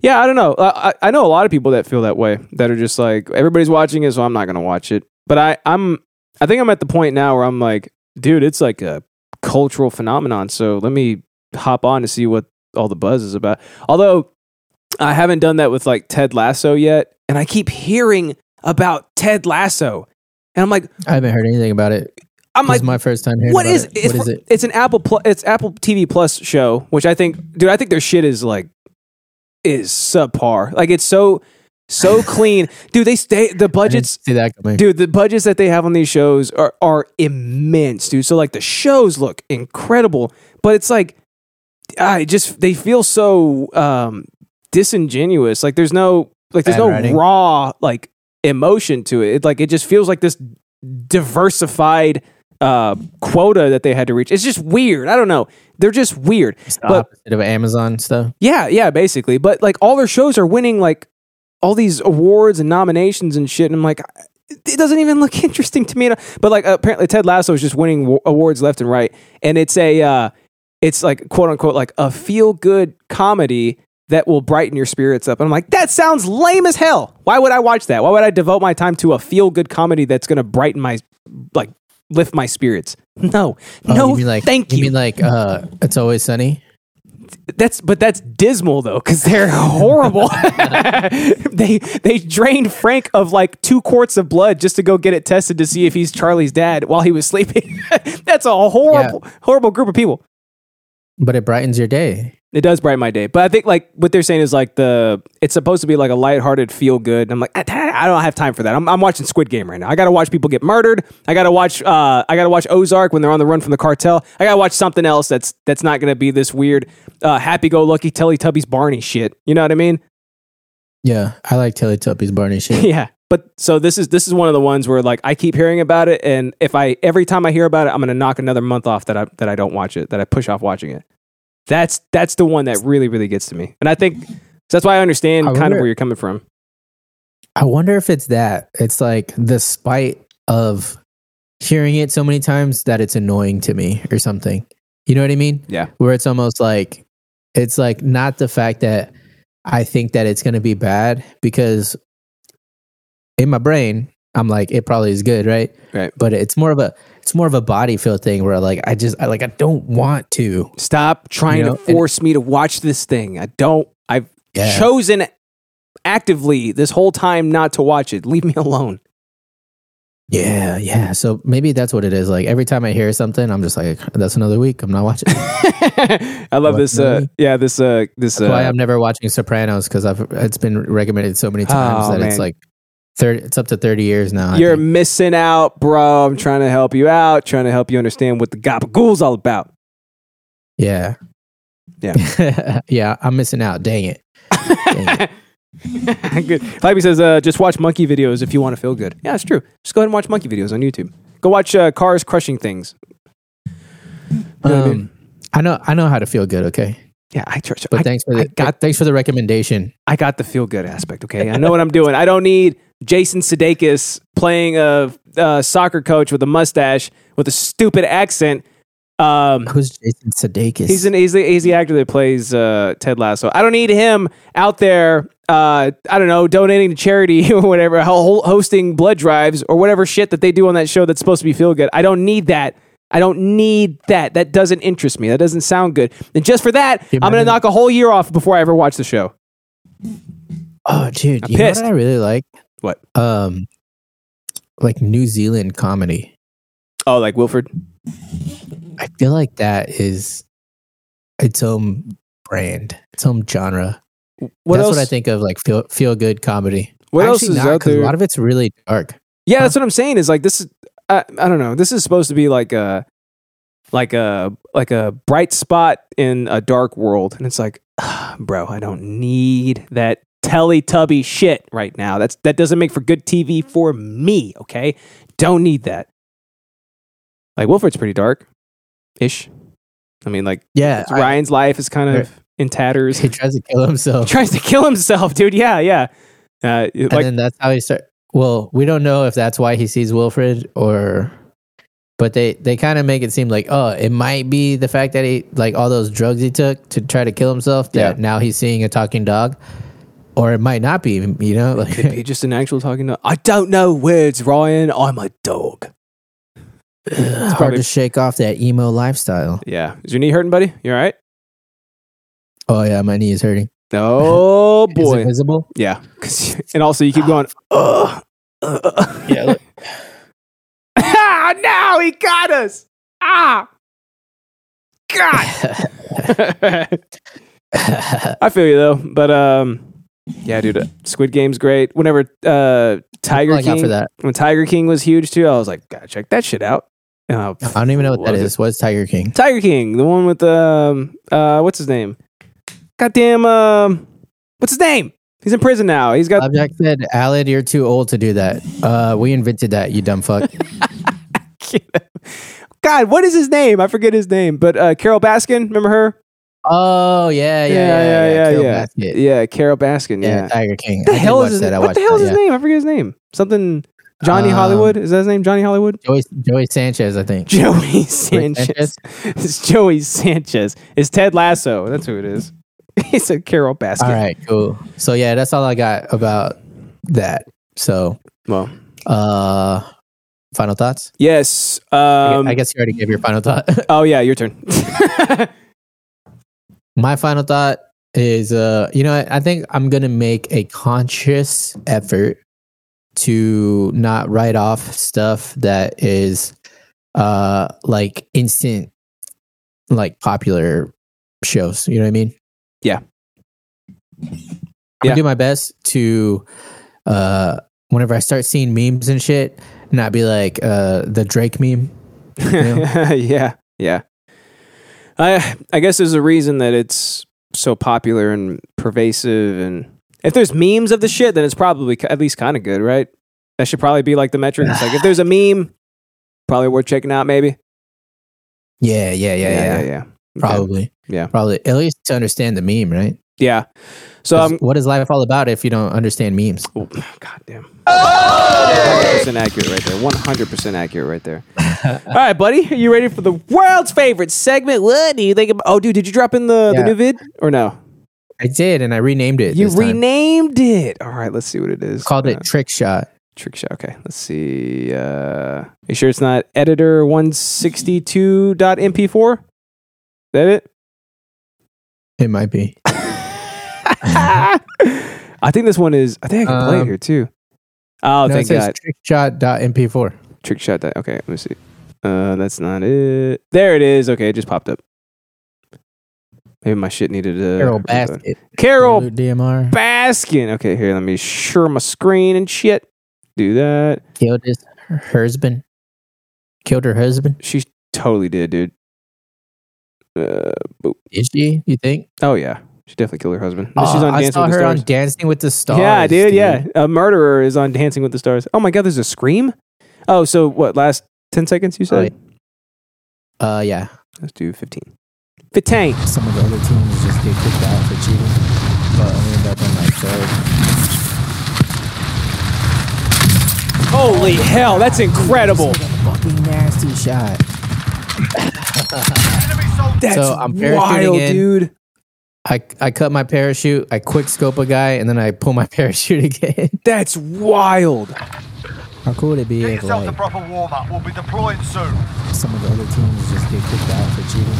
S1: yeah, I don't know. Uh, I I I know a lot of people that feel that way. That are just like everybody's watching it, so I'm not gonna watch it. But I I'm I think I'm at the point now where I'm like, dude, it's like a cultural phenomenon. So let me hop on to see what all the buzz is about. Although I haven't done that with like Ted Lasso yet, and I keep hearing about Ted Lasso, and I'm like,
S2: I haven't heard anything about it.
S1: I'm
S2: This
S1: like,
S2: is my first time hearing.
S1: what
S2: about
S1: is
S2: it.
S1: It's,
S2: What is it?
S1: It's an Apple Plus, it's Apple TV Plus show, which I think, dude, I think their shit is like is subpar. Like it's so so clean, dude. They stay the
S2: I didn't
S1: budgets.
S2: see that coming.
S1: Dude, the budgets that they have on these shows are, are immense, dude. So like the shows look incredible, but it's like I just they feel so um disingenuous. Like there's no like there's
S2: Bad
S1: no
S2: writing.
S1: raw like emotion to it. it. Like it just feels like this diversified uh quota that they had to reach. It's just weird. I don't know. They're just weird.
S2: It's the
S1: But
S2: opposite of Amazon stuff.
S1: yeah, yeah, basically. But like all their shows are winning like all these awards and nominations and shit. And I'm like, it doesn't even look interesting to me. But like apparently Ted Lasso is just winning wa- awards left and right. And it's a, uh, it's like quote unquote like a feel good comedy that will brighten your spirits up. And I'm like, that sounds lame as hell. Why would I watch that? Why would I devote my time to a feel good comedy that's going to brighten my like lift my spirits? No,
S2: Oh,
S1: no,
S2: you mean like
S1: thank you.
S2: mean like uh, it's always sunny.
S1: That's but that's dismal though because they're horrible. they they drained Frank of like two quarts of blood just to go get it tested to see if he's Charlie's dad while he was sleeping. that's a horrible horrible group of people.
S2: But it brightens your day.
S1: It does brighten my day, but I think like what they're saying is like the it's supposed to be like a lighthearted feel good. And I'm like I, I don't have time for that. I'm, I'm watching Squid Game right now. I got to watch people get murdered. I got to watch uh I got to watch Ozark when they're on the run from the cartel. I got to watch something else that's that's not going to be this weird uh happy go lucky Teletubbies Barney shit. You know what I mean?
S2: Yeah, I like Teletubbies Barney shit.
S1: yeah. But so this is this is one of the ones where like I keep hearing about it and if I every time I hear about it, I'm going to knock another month off that I that I don't watch it, that I push off watching it. That's that's the one that really really gets to me. And I think so that's why I understand
S2: I
S1: kind of
S2: wonder-
S1: where you're coming from.
S2: I wonder if it's that. It's like the spite of hearing it so many times that it's annoying to me or something. You know what I mean?
S1: Yeah.
S2: Where it's almost like it's like not the fact that I think that it's going to be bad because in my brain I'm like it probably is good, right?
S1: Right.
S2: But it's more of a it's more of a body feel thing where like I just I like I don't want to.
S1: Stop trying
S2: You know,
S1: to
S2: and-
S1: force me to watch this thing. I don't I've
S2: Yeah.
S1: chosen actively this whole time not to watch it. Leave me alone.
S2: Yeah, yeah. So maybe that's what it is. Like every time I hear something, I'm just like, that's another week. I'm not watching. That's
S1: I love
S2: What,
S1: this uh
S2: really?
S1: yeah, this uh this uh
S2: why I'm never watching Sopranos because I've it's been recommended so many times
S1: Oh,
S2: that
S1: man.
S2: it's like thirty. It's up to thirty years now. I
S1: You're
S2: think.
S1: missing out, bro. I'm trying to help you out, trying to help you understand what the gabagool's all about.
S2: yeah, yeah, yeah. I'm missing out. Dang it.
S1: good. Flappy says, uh, just watch monkey videos if you want to feel good. Yeah, it's true. Just go ahead and watch monkey videos on YouTube. Go watch uh, cars crushing things. You know what I mean?
S2: Um, I know. I know how to feel good. Okay,
S1: Yeah, I, tr- tr-
S2: but
S1: I,
S2: thanks for the
S1: I got
S2: thanks for the recommendation.
S1: I got the feel good aspect. Okay, I know what I'm doing. I don't need Jason Sudeikis playing a uh, soccer coach with a mustache with a stupid accent Um,
S2: Who's Jason Sudeikis?
S1: he's an he's the, he's the actor that plays uh, Ted Lasso. I don't need him out there. Uh, I don't know, donating to charity or whatever, ho- hosting blood drives or whatever shit that they do on that show that's supposed to be feel good. I don't need that. I don't need that. That doesn't interest me. That doesn't sound good. And just for that, I'm gonna
S2: imagine-
S1: knock a whole year off before I ever watch the show.
S2: oh, dude,
S1: I'm
S2: you know
S1: pissed.
S2: what I really like?
S1: What?
S2: Um, like New Zealand comedy.
S1: Oh, like Wilford.
S2: I feel like that is its own brand, its own genre.
S1: What
S2: that's
S1: else?
S2: what I think of, like feel feel good comedy.
S1: What else
S2: Actually
S1: is
S2: not,
S1: out
S2: 'cause
S1: there?
S2: A lot of it's really dark.
S1: Yeah, that's what I'm saying. Is like this is I, I don't know. This is supposed to be like a like a like a bright spot in a dark world, and it's like, "Ah, bro, I don't need that Teletubby shit right now. That's that doesn't make for good TV for me. Okay, don't need that. Like Wilfred's pretty dark, ish. I mean, like
S2: Yeah, I-
S1: Ryan's life is kind of in tatters.
S2: he
S1: He
S2: tries to kill himself,
S1: tries to kill himself, dude. Yeah, yeah. Uh,
S2: and
S1: like
S2: then that's how he start. Well, we don't know if that's why he sees Wilfred or, but they they kind of make it seem like oh, it might be the fact that he like all those drugs he took to try to kill himself that
S1: Yeah.
S2: now he's seeing a talking dog, or it might not be. You know, like
S1: Could be just an actual talking dog. I don't know words, Ryan. I'm a dog.
S2: it's hard
S1: probably-
S2: to shake off that emo lifestyle.
S1: Yeah. Is your knee hurting, buddy? You all right?
S2: Oh yeah, my knee is hurting.
S1: Oh
S2: Is it
S1: boy.
S2: visible?
S1: Yeah. 'Cause- And also, you keep going. Ugh. Ugh.
S2: Yeah, look.
S1: ah, now he got us. Ah. God. I feel you though, but um, yeah, dude. uh, Squid Game's great. Whenever uh Tiger
S2: Like out
S1: King
S2: for that.
S1: when Tiger King was huge too, I was like, gotta check that shit out. And I
S2: I don't even know what that
S1: loved it.
S2: is. What's Tiger King?
S1: Tiger King, the one with um uh what's his name? Goddamn um what's his name? He's in prison now. He's got
S2: Object said, Alid, you're too old to do that. Uh, we invented that, you dumb fuck.
S1: God, what is his name? I forget his name. But uh Carol Baskin, remember her?
S2: oh, yeah, yeah, yeah, yeah. Carol
S1: yeah.
S2: Baskin.
S1: Yeah, Carol Baskin,
S2: Yeah,
S1: yeah.
S2: Tiger King.
S1: What the
S2: I did
S1: hell
S2: watch
S1: is his
S2: that. I
S1: name? What the
S2: watched
S1: hell is
S2: that,
S1: his name? I forget his name. Something Johnny
S2: Um,
S1: Hollywood. Is that his name? Johnny Hollywood?
S2: yeah. Joey, Joey Sanchez, I think.
S1: Joey
S2: Rick
S1: Sanchez. it's Joey Sanchez. It's Ted Lasso. That's who it is. it's a Carol Baskin.
S2: All right, cool. So, yeah, that's all I got about that. So,
S1: Well,
S2: uh, final thoughts?
S1: yes.
S2: I gu-
S1: Um,
S2: I guess you already gave your final thought.
S1: Oh yeah, your turn.
S2: My final thought is uh you know I think I'm going to make a conscious effort to not write off stuff that is uh like instant like popular shows, you know what I mean?
S1: Yeah.
S2: I'm
S1: Yeah.
S2: going to do my best to uh whenever I start seeing memes and shit not be like uh the Drake meme.
S1: yeah. yeah, I I guess there's a reason that it's so popular and pervasive. And if there's memes of the shit, then it's probably ki- at least kind of good, right? That should probably be like the metric. It's like if there's a meme, probably worth checking out. Maybe.
S2: Yeah, yeah, yeah, yeah.
S1: yeah. yeah.
S2: Probably.
S1: Yeah.
S2: Probably at least to understand the meme, right?
S1: Yeah. So um, I'm.
S2: what is life all about if you don't understand memes?
S1: Oh, God damn.
S2: Oh!
S1: 100% accurate right there. 100% accurate right there. All right, buddy. Are you ready for the world's favorite segment? What do you think about? Oh, dude, did you drop in the, the
S2: Yeah.
S1: new vid or no?
S2: I did, and I renamed it.
S1: You
S2: this time.
S1: renamed it. All right, let's see what it is.
S2: called
S1: Uh,
S2: it Trick Shot.
S1: Trick Shot. Okay, let's see. Uh, you sure it's not editor 162.mp4? Is that it?
S2: It might be.
S1: I think this one is. I think I can play it
S2: Um,
S1: here too. Oh,
S2: No, it
S1: thank
S2: says
S1: God.
S2: Trickshot.mp4.
S1: Trick Shot. That, okay, let me see. Uh, that's not it. There it is. Okay, it just popped up. Maybe my shit needed a
S2: Carol Basket.
S1: Carol
S2: Loot DMR.
S1: Baskin. Okay, here, let me share my screen and shit. Do that.
S2: Killed his her husband. Killed her husband.
S1: She totally did, dude. Uh, boop.
S2: Is she? You think?
S1: Oh yeah, she definitely killed her husband.
S2: Aw,
S1: She's on
S2: Uh, I
S1: Dancing
S2: saw
S1: with
S2: her
S1: the
S2: on
S1: Stars.
S2: Dancing with the Stars.
S1: yeah, dude, Yeah, a murderer is on Dancing with the Stars. Oh my god, there's a scream. Oh, so what? Last ten seconds you said?
S2: Right. Uh, yeah.
S1: Let's do fifteen. Fifteen.
S2: Some of the other teams just get kicked out for cheating, but we end up in like third.
S1: Holy hell, that's incredible.
S2: Fucking nasty shot.
S1: That's
S2: So I'm parachuting
S1: wild,
S2: in.
S1: dude.
S2: I, I cut my parachute, I quick scope a guy, and then I pull my parachute again.
S1: That's wild.
S7: How cool would it be if like
S5: proper warm up. We'll be deployed soon.
S7: some of the other teams just get kicked out for cheating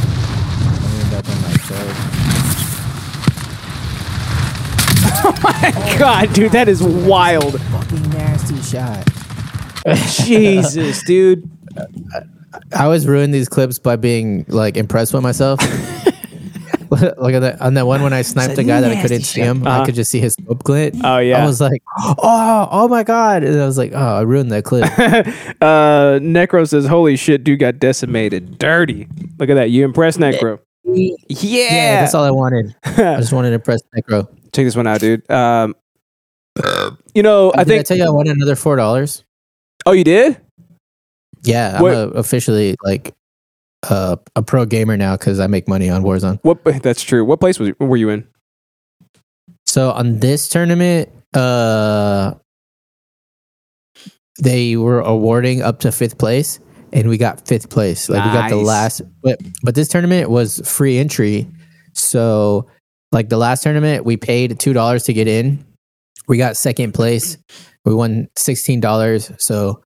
S7: and we end up in like third?
S1: God, dude, that is wild.
S7: Fucking nasty shot.
S1: Jesus, dude.
S2: I always ruin these clips by being like impressed with myself. Look at that on that one when I sniped the guy that I couldn't see him, I could just see his scope glint.
S1: Oh, yeah.
S2: I was like, oh, oh my god, and I was like, oh, I ruined that clip.
S1: Uh, Necro says, "Holy shit, dude got decimated, dirty." Look at that. You impressed Necro. Yeah.
S2: yeah, that's all I wanted. I just wanted to impress Necro.
S1: Check this one out, dude. Um, you know, I
S2: Did I
S1: think.
S2: tell you I won another four dollars?
S1: oh, you did?
S2: Yeah, I'm
S1: What-
S2: a, officially like uh, a pro gamer now because I make money on Warzone.
S1: What? That's true. What place was were you in?
S2: So on this tournament, uh, they were awarding up to fifth place, and we got fifth place. Like we got the
S1: Nice.
S2: last, but but this tournament was free entry. So like the last tournament, we paid two dollars to get in. We got second place. We won sixteen dollars. So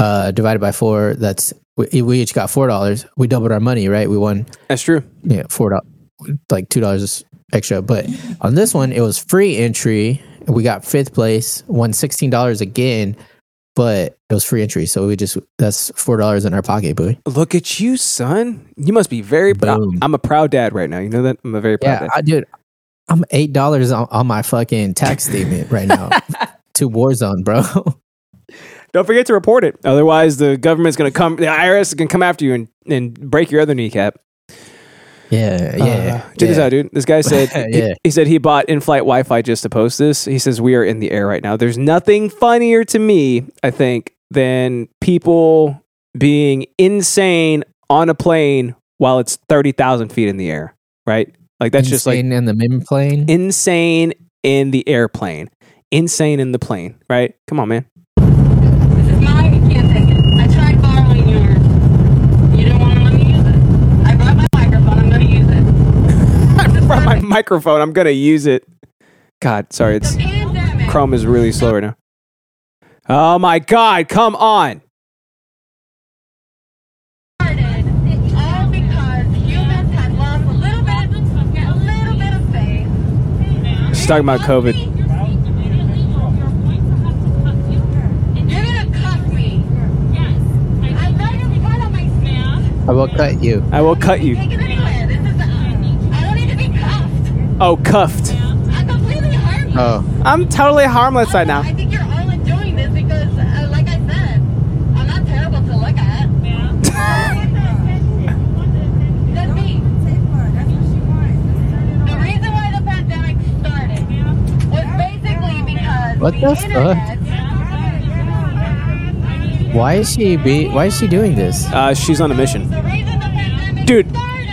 S2: uh, divided by four, that's we, we each got four dollars. We doubled our money, right? We won
S1: That's true.
S2: yeah, four dollars, like two dollars extra. But on this one, it was free entry. We got fifth place, won sixteen dollars again, but it was free entry, so we just that's four dollars in our pocket, boy.
S1: Look at you, son. You must be very proud.
S2: Boom.
S1: I'm a proud dad right now. You know that? I'm a very proud
S2: Yeah,
S1: dad.
S2: I, dude, I'm eight dollars on, on my fucking tax statement right now to Warzone, bro.
S1: Don't forget to report it. Otherwise, the government's going to come, the IRS is going to come after you and, and break your other kneecap.
S2: yeah, yeah.
S1: Uh, check this
S2: yeah.
S1: out, dude. This guy said, he-
S2: Yeah.
S1: he, said he bought in flight Wi Fi just to post this. He says, We are in the air right now. There's nothing funnier to me, I think, than people being insane on a plane while it's 30,000 feet in the air, right? Like, that's just like
S2: Insane in the meme plane.
S1: insane in the airplane, insane in the plane, right? Come on, man.
S4: This is mine. You can't take it. I tried borrowing yours. You didn't want to let me use it. I brought my microphone. I'm going to use it.
S1: Brought my microphone. I'm gonna use it. God, sorry. It's
S4: Pandemic.
S1: Chrome is really slow right now. Oh my God! Come on.
S4: started all because humans had lost a little bit, a little bit of faith.
S1: She's talking about COVID.
S4: You're gonna cuff me. I know you're part of my staff.
S2: I will cut you.
S1: I will cut you.
S4: Take it anywhere. This is. uh, I don't need to be cuffed.
S1: Oh, cuffed.
S4: I'm completely harmless.
S2: Oh,
S1: I'm totally harmless right now.
S4: I think you're all enjoying this because, uh, like I said, I'm not terrible to look at. That's me. The reason why the pandemic started was basically because
S2: What
S4: the
S2: the fuck?
S4: internet.
S2: why is she be? Why is she doing this?
S1: Uh, she's on a mission.
S4: The reason the pandemic
S1: Dude.
S4: started is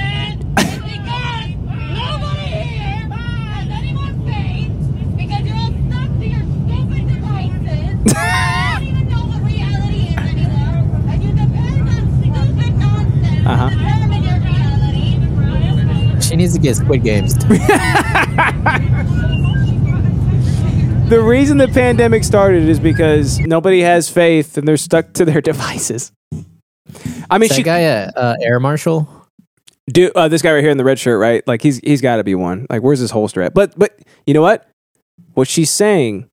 S4: because nobody here has any more faith because you're all stuck to your stupid devices. you don't even know what reality is anymore. And you depend on stupid nonsense
S1: Uh-huh.
S4: to determine your reality.
S2: She needs to get Squid Games.
S1: The reason the pandemic started is because nobody has faith and they're stuck to their devices. I mean,
S2: Is
S1: she
S2: that guy a uh, air marshal?
S1: do uh, this guy right here in the red shirt, right? Like he's he's got to be one. Like where's his holster at? But but you know what? What she's saying,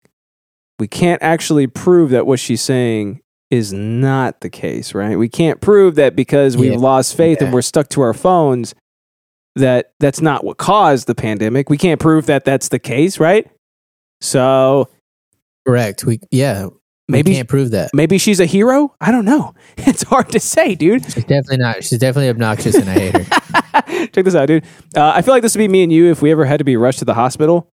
S1: we can't actually prove that what she's saying is not the case, right? We can't prove that because we've
S2: Yeah.
S1: lost faith and
S2: Yeah.
S1: we're stuck to our phones that that's not what caused the pandemic. We can't prove that that's the case, right? So
S2: Correct. We yeah.
S1: Maybe-
S2: we can't prove that.
S1: maybe she's a hero. I don't know. It's hard to say, dude.
S2: She's definitely not. She's definitely obnoxious, and I hate her.
S1: Check this out, dude. Uh, I feel like this would be me and you if we ever had to be rushed to the hospital.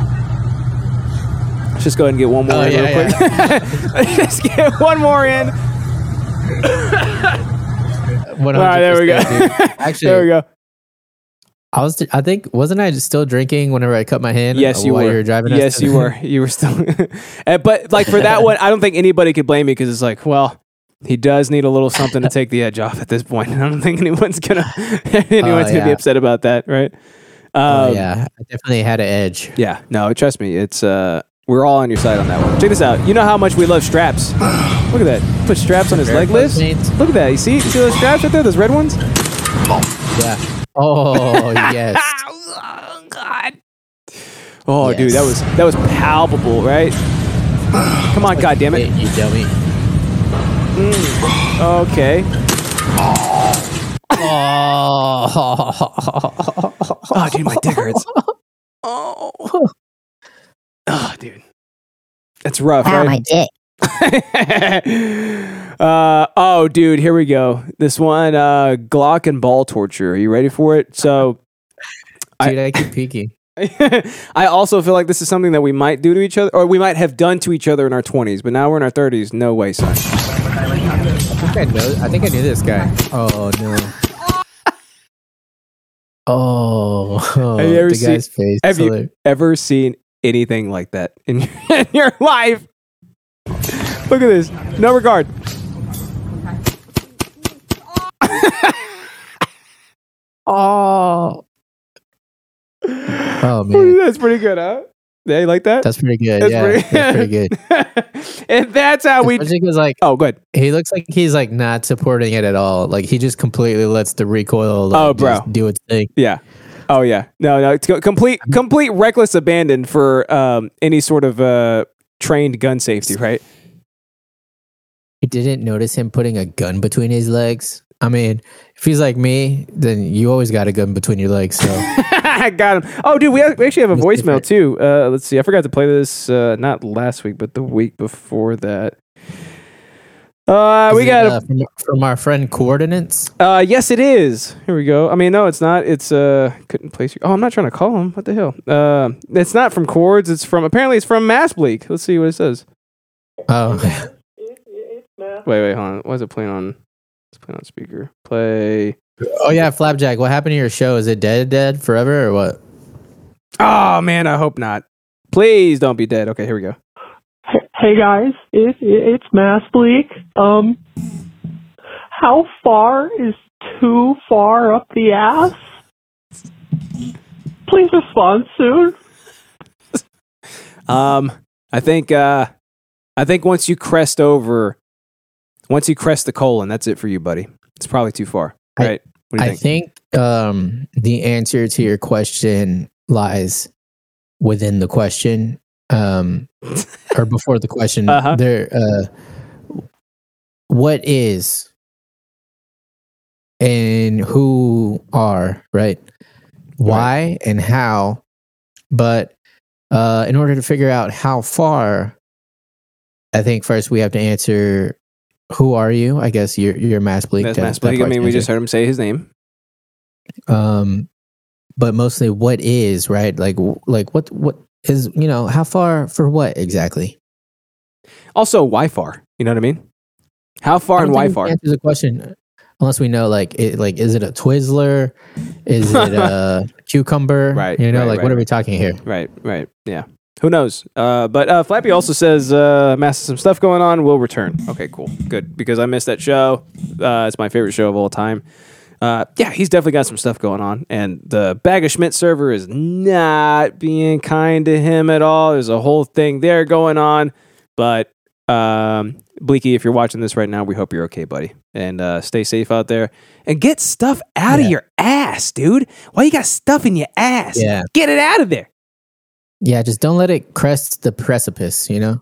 S1: Let's just go ahead and get one more
S2: Oh,
S1: in
S2: yeah,
S1: real quick. Let's get one more in.
S2: All
S1: All right, there we go.
S2: Actually,
S1: there we go.
S2: I was. I think wasn't I still drinking whenever I cut my hand?
S1: Yes, you
S2: while
S1: were.
S2: You were driving. us
S1: yes,
S2: to
S1: you Eh,
S2: the-
S1: were. You were still. Uh, but like for that one, I don't think anybody could blame me because it's like, well, He does need a little something to take the edge off at this point. I don't think anyone's gonna anyone's gonna
S2: Oh, yeah.
S1: be upset about that, right? Um,
S2: Oh, yeah, I definitely had an edge.
S1: Yeah, no, trust me, it's uh, we're all on your side on that one. Check this out. You know how much we love straps. Look at that. Put straps on his leg lifts. Look at that. You see, you see those straps right there, those red ones.
S2: Yeah. Oh yes.
S1: Oh, dude, that was that was palpable, right? Come on, goddamn it!
S2: You dummy.
S1: Okay.
S2: Oh.
S1: Oh, dude, my dick hurts. Oh, dude, that's rough, right?
S4: dick.
S1: uh, oh, dude, here we go. This one, uh, Glock and ball torture. Are you ready for it? So,
S2: Dude, I keep peeking.
S1: I also feel like this is something that we might do to each other, or we might have done to each other in our twenties, but now we're in our thirties. No way, son.
S2: I think I know. I think I knew this guy. Oh no. Oh,
S1: Have you ever
S2: the
S1: seen-
S2: guy's face.
S1: Have you
S2: Look.
S1: ever seen anything like that in your, in your life? Look at this. No regard.
S2: Oh. Oh man,
S1: That's pretty good, huh? Yeah, you like that?
S2: that's pretty good.
S1: That's
S2: yeah,
S1: pretty-
S2: that's pretty good.
S1: and that's how we.
S2: Especially 'cause, like
S1: Oh, good.
S2: he looks like he's like not supporting it at all. Like he just completely lets the recoil. Like,
S1: Oh, bro.
S2: just do its thing.
S1: Yeah. Oh yeah. No, no. It's co- complete, complete reckless abandon for um, any sort of uh, trained gun safety, right?
S2: You didn't notice him putting a gun between his legs. I mean, if he's like me, then you always got a gun between your legs. So
S1: Got him. Oh, dude, we, have, we actually have a
S2: It's
S1: voicemail too. Uh, let's see. I forgot to play this uh, not last week, but the week before that. Uh, we
S2: Is it,
S1: got a
S2: uh, from, from our friend coordinates.
S1: Uh, yes, it is. Here we go. I mean, no, it's not. It's uh, couldn't place. Your, oh, I'm not trying to call him. What the hell? Uh, it's not from Chords. It's from apparently it's from Mass Bleak. Let's see what it says.
S2: Oh,
S1: Wait, wait, hold on. Why is it playing on? It's playing on speaker. Play.
S2: oh yeah, Flapjack. What happened to your show? Is it dead, dead forever, or what?
S1: Oh man, I hope not. Please don't be dead. Okay, here we go.
S11: Hey guys, it, it, it's Mass Bleak. Um, how far is too far up the ass? Please respond soon.
S1: Um, I think uh, I think once you crest over, once you crest the colon, that's it for you, buddy. It's probably too far,
S2: I-
S1: right? What do you
S2: I think um, the answer to your question lies within the question, um, or before the question.
S1: Uh-huh.
S2: There, uh, what is and who are right? Why and how? But uh, in order to figure out how far, I think first we have to answer. Who are you? I guess you're you're Mass Bleak.
S1: That's
S2: That-
S1: Mass
S2: that
S1: Bleak. I
S2: part's
S1: mean, we
S2: answered
S1: just heard him say his name.
S2: um but mostly what is right like w- like what what is you know how far for what exactly
S1: Also, why far? You know what I mean? How far and why far?
S2: answers the question uh, unless we know like it, like is it a twizzler is it a cucumber
S1: Right,
S2: you know
S1: right,
S2: like
S1: right,
S2: what are
S1: right.
S2: we talking here
S1: Right, right, yeah. Who knows? Uh, but uh, Flappy also says, uh, "Mass has some stuff going on. We'll return." Okay, cool, good because I missed that show. Uh, it's my favorite show of all time. Uh, yeah, he's definitely got some stuff going on, and the Bag of Schmidt server is not being kind to him at all. There's a whole thing there going on, but um, Bleaky, if you're watching this right now, we hope you're okay, buddy, and uh, stay safe out there and get stuff out of
S2: Yeah.
S1: your ass, dude. Why you got stuff in your ass?
S2: Yeah.
S1: get it out of there.
S2: yeah just don't let it crest the precipice you know